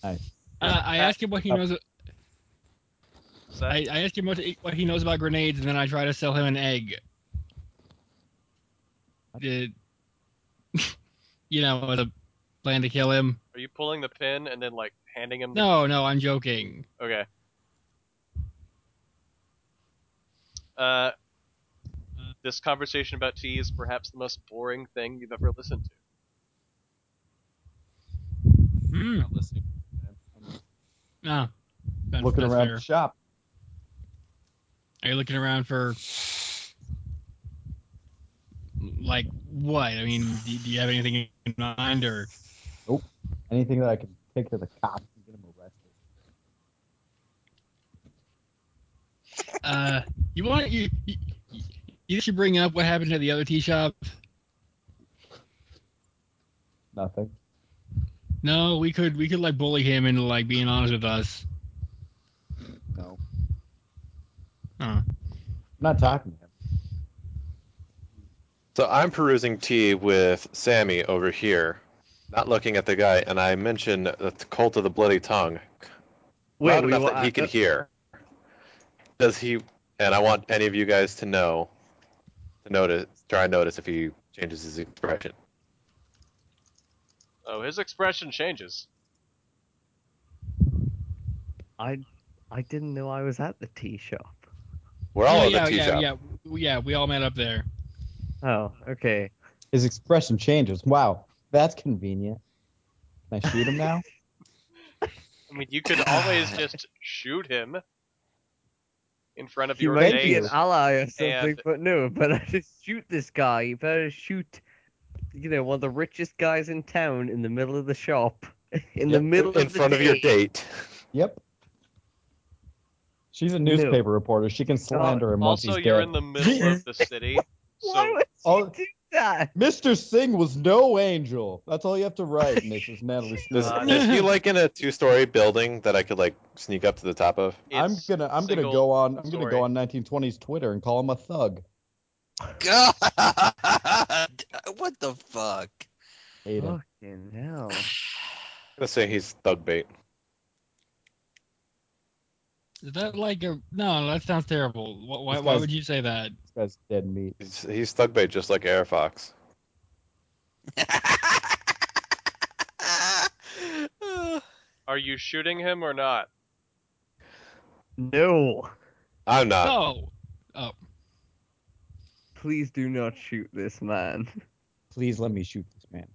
Speaker 4: Uh, I ask him what he knows.
Speaker 1: Is that-
Speaker 4: I, I ask him what, what he knows about grenades, and then I try to sell him an egg. Did you know what a plan to kill him?
Speaker 1: Are you pulling the pin and then like handing him?
Speaker 4: No, no, I'm joking.
Speaker 1: The... Okay. Uh, this conversation about tea is perhaps the most boring thing you've ever listened to.
Speaker 4: Hmm.
Speaker 7: Not listening.
Speaker 4: No. Ah, That's,
Speaker 7: Looking
Speaker 4: that's
Speaker 7: around
Speaker 4: fair.
Speaker 7: the shop.
Speaker 4: Are you looking around for like what? I mean, do, do you have anything in mind or?
Speaker 7: Anything that I can take to the cops and get them arrested.
Speaker 4: Uh, you want you, you you should bring up what happened to the other tea shop.
Speaker 7: Nothing.
Speaker 4: No, we could we could like bully him into like being honest with us.
Speaker 7: No.
Speaker 4: Uh.
Speaker 7: I'm not talking to him.
Speaker 6: So I'm perusing tea with Sammy over here, not looking at the guy, and I mention the cult of the bloody tongue loud
Speaker 2: we
Speaker 6: enough
Speaker 2: want-
Speaker 6: that he can
Speaker 2: uh,
Speaker 6: hear. Does he? And I want any of you guys to know, to notice, try and notice if he changes his expression.
Speaker 1: Oh, his expression changes.
Speaker 2: I I didn't know I was at the tea shop.
Speaker 6: We're all
Speaker 4: yeah,
Speaker 6: in the
Speaker 4: yeah,
Speaker 6: tea
Speaker 4: yeah,
Speaker 6: shop.
Speaker 4: yeah, We- yeah. We all met up there.
Speaker 2: Oh, okay.
Speaker 7: His expression changes. Wow, that's convenient. Can I shoot him now?
Speaker 1: I mean, you could always just shoot him in front of
Speaker 2: He
Speaker 1: your
Speaker 2: might
Speaker 7: thank
Speaker 2: be
Speaker 1: mates.
Speaker 2: an ally or something,
Speaker 1: and-
Speaker 2: but no. But I just shoot this guy. You better shoot, you know, one of the richest guys in town in the middle of the shop, in the
Speaker 6: Yep,
Speaker 2: middle
Speaker 6: in
Speaker 2: of the
Speaker 6: front
Speaker 2: day.
Speaker 6: of your date.
Speaker 7: yep. She's a newspaper reporter. She can slander him once
Speaker 1: Also,
Speaker 7: he's
Speaker 1: you're
Speaker 7: dead.
Speaker 1: in the middle of the city,
Speaker 2: Why
Speaker 1: so
Speaker 2: would
Speaker 7: all-
Speaker 2: you do that?
Speaker 7: Mr. Singh was no angel. That's all you have to write, Mrs. Natalie Smith.
Speaker 2: Uh,
Speaker 6: Is,
Speaker 1: God.
Speaker 6: is he like in a two-story building that I could like sneak up to the top of?
Speaker 7: I'm
Speaker 1: it's
Speaker 7: gonna I'm gonna
Speaker 1: single-
Speaker 7: go on I'm gonna
Speaker 1: story.
Speaker 7: go on 1920s Twitter and call him a thug.
Speaker 3: God, what the fuck?
Speaker 7: Hate him.
Speaker 2: Fucking hell!
Speaker 6: Let's say he's thug bait.
Speaker 4: Is that like a no? That sounds terrible. Wh- Why,
Speaker 7: This
Speaker 4: why
Speaker 7: guy's-
Speaker 4: would you say that?
Speaker 7: This guy's dead meat.
Speaker 6: He's, he's thug bait just like Air Fox.
Speaker 1: Are you shooting him or not?
Speaker 2: No,
Speaker 6: I'm not.
Speaker 4: No. Oh,
Speaker 2: please do not shoot this man.
Speaker 7: Please let me shoot this man.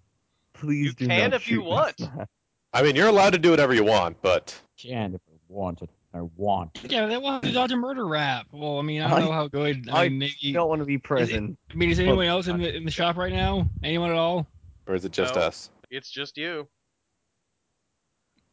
Speaker 2: Please
Speaker 1: You
Speaker 2: do
Speaker 1: can
Speaker 2: not
Speaker 1: if you
Speaker 2: shoot this
Speaker 1: want.
Speaker 2: man.
Speaker 6: I mean, you're allowed to do whatever you want, but
Speaker 7: Can if I want it. I want. it.
Speaker 4: yeah, that was a Dodge murder rap. Well, I mean, I don't
Speaker 2: I-
Speaker 4: know how good. I,
Speaker 2: I
Speaker 4: mean, maybe,
Speaker 2: do not want to be present.
Speaker 4: I mean, is anyone else in the in the shop right now? Anyone at all?
Speaker 6: or is it just
Speaker 1: No.
Speaker 6: us?
Speaker 1: It's just you.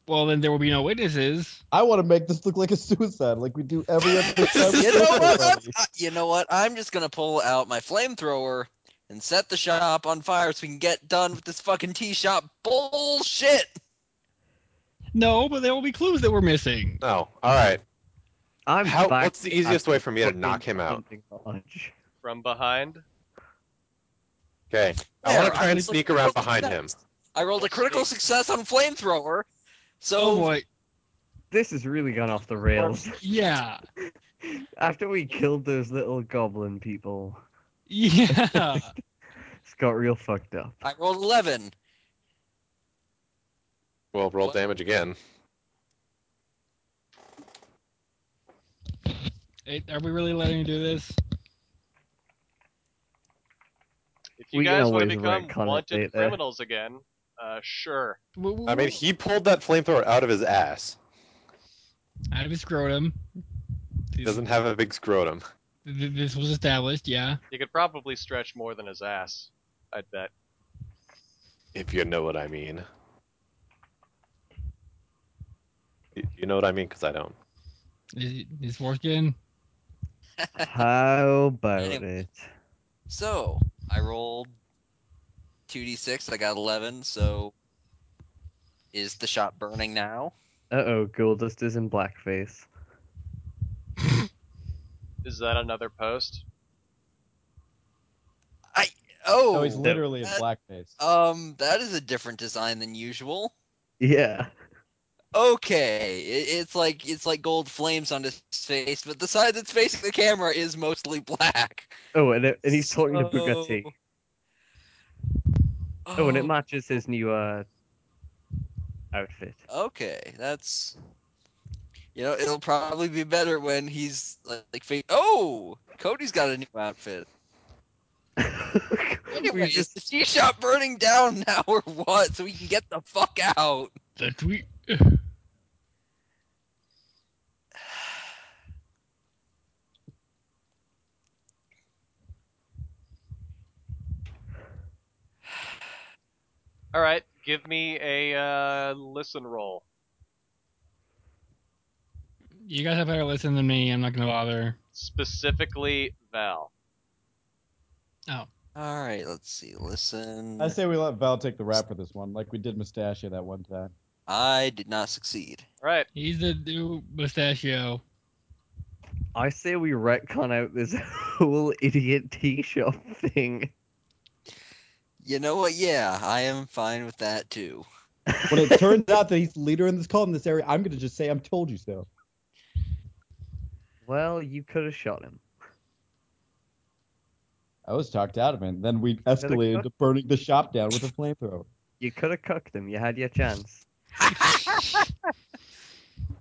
Speaker 4: Well, then there will be no witnesses.
Speaker 7: I want to make this look like a suicide, like we do every other time.
Speaker 3: you know what? You know what? I'm just gonna pull out my flamethrower and set the shop on fire so we can get done with this fucking tea shop bullshit.
Speaker 4: No, but there will be clues that we're missing.
Speaker 6: No. All right.
Speaker 2: I'm
Speaker 6: How,
Speaker 2: back
Speaker 6: what's the easiest
Speaker 2: at
Speaker 6: way for me to
Speaker 2: fucking
Speaker 6: knock him out?
Speaker 2: hunting lodge.
Speaker 1: From behind.
Speaker 6: Okay. I
Speaker 3: There,
Speaker 6: want to try
Speaker 3: I
Speaker 6: and
Speaker 3: was
Speaker 6: sneak
Speaker 3: looking
Speaker 6: around
Speaker 3: for
Speaker 6: behind him.
Speaker 3: steps. I rolled a
Speaker 1: Let's
Speaker 3: critical
Speaker 1: see.
Speaker 3: success on flamethrower,
Speaker 4: Oh
Speaker 3: so
Speaker 4: boy,
Speaker 2: This has really gone off the rails.
Speaker 4: yeah,
Speaker 2: After we killed those little goblin people,
Speaker 4: yeah.
Speaker 2: it's got real fucked up.
Speaker 3: I rolled 11.
Speaker 6: Well, roll damage again.
Speaker 4: Hey, Are we really letting you do this?
Speaker 1: If you
Speaker 2: We can
Speaker 1: guys want
Speaker 2: always
Speaker 1: to become
Speaker 2: retcon it eh?
Speaker 1: wanted
Speaker 2: later.
Speaker 1: criminals again, uh, sure.
Speaker 4: W- w-
Speaker 6: I mean, he pulled that flamethrower out of his ass.
Speaker 4: out of his scrotum.
Speaker 6: He doesn't have a big scrotum.
Speaker 4: Th- This was established, yeah.
Speaker 1: You could probably stretch more than his ass. I'd bet.
Speaker 6: If you know what I mean. Y- You know what I mean? Because I don't.
Speaker 4: His his foreskin.
Speaker 2: How about
Speaker 3: Anyway.
Speaker 2: it?
Speaker 3: So I rolled 2d6. I got 11. So is the shop burning now?
Speaker 2: Uh oh, Goldust is in blackface.
Speaker 1: Is that another post?
Speaker 3: Oh,
Speaker 7: No, he's literally in
Speaker 3: that-
Speaker 7: blackface.
Speaker 3: um, that is a different design than usual.
Speaker 2: Yeah.
Speaker 3: Okay, it, it's like it's like gold flames on his face, but the side that's facing the camera is mostly black.
Speaker 2: Oh, and, it, and he's talking to Bugatti.
Speaker 3: So-
Speaker 2: Oh, and it matches his new uh outfit.
Speaker 3: Okay, that's you know it'll probably be better when he's like, like fa- oh Cody's got a new outfit. Anyway,
Speaker 2: we
Speaker 3: is
Speaker 2: just
Speaker 3: the tea shop burning down now or what? So we can get the fuck out.
Speaker 4: The tweet.
Speaker 1: All right, give me a uh, listen roll.
Speaker 4: You guys have better listen than me. I'm not gonna bother.
Speaker 1: Specifically, Val.
Speaker 3: All right, let's see. Listen.
Speaker 7: I say we let Val take the rap for this one, like we did Mustachio that one time.
Speaker 3: I did not succeed.
Speaker 1: All right,
Speaker 4: He's the new mustachio.
Speaker 2: I say we retcon out this whole idiot tea shop thing.
Speaker 3: You know what? Yeah, I am fine with that too.
Speaker 7: When it turns out that he's the leader in this cult in this area, I'm going to just say I'm told you so.
Speaker 2: Well, you could have shot him.
Speaker 7: I was talked out of it. and Then we
Speaker 2: gotta
Speaker 7: escalated
Speaker 2: cook.
Speaker 7: to burning the shop down with a flamethrower.
Speaker 2: You could have cooked him. You had your chance.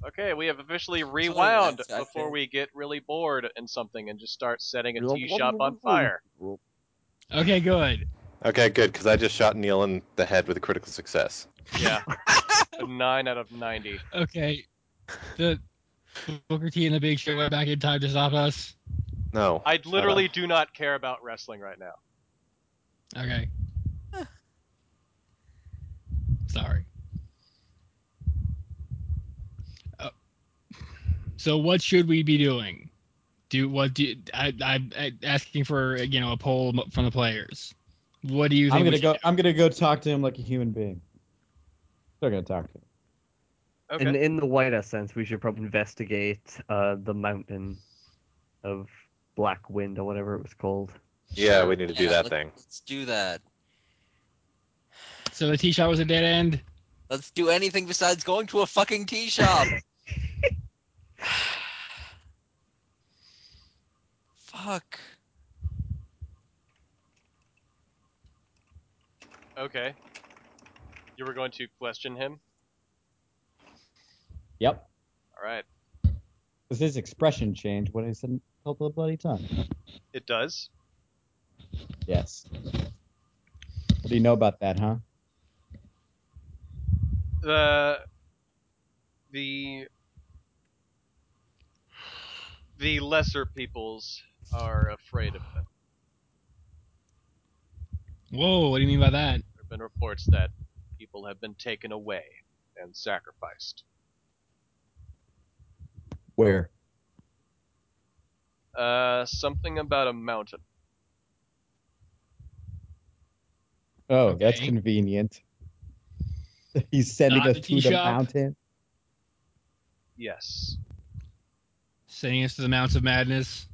Speaker 1: okay, we have officially rewound
Speaker 3: that's accurate.
Speaker 1: before we get really bored and something and just start setting a tea shop on fire.
Speaker 4: Okay, good.
Speaker 6: Okay, good, because I just shot Neil in the head with a critical success.
Speaker 1: Yeah, A nine out of ninety.
Speaker 4: Okay. The Booker T and the Big Show went back in time to stop us.
Speaker 6: No.
Speaker 1: I
Speaker 2: Uh-huh.
Speaker 1: literally do not care about wrestling right now.
Speaker 4: Okay. Sorry. Oh. So what should we be doing? Do what do I, I, I asking for you know a poll m- from the players? What do you think?
Speaker 7: I'm
Speaker 4: we
Speaker 7: gonna
Speaker 4: should
Speaker 7: go. I'm gonna go talk to him like a human being. Still gonna talk to him.
Speaker 1: Okay.
Speaker 2: In in the wider sense, we should probably investigate uh, the mountain of black wind or whatever it was called.
Speaker 6: Yeah, we need to do
Speaker 3: Yeah,
Speaker 6: that
Speaker 3: let's-
Speaker 6: thing.
Speaker 3: Let's do that.
Speaker 4: do? So the T shot was a dead end.
Speaker 3: Let's do anything besides going to a fucking tea shop. Fuck.
Speaker 1: Okay. You were going to question him.
Speaker 7: Yep.
Speaker 1: All right.
Speaker 7: Does his expression change when he said "tilt the bloody tongue"?
Speaker 1: It does.
Speaker 7: Yes. What do you know about that, huh?
Speaker 1: The the the lesser peoples are afraid of them.
Speaker 4: Whoa! What do you mean by that?
Speaker 1: There have been reports that people have been taken away and sacrificed.
Speaker 7: Where?
Speaker 1: Uh, something about a mountain.
Speaker 7: Oh, that's
Speaker 4: Okay.
Speaker 7: convenient. He's sending
Speaker 4: Not
Speaker 7: us
Speaker 4: the
Speaker 7: to the
Speaker 4: T-shop.
Speaker 7: mountain.
Speaker 1: Yes.
Speaker 4: Sending us to the mounts of madness.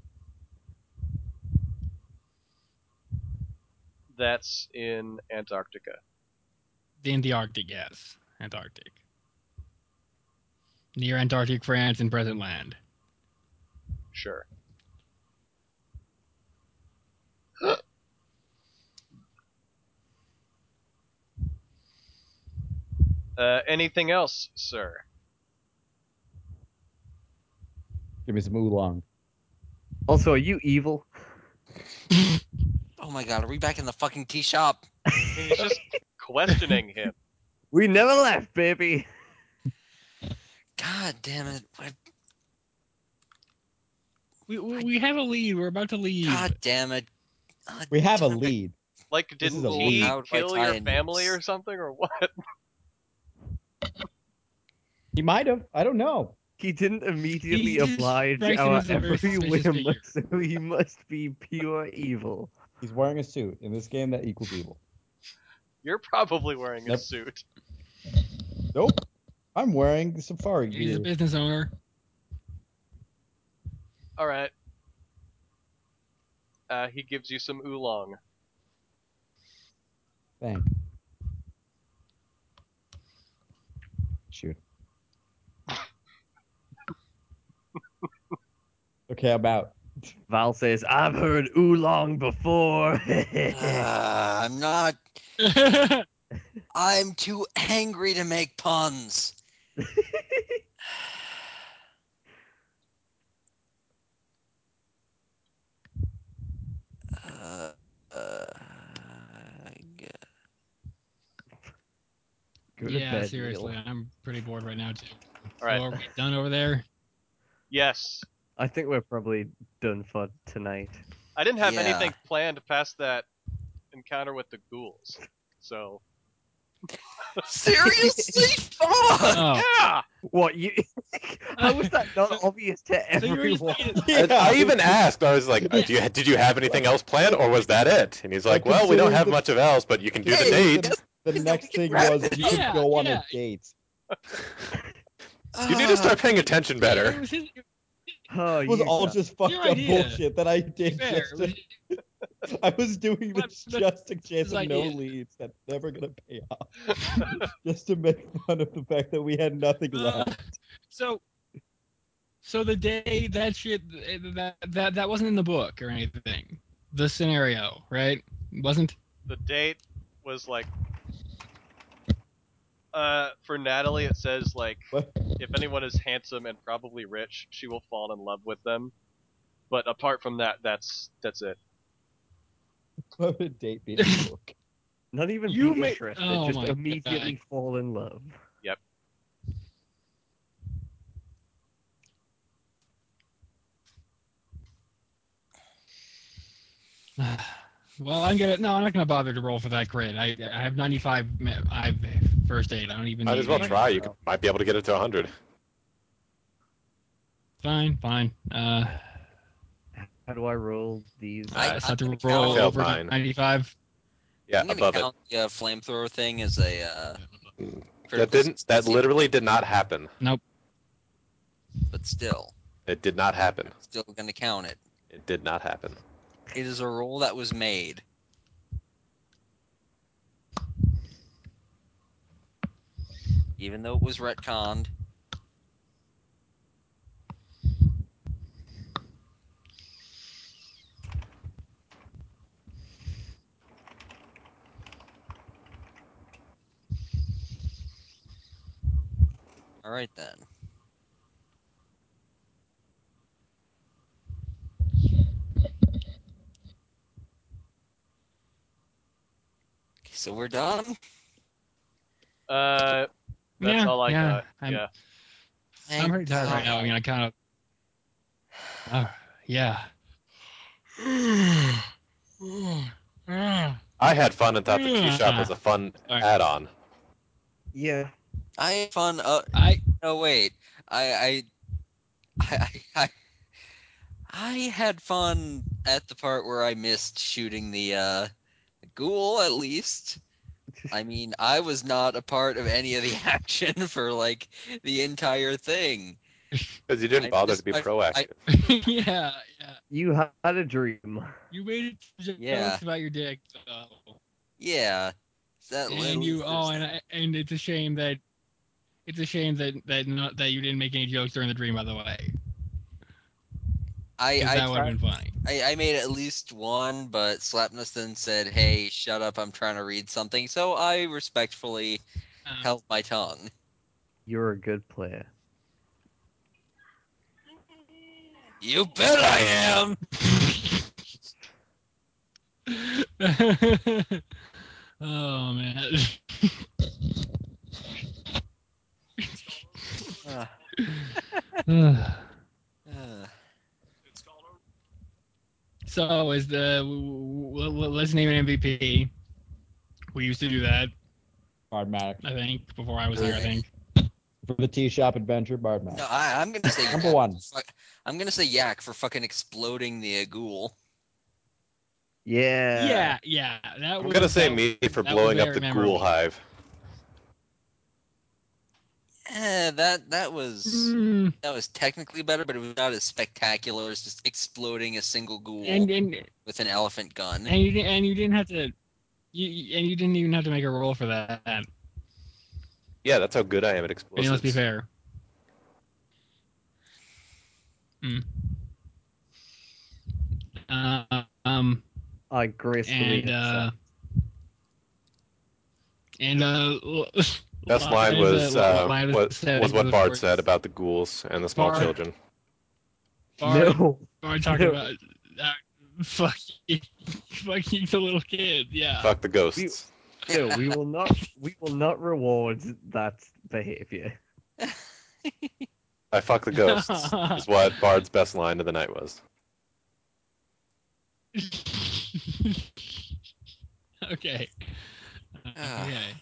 Speaker 1: That's in Antarctica.
Speaker 4: in the Arctic, yes. Antarctic. Near Antarctic France and present land.
Speaker 1: Sure. Uh, anything else, sir?
Speaker 7: Give me some oolong.
Speaker 2: Also, are you evil?
Speaker 3: Oh my god, are we back in the fucking tea shop?
Speaker 1: He's just questioning him.
Speaker 2: We never left, baby.
Speaker 3: God damn it. What-
Speaker 4: We, we, we have a lead. We're about to leave.
Speaker 3: God damn it. God
Speaker 7: We have a
Speaker 3: damn it.
Speaker 7: lead.
Speaker 1: Like,
Speaker 7: This
Speaker 1: did
Speaker 7: is a
Speaker 1: he
Speaker 3: lead.
Speaker 1: kill
Speaker 3: Outright
Speaker 1: your
Speaker 3: tie-in
Speaker 1: family
Speaker 3: notes.
Speaker 1: or something, or what?
Speaker 7: He might have. I don't know.
Speaker 2: He didn't immediately
Speaker 4: He just
Speaker 2: oblige
Speaker 4: strikes me
Speaker 2: our
Speaker 4: as a very
Speaker 2: every
Speaker 4: suspicious
Speaker 2: whim, so he must be pure evil.
Speaker 7: He's wearing a suit. In this game, that equals evil.
Speaker 1: You're probably wearing a
Speaker 7: Nope.
Speaker 1: suit.
Speaker 7: Nope. I'm wearing safari
Speaker 4: He's a
Speaker 7: gear.
Speaker 4: business owner.
Speaker 1: All right. Uh, he gives you some oolong.
Speaker 7: Thanks. Shoot. okay, I'm out.
Speaker 2: Val says, "I've heard oolong before."
Speaker 3: Ah, I'm not. I'm too angry to make puns. uh, uh, g-
Speaker 2: Go to
Speaker 4: yeah,
Speaker 2: bed, Neil.
Speaker 4: seriously. I'm pretty bored right now, too.
Speaker 1: All right.
Speaker 4: So are we done over there?
Speaker 1: Yes.
Speaker 2: I think we're probably done for tonight.
Speaker 1: I didn't have
Speaker 3: Yeah.
Speaker 1: anything planned past that encounter with the ghouls. So
Speaker 3: Seriously? Fuck!
Speaker 4: Oh,
Speaker 1: Yeah.
Speaker 2: What you? How was that not obvious to
Speaker 4: so you were just
Speaker 2: everyone?
Speaker 4: making it-
Speaker 6: I, I even asked. I was like, "Uh, "Do you did you have anything else planned, or was that it?" And he's like,
Speaker 7: Like,
Speaker 6: "Well, we don't
Speaker 7: considering
Speaker 6: have
Speaker 7: the-
Speaker 6: much of else, but you can do the
Speaker 3: Hey,
Speaker 6: date."
Speaker 3: that's-
Speaker 7: The
Speaker 3: Is that
Speaker 7: next
Speaker 3: we can
Speaker 7: thing
Speaker 3: wrap
Speaker 7: was
Speaker 3: it
Speaker 7: you
Speaker 4: up?
Speaker 7: could go on
Speaker 4: Yeah,
Speaker 7: a date.
Speaker 6: You need to start paying attention
Speaker 4: It
Speaker 6: better.
Speaker 4: was his,
Speaker 2: Oh,
Speaker 7: It was
Speaker 2: you
Speaker 7: all
Speaker 2: got-
Speaker 7: just fucked
Speaker 4: Your
Speaker 7: up
Speaker 4: idea.
Speaker 7: bullshit that I did.
Speaker 4: fair.
Speaker 7: Just to, I was doing
Speaker 4: What-
Speaker 7: this
Speaker 4: that's
Speaker 7: just to chase
Speaker 4: his
Speaker 7: some no
Speaker 4: idea.
Speaker 7: leads that's never gonna pay off. just to make fun of the fact that we had nothing
Speaker 4: Uh,
Speaker 7: left.
Speaker 4: so, so the day that shit eh, that that that wasn't in the book or anything. The scenario, right? Wasn't.
Speaker 1: the date was like uh for Natalie it says like
Speaker 7: What?
Speaker 1: if anyone is handsome and probably rich, she will fall in love with them. But apart from that, that's that's it.
Speaker 7: What would a date be in the book?
Speaker 2: not even
Speaker 4: You
Speaker 2: be
Speaker 4: ma-
Speaker 2: interested.
Speaker 4: Oh
Speaker 2: just
Speaker 4: my
Speaker 2: immediately fall in love.
Speaker 4: Well, I'm gonna no, I'm not gonna bother to roll for that grid. I I have 95. ma- I've first aid. I don't even.
Speaker 6: Might
Speaker 4: need
Speaker 6: as well
Speaker 4: it.
Speaker 6: try. You could- might be able to get it to 100.
Speaker 4: Fine, fine. Uh,
Speaker 2: How do I roll these?
Speaker 3: I-
Speaker 4: I just have
Speaker 3: I
Speaker 4: to
Speaker 3: think I
Speaker 4: roll
Speaker 6: failed
Speaker 4: over
Speaker 6: mine.
Speaker 4: 95.
Speaker 6: Yeah,
Speaker 3: I'm gonna
Speaker 6: above it.
Speaker 3: count the uh, flamethrower thing as a. Uh,
Speaker 6: That
Speaker 3: critical
Speaker 6: didn't. That
Speaker 3: success,
Speaker 6: literally did not happen.
Speaker 3: But still,
Speaker 6: It did not happen.
Speaker 3: still gonna count it.
Speaker 6: It did not happen.
Speaker 3: It is a roll that was made. Even though it was retconned. All right then. Okay, so we're done.
Speaker 1: Uh, that's
Speaker 4: yeah,
Speaker 1: all I
Speaker 4: yeah,
Speaker 1: got.
Speaker 4: I'm,
Speaker 1: yeah.
Speaker 4: I'm pretty tired right now. I mean, I kind of. Oh, yeah.
Speaker 6: I had fun and thought the tea shop was a fun
Speaker 4: Alright.
Speaker 6: add-on.
Speaker 2: Yeah.
Speaker 3: I had fun. Uh,
Speaker 4: I
Speaker 3: no, wait. I, I, I, I, I had fun at the part where I missed shooting the uh, ghoul. At least, I mean, I was not a part of any of the action for like the entire thing.
Speaker 6: Because you
Speaker 3: I
Speaker 6: didn't bother
Speaker 3: just-
Speaker 6: to be
Speaker 3: I-
Speaker 6: proactive.
Speaker 4: yeah, yeah.
Speaker 2: You ha- had a dream.
Speaker 4: You made it jokes
Speaker 3: Yeah.
Speaker 4: about your dick, though.
Speaker 3: Yeah, that at
Speaker 4: and you
Speaker 3: least
Speaker 4: oh,
Speaker 3: there's-
Speaker 4: and I, and it's a shame that it's a shame that that not, that you didn't make any jokes during the dream. By the way,
Speaker 3: I,
Speaker 4: 'Cause
Speaker 3: I,
Speaker 4: that would have
Speaker 3: tried,
Speaker 4: been funny.
Speaker 3: I, I made at least one, but Slapness then said, "Hey, shut up! I'm trying to read something." So I respectfully
Speaker 4: Um,
Speaker 3: held my tongue.
Speaker 2: You're a good player.
Speaker 3: You bet I am.
Speaker 4: oh man.
Speaker 3: Uh, uh,
Speaker 4: so is the w- w- w- let's name an MVP. We used to do that,
Speaker 7: Bard Maddox.
Speaker 4: I think, before I was here. I think.
Speaker 7: For the tea shop adventure, Bard Maddox.
Speaker 3: no, I, I'm gonna say
Speaker 7: Number
Speaker 3: yak
Speaker 7: one.
Speaker 3: for fuck- I'm gonna say yak for fucking exploding the uh, ghoul.
Speaker 2: Yeah.
Speaker 4: Yeah, yeah. That
Speaker 6: I'm
Speaker 4: was,
Speaker 6: gonna say
Speaker 4: that-
Speaker 6: me for
Speaker 4: that was
Speaker 6: blowing up
Speaker 4: very
Speaker 6: the
Speaker 4: memorable.
Speaker 6: ghoul hive.
Speaker 3: Eh, that that
Speaker 7: Mm-hmm.
Speaker 3: was
Speaker 4: Mm.
Speaker 3: that was technically better, but it was not as spectacular as just exploding a single ghoul
Speaker 4: and and
Speaker 3: with an elephant gun.
Speaker 4: and you didn't and you didn't have to you- you and you didn't even have to make a roll for that. I
Speaker 6: Yeah, that's how good I am at
Speaker 4: mean,
Speaker 6: explosives.
Speaker 4: let's be fair. Mm. Uh, um
Speaker 2: I gracefully.
Speaker 4: and uh and uh l-
Speaker 6: Best line
Speaker 4: is,
Speaker 6: was
Speaker 4: uh,
Speaker 6: uh,
Speaker 4: line is
Speaker 6: what
Speaker 4: said
Speaker 6: was
Speaker 4: for
Speaker 6: what
Speaker 4: the
Speaker 6: Bard
Speaker 4: first-
Speaker 6: said about the ghouls and the small
Speaker 4: Bard.
Speaker 6: children.
Speaker 4: Bard,
Speaker 2: no.
Speaker 4: Bard talking
Speaker 2: No.
Speaker 4: about uh, fucking fucking the little kid. Yeah.
Speaker 6: Fuck the ghosts.
Speaker 2: No, we will not. We will not reward that behavior.
Speaker 6: I fuck the ghosts is what Bard's best line of the night was.
Speaker 4: okay.
Speaker 3: Ah.
Speaker 4: Okay.